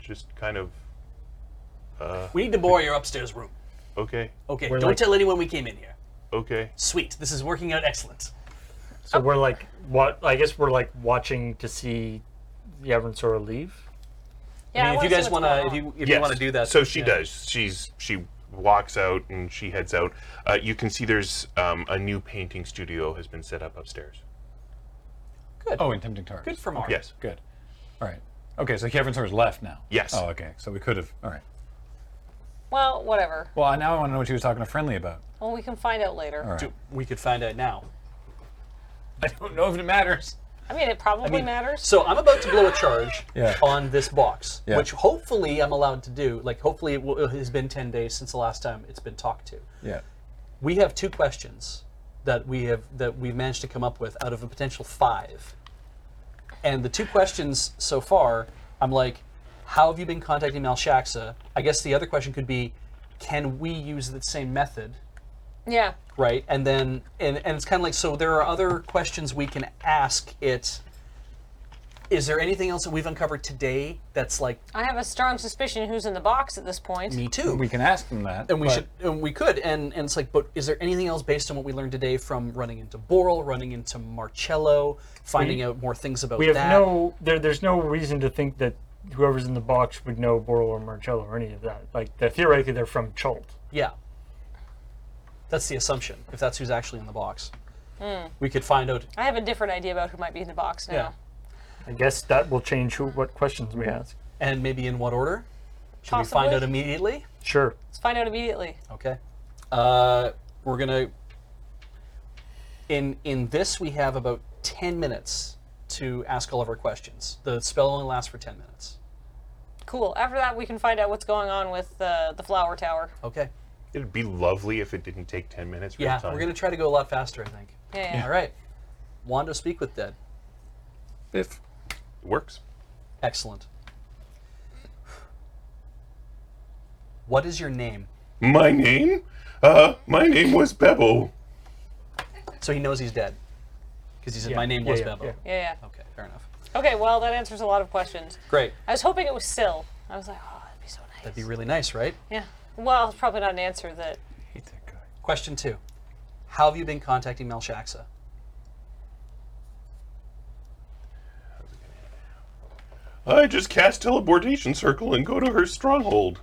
S1: just kind of
S5: We need to borrow your upstairs room.
S1: okay,
S5: Okay.
S3: We're
S5: Don't
S3: like-
S5: tell anyone we came in here.
S1: okay."
S5: Sweet. This is working out excellent. Oh.
S3: So we're like, what? I guess we're like watching to see the Avansora leave.
S2: Yeah,
S5: I mean, if you guys
S2: want
S5: want to, if you if you
S1: Yes.
S5: want to do that,
S1: so she
S5: yeah.
S1: does. She's she walks out and she heads out. Uh, you can see there's um, a new painting studio has been set up upstairs.
S4: Oh, in tempting tarts.
S5: Good for Mark.
S1: Yes.
S4: Good. All right. Okay, so Kevin's sort of left now.
S1: Yes.
S4: Oh, okay. So we could have. All right.
S2: Well, whatever.
S4: Well, I- now I want to know what she was talking to Friendly about.
S2: Well, we can find out later.
S4: All right.
S5: Do- we could find out now.
S4: I don't know if it matters.
S2: I mean, it probably
S5: mean,
S2: matters.
S5: So I'm about to blow a charge
S4: Yeah.
S5: on this box,
S4: Yeah.
S5: which hopefully I'm allowed to do. Like, hopefully it, will, it has been 10 days since the last time it's been talked to.
S4: Yeah.
S5: We have two questions that we have that we've managed to come up with out of a potential five. And the two questions so far, I'm like, how have you been contacting Malshaxa? I guess the other question could be, can we use the same method?
S2: Yeah.
S5: right and then and, and it's kind of like so there are other questions we can ask it is there anything else that we've uncovered today that's like
S2: I have a strong suspicion who's in the box at this point.
S5: me too
S4: We can ask them that.
S5: and we
S4: but-
S5: should and we could and, and it's like but is there anything else based on what we learned today from running into boral running into marcello finding
S3: We-
S5: out more things about
S3: We have
S5: that
S3: no there. There's no reason to think that whoever's in the box would know Boral or Marcello or any of that. Like that theoretically, they're from Chult.
S5: yeah that's the assumption if that's who's actually in the box we could find out
S2: I have a different idea about who might be in the box now.
S5: yeah
S3: I guess that will change who what questions we ask.
S5: and maybe in what order should we
S2: Possibly.
S5: find out Oh. immediately
S3: Sure.
S2: Let's find out immediately.
S5: Okay. Uh, we're gonna. In in this, we have about ten minutes to ask all of our questions. The spell only lasts for ten minutes.
S2: Cool. After that, we can find out what's going on with uh, the flower tower.
S5: Okay.
S1: It'd be lovely if it didn't take 10 minutes. real
S5: Yeah,
S1: time.
S5: we're gonna try to go a lot faster. I think.
S2: Yeah. yeah.
S5: All right. Wando, speak with dead.
S4: If
S1: Works.
S5: Excellent. What is your name?
S1: My name? Uh, my name was Bebo.
S5: So he knows he's dead, because he said
S3: Yeah,
S5: my name
S3: yeah,
S5: was
S3: yeah,
S5: Bebo.
S3: yeah.
S2: Yeah, yeah.
S5: Okay, fair enough.
S2: Okay, well, that answers a lot of questions.
S5: Great.
S2: I was hoping it was Syl. I was like, oh, that'd be so nice.
S5: That'd be really nice, right?
S2: yeah. Well, it's probably not an answer that.
S4: hate that guy.
S5: Question two: How have you been contacting Melchaxa?
S1: I just cast teleportation circle and go to her stronghold.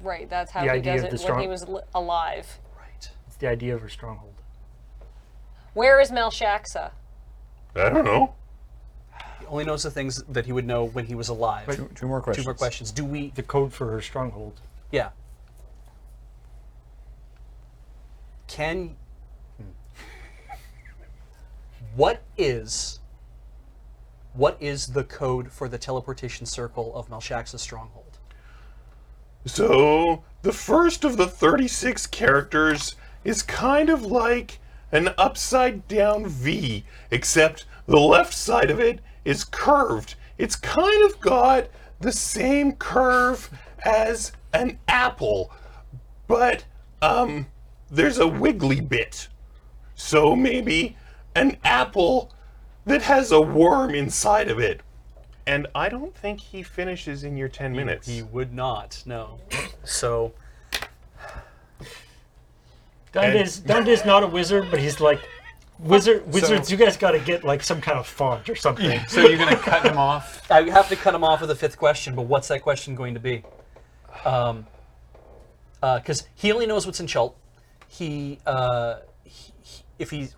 S2: Right, that's how
S3: The
S2: he
S3: idea
S2: does
S3: of
S2: it
S3: the
S2: when
S3: strong-
S2: he was li- alive.
S5: Right.
S3: It's the idea of her stronghold.
S2: Where is Melshaksa?
S1: I don't know.
S5: only knows the things that he would know when he was alive.
S4: Two, two more
S5: Two
S4: questions.
S5: more questions. Do we?
S3: The code for her stronghold.
S5: Yeah. Can. hmm. What is. What is the code for the teleportation circle of Melchax's stronghold?
S1: So, the first of the 36 characters is kind of like an upside down V, except the left side of it is curved. It's kind of got the same curve as an apple, but um there's a wiggly bit. So maybe an apple that has a worm inside of it. And I don't think he finishes in your 10 minutes.
S5: He would not, no. So,
S3: Dundee's Dundee's not a wizard, but he's like wizard. Wizards,
S4: So-
S3: you guys got to get like some kind of font or something.
S4: So you're gonna cut him off?
S5: I have to cut him off with a fifth question, but what's that question going to be? Um, because he only knows what's in Chult. He, uh, he, he- if he,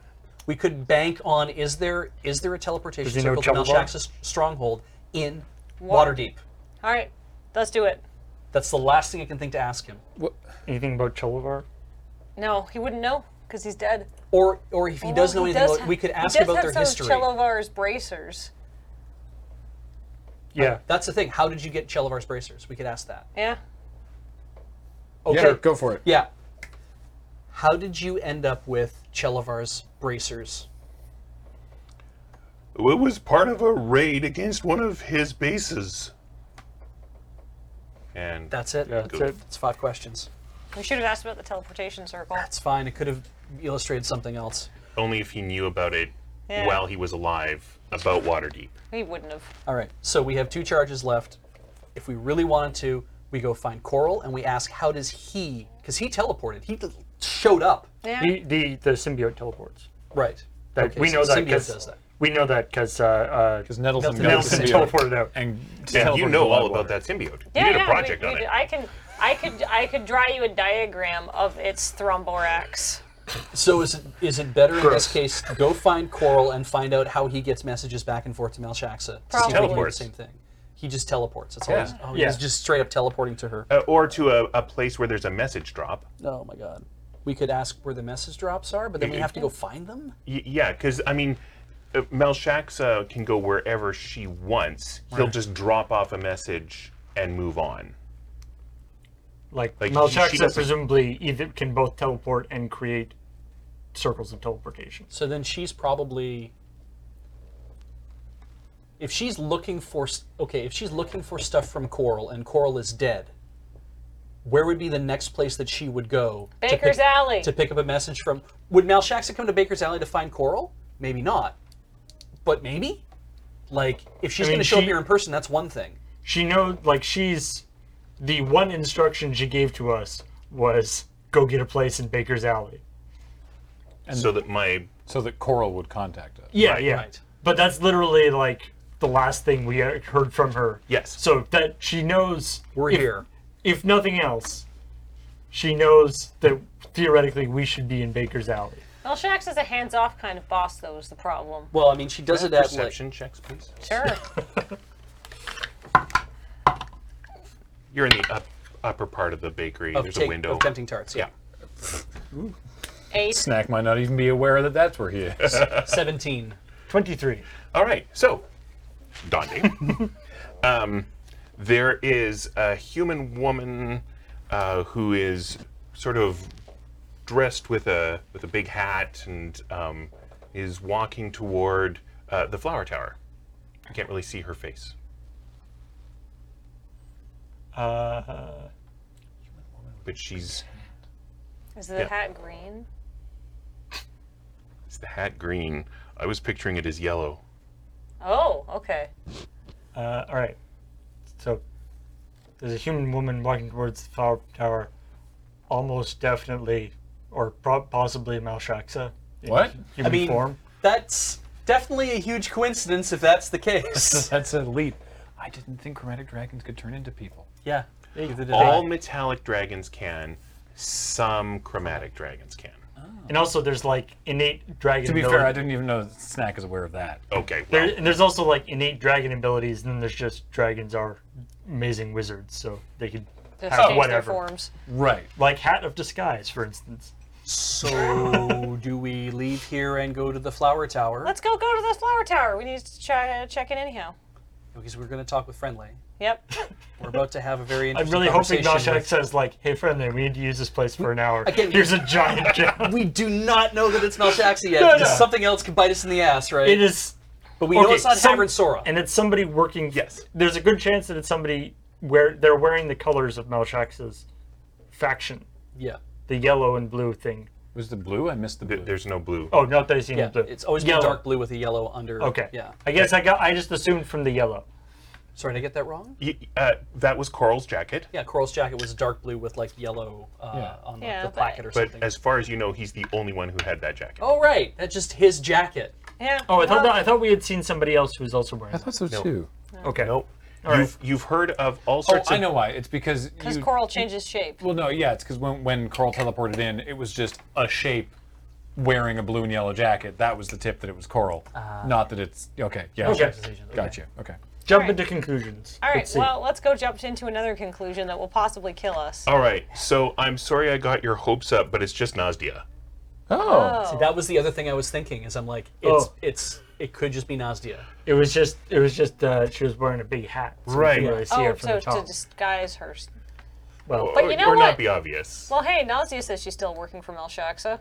S5: we could bank on is there is there a teleportation
S3: he know
S5: circle to
S3: Chumble Bar?
S5: Melchak's stronghold in
S2: Water.
S5: Waterdeep?
S2: All right, let's do it.
S5: That's the last thing I can think to ask him.
S3: Anything about Cholovar?
S2: No, he wouldn't know because he's dead.
S5: Or or if he does know
S2: he
S5: anything,
S2: does
S5: about,
S2: ha-
S5: we could
S2: he
S5: ask
S2: does
S5: about
S2: have
S5: their
S2: some
S5: history.
S2: Of Chelovar's bracers.
S3: Yeah.
S5: That's the thing. How did you get Chelavar's bracers? We could ask that.
S2: Yeah.
S5: Okay.
S4: Sure, go for it.
S5: Yeah. How did you end up with Chelavar's bracers?
S1: It was part of a raid against one of his bases. And
S5: That's it.
S3: That's it.
S5: It's five questions.
S2: We should have asked about the teleportation circle.
S5: It's fine. It could have illustrated something else.
S1: only if he knew about it
S2: Yeah.
S1: while he was alive about Waterdeep.
S2: He wouldn't have.
S5: All right. So we have two charges left. If we really wanted to, we go find Coral and we ask, how does he? Because he teleported. He d- showed up.
S2: Yeah.
S3: The, the the symbiote teleports.
S5: Right.
S3: That we know
S5: so
S3: that
S5: symbiote
S3: because
S5: does that.
S3: we know that because uh, uh,
S4: Because Nettleton,
S3: Nelson
S4: goes to symbiote
S3: teleported out.
S4: and
S1: And you know
S4: teleported to
S1: all
S4: Whitewater.
S1: about that symbiote.
S2: yeah,
S1: you did
S2: yeah,
S1: a project
S2: we-
S1: on
S2: we
S1: it.
S2: did- I can, I could, I could draw you a diagram of its thromborax.
S5: So is it is it better in this case go find Coral and find out how he gets messages back and forth to Malshaxa? To see if he can do the
S1: Teleports.
S5: same thing. He just teleports. That's all.
S1: Yeah.
S5: He's, oh,
S3: Yeah.
S5: he's just straight up teleporting to her.
S1: Uh, or to a, a place where there's a message drop.
S5: Oh my god. We could ask where the message drops are, but then we have to go find them.
S1: Y- yeah, because, I mean, uh, Melshaxa can go wherever she wants. He'll just drop off a message and move on.
S3: Like,
S1: Like, she
S3: Malchaxa
S1: doesn't-
S3: presumably either can both teleport and create circles of teleportation.
S5: So then she's probably. If she's looking for s- okay, if she's looking for stuff from Coral and Coral is dead, where would be the next place that she would go? to
S2: Baker's
S5: pick-
S2: Alley.
S5: to pick up a message from. Would Malshaxa come to Baker's Alley to find Coral? Maybe not, but maybe. Like if she's
S3: I mean,
S5: going to show up
S3: she-
S5: here in person, that's one thing.
S3: She knows, like, she's the one instruction she gave to us was go get a place in Baker's Alley.
S1: so that my
S4: so that Coral would contact us.
S3: Yeah, yeah.
S5: right.
S3: But that's literally like the last thing we uh, heard from her.
S1: Yes.
S3: So that she knows
S5: We're
S3: if-
S5: here.
S3: If nothing else, she knows that theoretically we should be in Baker's Alley.
S2: Well, Shax is a hands-off kind of boss, though, is the problem.
S5: Well, I mean, she does it at like
S1: perception checks, please.
S2: Sure.
S1: You're in the up, upper part of the bakery.
S5: of,
S2: Oh,
S1: There's
S5: take-
S1: a window.
S5: of tempting tarts. Yeah,
S2: Eight.
S4: Snack might not even be aware that that's where he is.
S5: seventeen.
S3: 23.
S1: All right, so Dondi, um, there is a human woman uh, who is sort of dressed with a with a big hat and um, is walking toward uh, the flower tower. I can't really see her face.
S3: Uh,
S1: But she's
S2: Is the
S1: Yeah.
S2: hat green?
S1: is the hat green? I was picturing it as yellow.
S2: Oh, okay.
S3: uh, all right. So there's a human woman walking towards the flower tower, almost definitely, or pro- possibly Malshaxa. in
S4: What?
S3: Human
S5: mean-
S3: form.
S5: That's definitely a huge coincidence if that's the case.
S4: that's a leap. I didn't think chromatic dragons could turn into people.
S5: yeah.
S1: All metallic dragons can. Some chromatic dragons can.
S3: And also, there's like innate dragon.
S4: To be
S3: ability-
S4: fair, I didn't even know that Snack is aware of that.
S1: Okay.
S3: There,
S1: Well,
S3: and there's also like innate dragon abilities, and then there's just dragons are amazing wizards, so they could
S1: Oh,
S2: Just
S3: Hat-
S2: change their
S3: whatever.
S2: forms.
S4: Right.
S3: like Hat of Disguise, for instance.
S5: So, do we leave here and go to the flower tower?
S2: Let's go go to the flower tower. We need to ch- uh, check in anyhow.
S5: because we're going to talk with Friendly.
S2: Yep.
S5: We're about to have a very
S3: I'm
S5: interesting
S3: really hoping
S5: conversation
S3: Nashak
S5: with-
S3: says like, "Hey, friendly, we need to use this place for an hour.
S5: Again-
S3: Here's a giant cat."
S5: We do not know that it's Malshaxi yet
S3: No,
S5: because
S3: no.
S5: something else could bite us in the ass, right?
S3: it is,
S5: but we know
S3: okay,
S5: it's not
S3: some-
S5: Tavern Sora.
S3: and it's somebody working.
S1: Yes.
S3: there's a good chance that it's somebody where they're wearing the colors of Malshax's faction,
S5: yeah.
S3: the yellow and blue thing.
S4: Was the blue? I missed the blue.
S1: th- there's no blue.
S3: Oh, not that I seen
S5: Yeah.
S3: the blue.
S5: It's always been
S3: yellow.
S5: dark blue with a yellow under.
S3: Okay.
S5: Yeah.
S3: I guess I got. I just assumed from the yellow.
S5: Sorry, did I get that wrong?
S1: Y- uh, that was Coral's jacket.
S5: Yeah, Coral's jacket was dark blue with like yellow uh,
S4: Yeah.
S5: on like,
S2: Yeah,
S5: the
S2: but-
S5: placket or
S1: But
S5: something.
S1: as far as you know, he's the only one who had that jacket.
S5: oh, right. That's just his jacket.
S2: Yeah.
S3: Oh, I thought
S2: well,
S3: that, I thought we had seen somebody else who was also wearing.
S4: I
S3: That.
S4: thought so too.
S3: Okay.
S1: Nope.
S3: right.
S1: you've, you've heard of all
S4: Oh,
S1: sorts
S4: I
S1: of.
S4: know why. It's because
S2: Because
S4: you-
S2: coral changes shape.
S4: Well, no, yeah, it's because when when Carl teleported in, it was just a shape wearing a blue and yellow jacket. That was the tip that it was Coral, not that it's okay. Yeah,
S3: Okay.
S4: gotcha. Okay.
S3: Jump
S2: Alright.
S3: into conclusions.
S2: All right.
S3: Let's see.
S2: Well, let's go jump into another conclusion that will possibly kill us.
S1: All right. So I'm sorry I got your hopes up, but it's just Nasdia.
S4: Oh,
S2: Oh.
S5: That was the other thing I was thinking is I'm like, it's,
S3: Oh.
S5: it's, it could just be Nasdia.
S3: it was just it was just uh, she was wearing a big hat. So we
S1: Right.
S3: couldn't really see
S2: oh,
S3: her from
S2: so
S3: the
S2: to
S3: top.
S2: disguise her. s-
S3: Well,
S2: But
S1: or,
S2: you know
S1: or
S2: what?
S1: not be obvious.
S2: Well, hey, Nausea says she's still working for Melshaxa.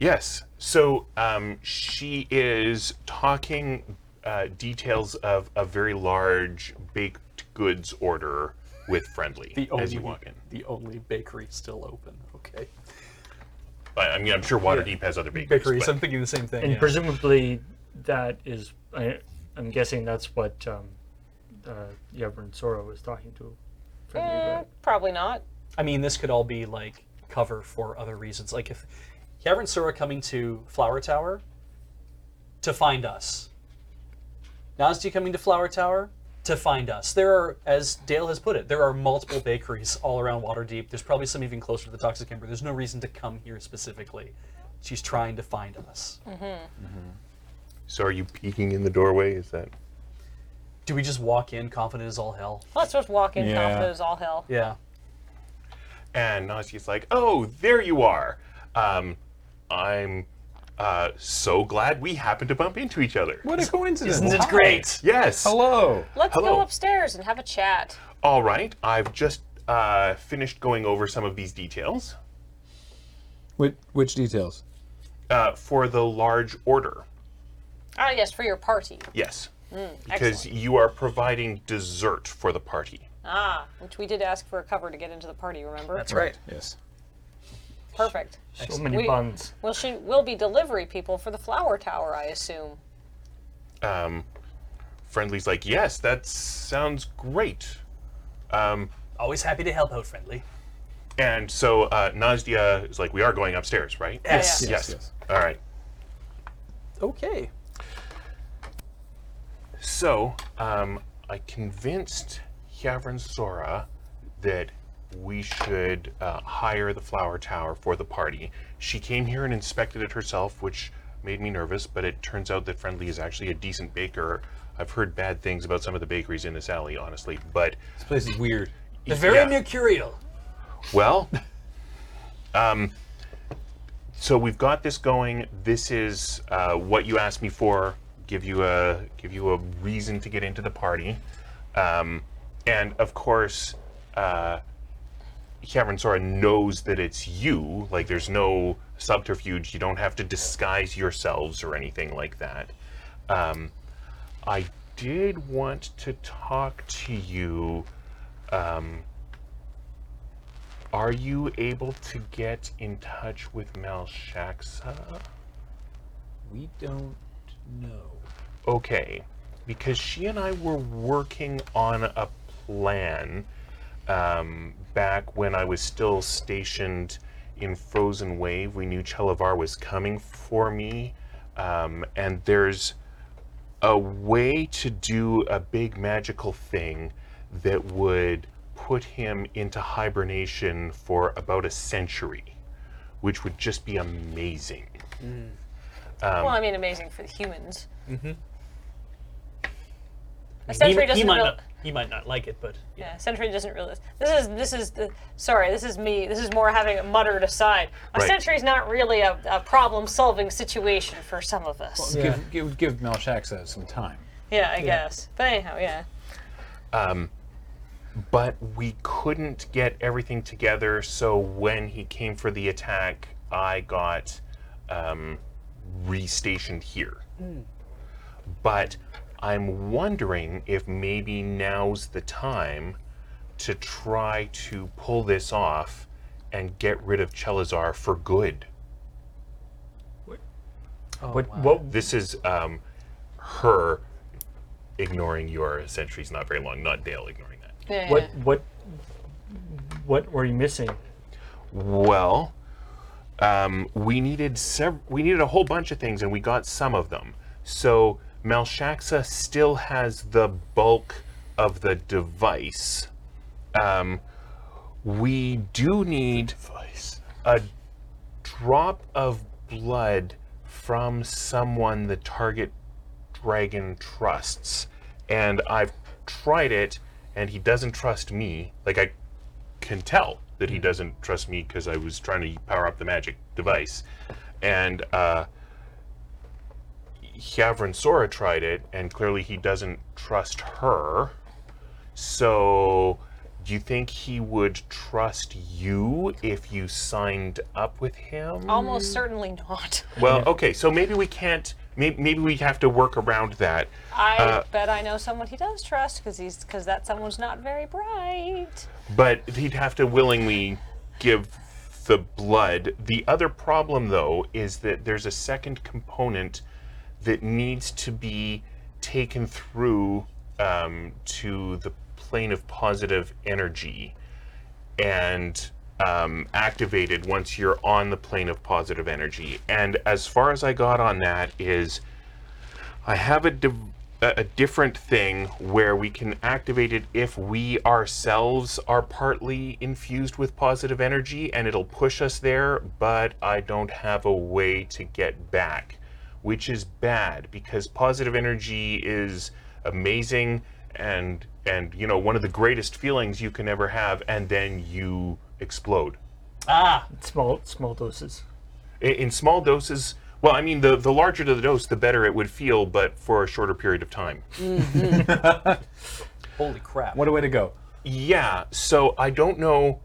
S1: Yes. So um, she is talking uh, details of a very large baked goods order with Friendly as you walk in.
S5: The only bakery still open. Okay.
S1: I, I mean, I'm sure Waterdeep has other bakeries.
S5: Bakeries.
S1: but-
S5: I'm thinking the same thing.
S3: and
S5: yeah.
S3: presumably that is I, I'm guessing that's what um, uh, Reverend Sora was talking to. Friendly about.
S2: Probably not.
S5: I mean, this could all be like cover for other reasons. Like if Yavrin Sora coming to Flower Tower to find us, Nasdi coming to Flower Tower to find us. There are, as Dale has put it, there are multiple bakeries all around Waterdeep. There's probably some even closer to the Toxic Ember. There's no reason to come here specifically. She's trying to find us.
S1: So are you peeking in the doorway? Is that.
S5: Do we just walk in confident as all hell?
S2: Let's just walk in
S4: Yeah.
S2: off those all hell.
S5: Yeah.
S1: And Nazi's like, "Oh, there you are. Um, I'm uh, so glad we happened to bump into each other.
S4: what a coincidence!
S5: Isn't it great?
S1: Yes.
S4: Hello.
S2: Let's
S1: Hello.
S2: go upstairs and have a chat.
S1: All right. I've just uh, finished going over some of these details
S4: Which, which details?
S1: uh, for the large order.
S2: Ah, yes, for your party.
S1: Yes, because
S2: Excellent.
S1: you are providing dessert for the party.
S2: Ah, which we did ask for a cover to get into the party. Remember?
S5: That's right.
S4: Yes.
S2: Perfect.
S3: So many
S2: We-
S3: buns.
S2: Well, she will be delivery people for the flower tower, I assume.
S1: Um, Friendly's like, yes, that sounds great.
S5: Always happy to help out, friendly.
S1: And so uh, Nazdia is like, we are going upstairs, right?
S5: Yes.
S1: Yes. All right.
S5: Okay.
S1: So um, I convinced Yavrin Sora that we should uh, hire the flower tower for the party. She came here and inspected it herself, which made me nervous. But it turns out that Friendly is actually a decent baker. I've heard bad things about some of the bakeries in this alley, honestly. But
S4: This place is weird.
S5: The very
S1: Yeah.
S5: mercurial.
S1: Well, um, so we've got this going. This is uh, what you asked me for. Give you a give you a reason to get into the party, um, and of course, uh, Cameron Sora knows that it's you. Like, there's no subterfuge. You don't have to disguise yourselves or anything like that. Um, I did want to talk to you. Are you able to get in touch with Malshaxa?
S4: We don't know.
S1: Okay, because she and I were working on a plan um, back when I was still stationed in Frozen Wave. We knew Chelavar was coming for me, um, and there's a way to do a big magical thing that would put him into hibernation for about a century, which would just be amazing.
S2: well, I mean, amazing for the humans. Mm-hmm. A
S5: He,
S2: century
S5: he
S2: doesn't
S5: might
S2: real-
S5: not, he might not like it, but
S2: Yeah, century doesn't realize. This is this is the sorry. This is me. This is more having it muttered aside. A
S1: Right.
S2: century's not really a, a problem-solving situation for some of us.
S4: Give, give, give Malshaxa some time.
S2: yeah, I guess. But anyhow, yeah.
S1: but we couldn't get everything together. So when he came for the attack, I got um, restationed here. But I'm wondering if maybe now's the time to try to pull this off and get rid of Chelazar for good.
S3: what, what,
S1: This is um, her ignoring your centuries not very long, not Dale ignoring that.
S2: yeah, yeah.
S3: what, what, what were you missing?
S1: Well, um, we needed sev- we needed a whole bunch of things, and we got some of them. So Malshaxa still has the bulk of the device. Um, we do need a drop of blood from someone the target dragon trusts, and I've tried it, and he doesn't trust me. Like I can tell that he doesn't trust me because I was trying to power up the magic device. And uh, Yavrin Sora tried it, and clearly he doesn't trust her. So, do you think he would trust you if you signed up with him?
S2: Almost certainly not.
S1: well, okay, so maybe we can't. Maybe, maybe we have to work around that.
S2: I bet I know someone he does trust because he's because that someone's not very bright.
S1: but he'd have to willingly give the blood. The other problem, though, is that there's a second component that needs to be taken through um, to the plane of positive energy and um, activated once you're on the plane of positive energy. And as far as I got on that is. I have a, div- a a different thing where we can activate it if we ourselves are partly infused with positive energy and it'll push us there, but I don't have a way to get back, which is bad because positive energy is amazing and and you know one of the greatest feelings you can ever have and then you explode.
S5: ah,
S3: Small, small doses.
S1: I- in small doses well i mean the, the larger the dose the better it would feel but for a shorter period of time
S5: holy crap!
S4: What a way to go.
S1: Yeah, so I don't know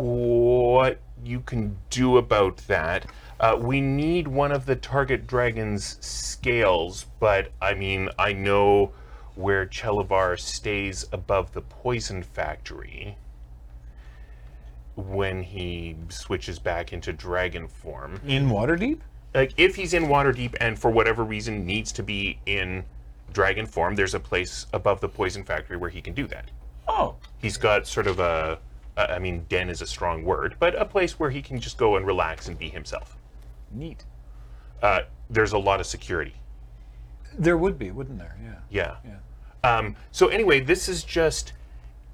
S1: what you can do about that. Uh, we need one of the target dragon's scales, but I mean, I know where Chelavar stays above the poison factory when he switches back into dragon form.
S4: In Waterdeep?
S1: Like, if he's in Waterdeep and for whatever reason needs to be in dragon form, there's a place above the poison factory where he can do that
S4: Oh.
S1: he's got sort of a I I mean den is a strong word but a place where he can just go and relax and be himself
S4: Neat.
S1: uh, there's a lot of security
S4: There would be, wouldn't there? Yeah.
S1: yeah, Um, so anyway this is just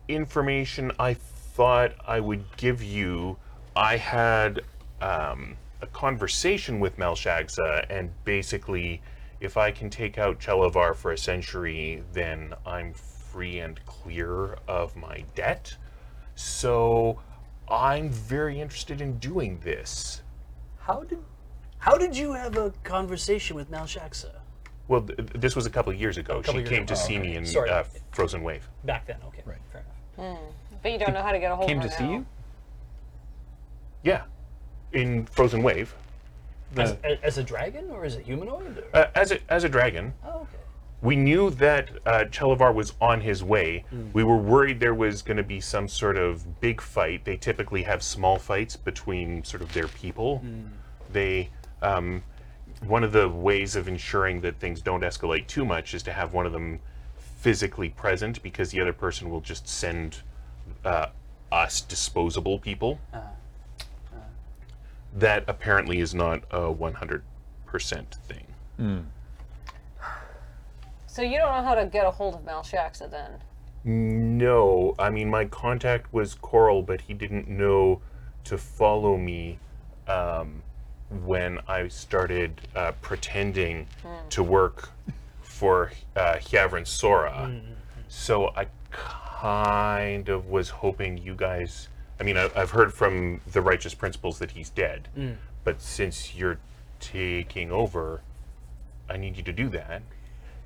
S1: information i thought i would give you i had um, a conversation with melshagza and basically if i can take out chelavar for a century then i'm free and clear of my debt So I'm very interested in doing this.
S5: How did how did you have a conversation with Malshaksa?
S1: Well, th- th- this was a couple of years ago. she
S5: years
S1: came to
S5: ago.
S1: see
S5: Oh,
S1: me in
S5: Sorry.
S1: uh, Frozen Wave.
S5: Back then, okay. Right. Fair enough.
S2: But you don't know how to get a hold
S4: Came
S2: of her
S4: to see
S2: now.
S4: you?
S1: Yeah, in Frozen Wave
S5: As, as a dragon or as a humanoid? Or?
S1: uh, as a as a dragon.
S5: Oh, okay.
S1: We knew that uh, Chelavar was on his way. We were worried there was going to be some sort of big fight. They typically have small fights between sort of their people. They um, one of the ways of ensuring that things don't escalate too much is to have one of them physically present because the other person will just send uh, us disposable people. That apparently is not a 100% thing.
S2: So you don't know how to get a hold of Malshaxa then.
S1: No, I mean my contact was Coral, but he didn't know to follow me um, when I started uh, pretending to work for uh, Hyavrin Sora. So I kind of was hoping you guys. I mean, I, I've heard from the Righteous Principles that he's dead, but since you're taking over, I need you to do that.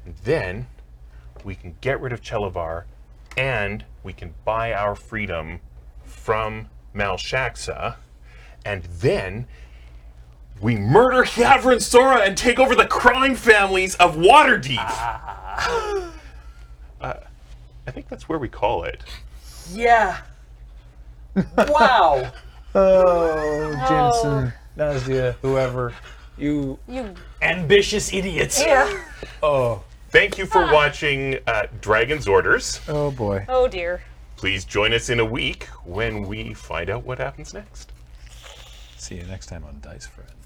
S1: And then we can get rid of Chelavar, and we can buy our freedom from Malshaxa, and then we murder Yavrin Sora and take over the crime families of Waterdeep. uh, I think that's where we call it.
S5: Yeah. wow.
S4: Oh,
S2: Jensen.
S4: Nazia, whoever. You.
S2: You
S5: Ambitious idiots.
S2: yeah.
S4: Oh.
S1: Thank you for watching uh, Dragon's Orders.
S4: Oh, boy.
S2: Oh dear.
S1: Please join us in a week when we find out what happens next.
S4: See you next time on Dice Friends.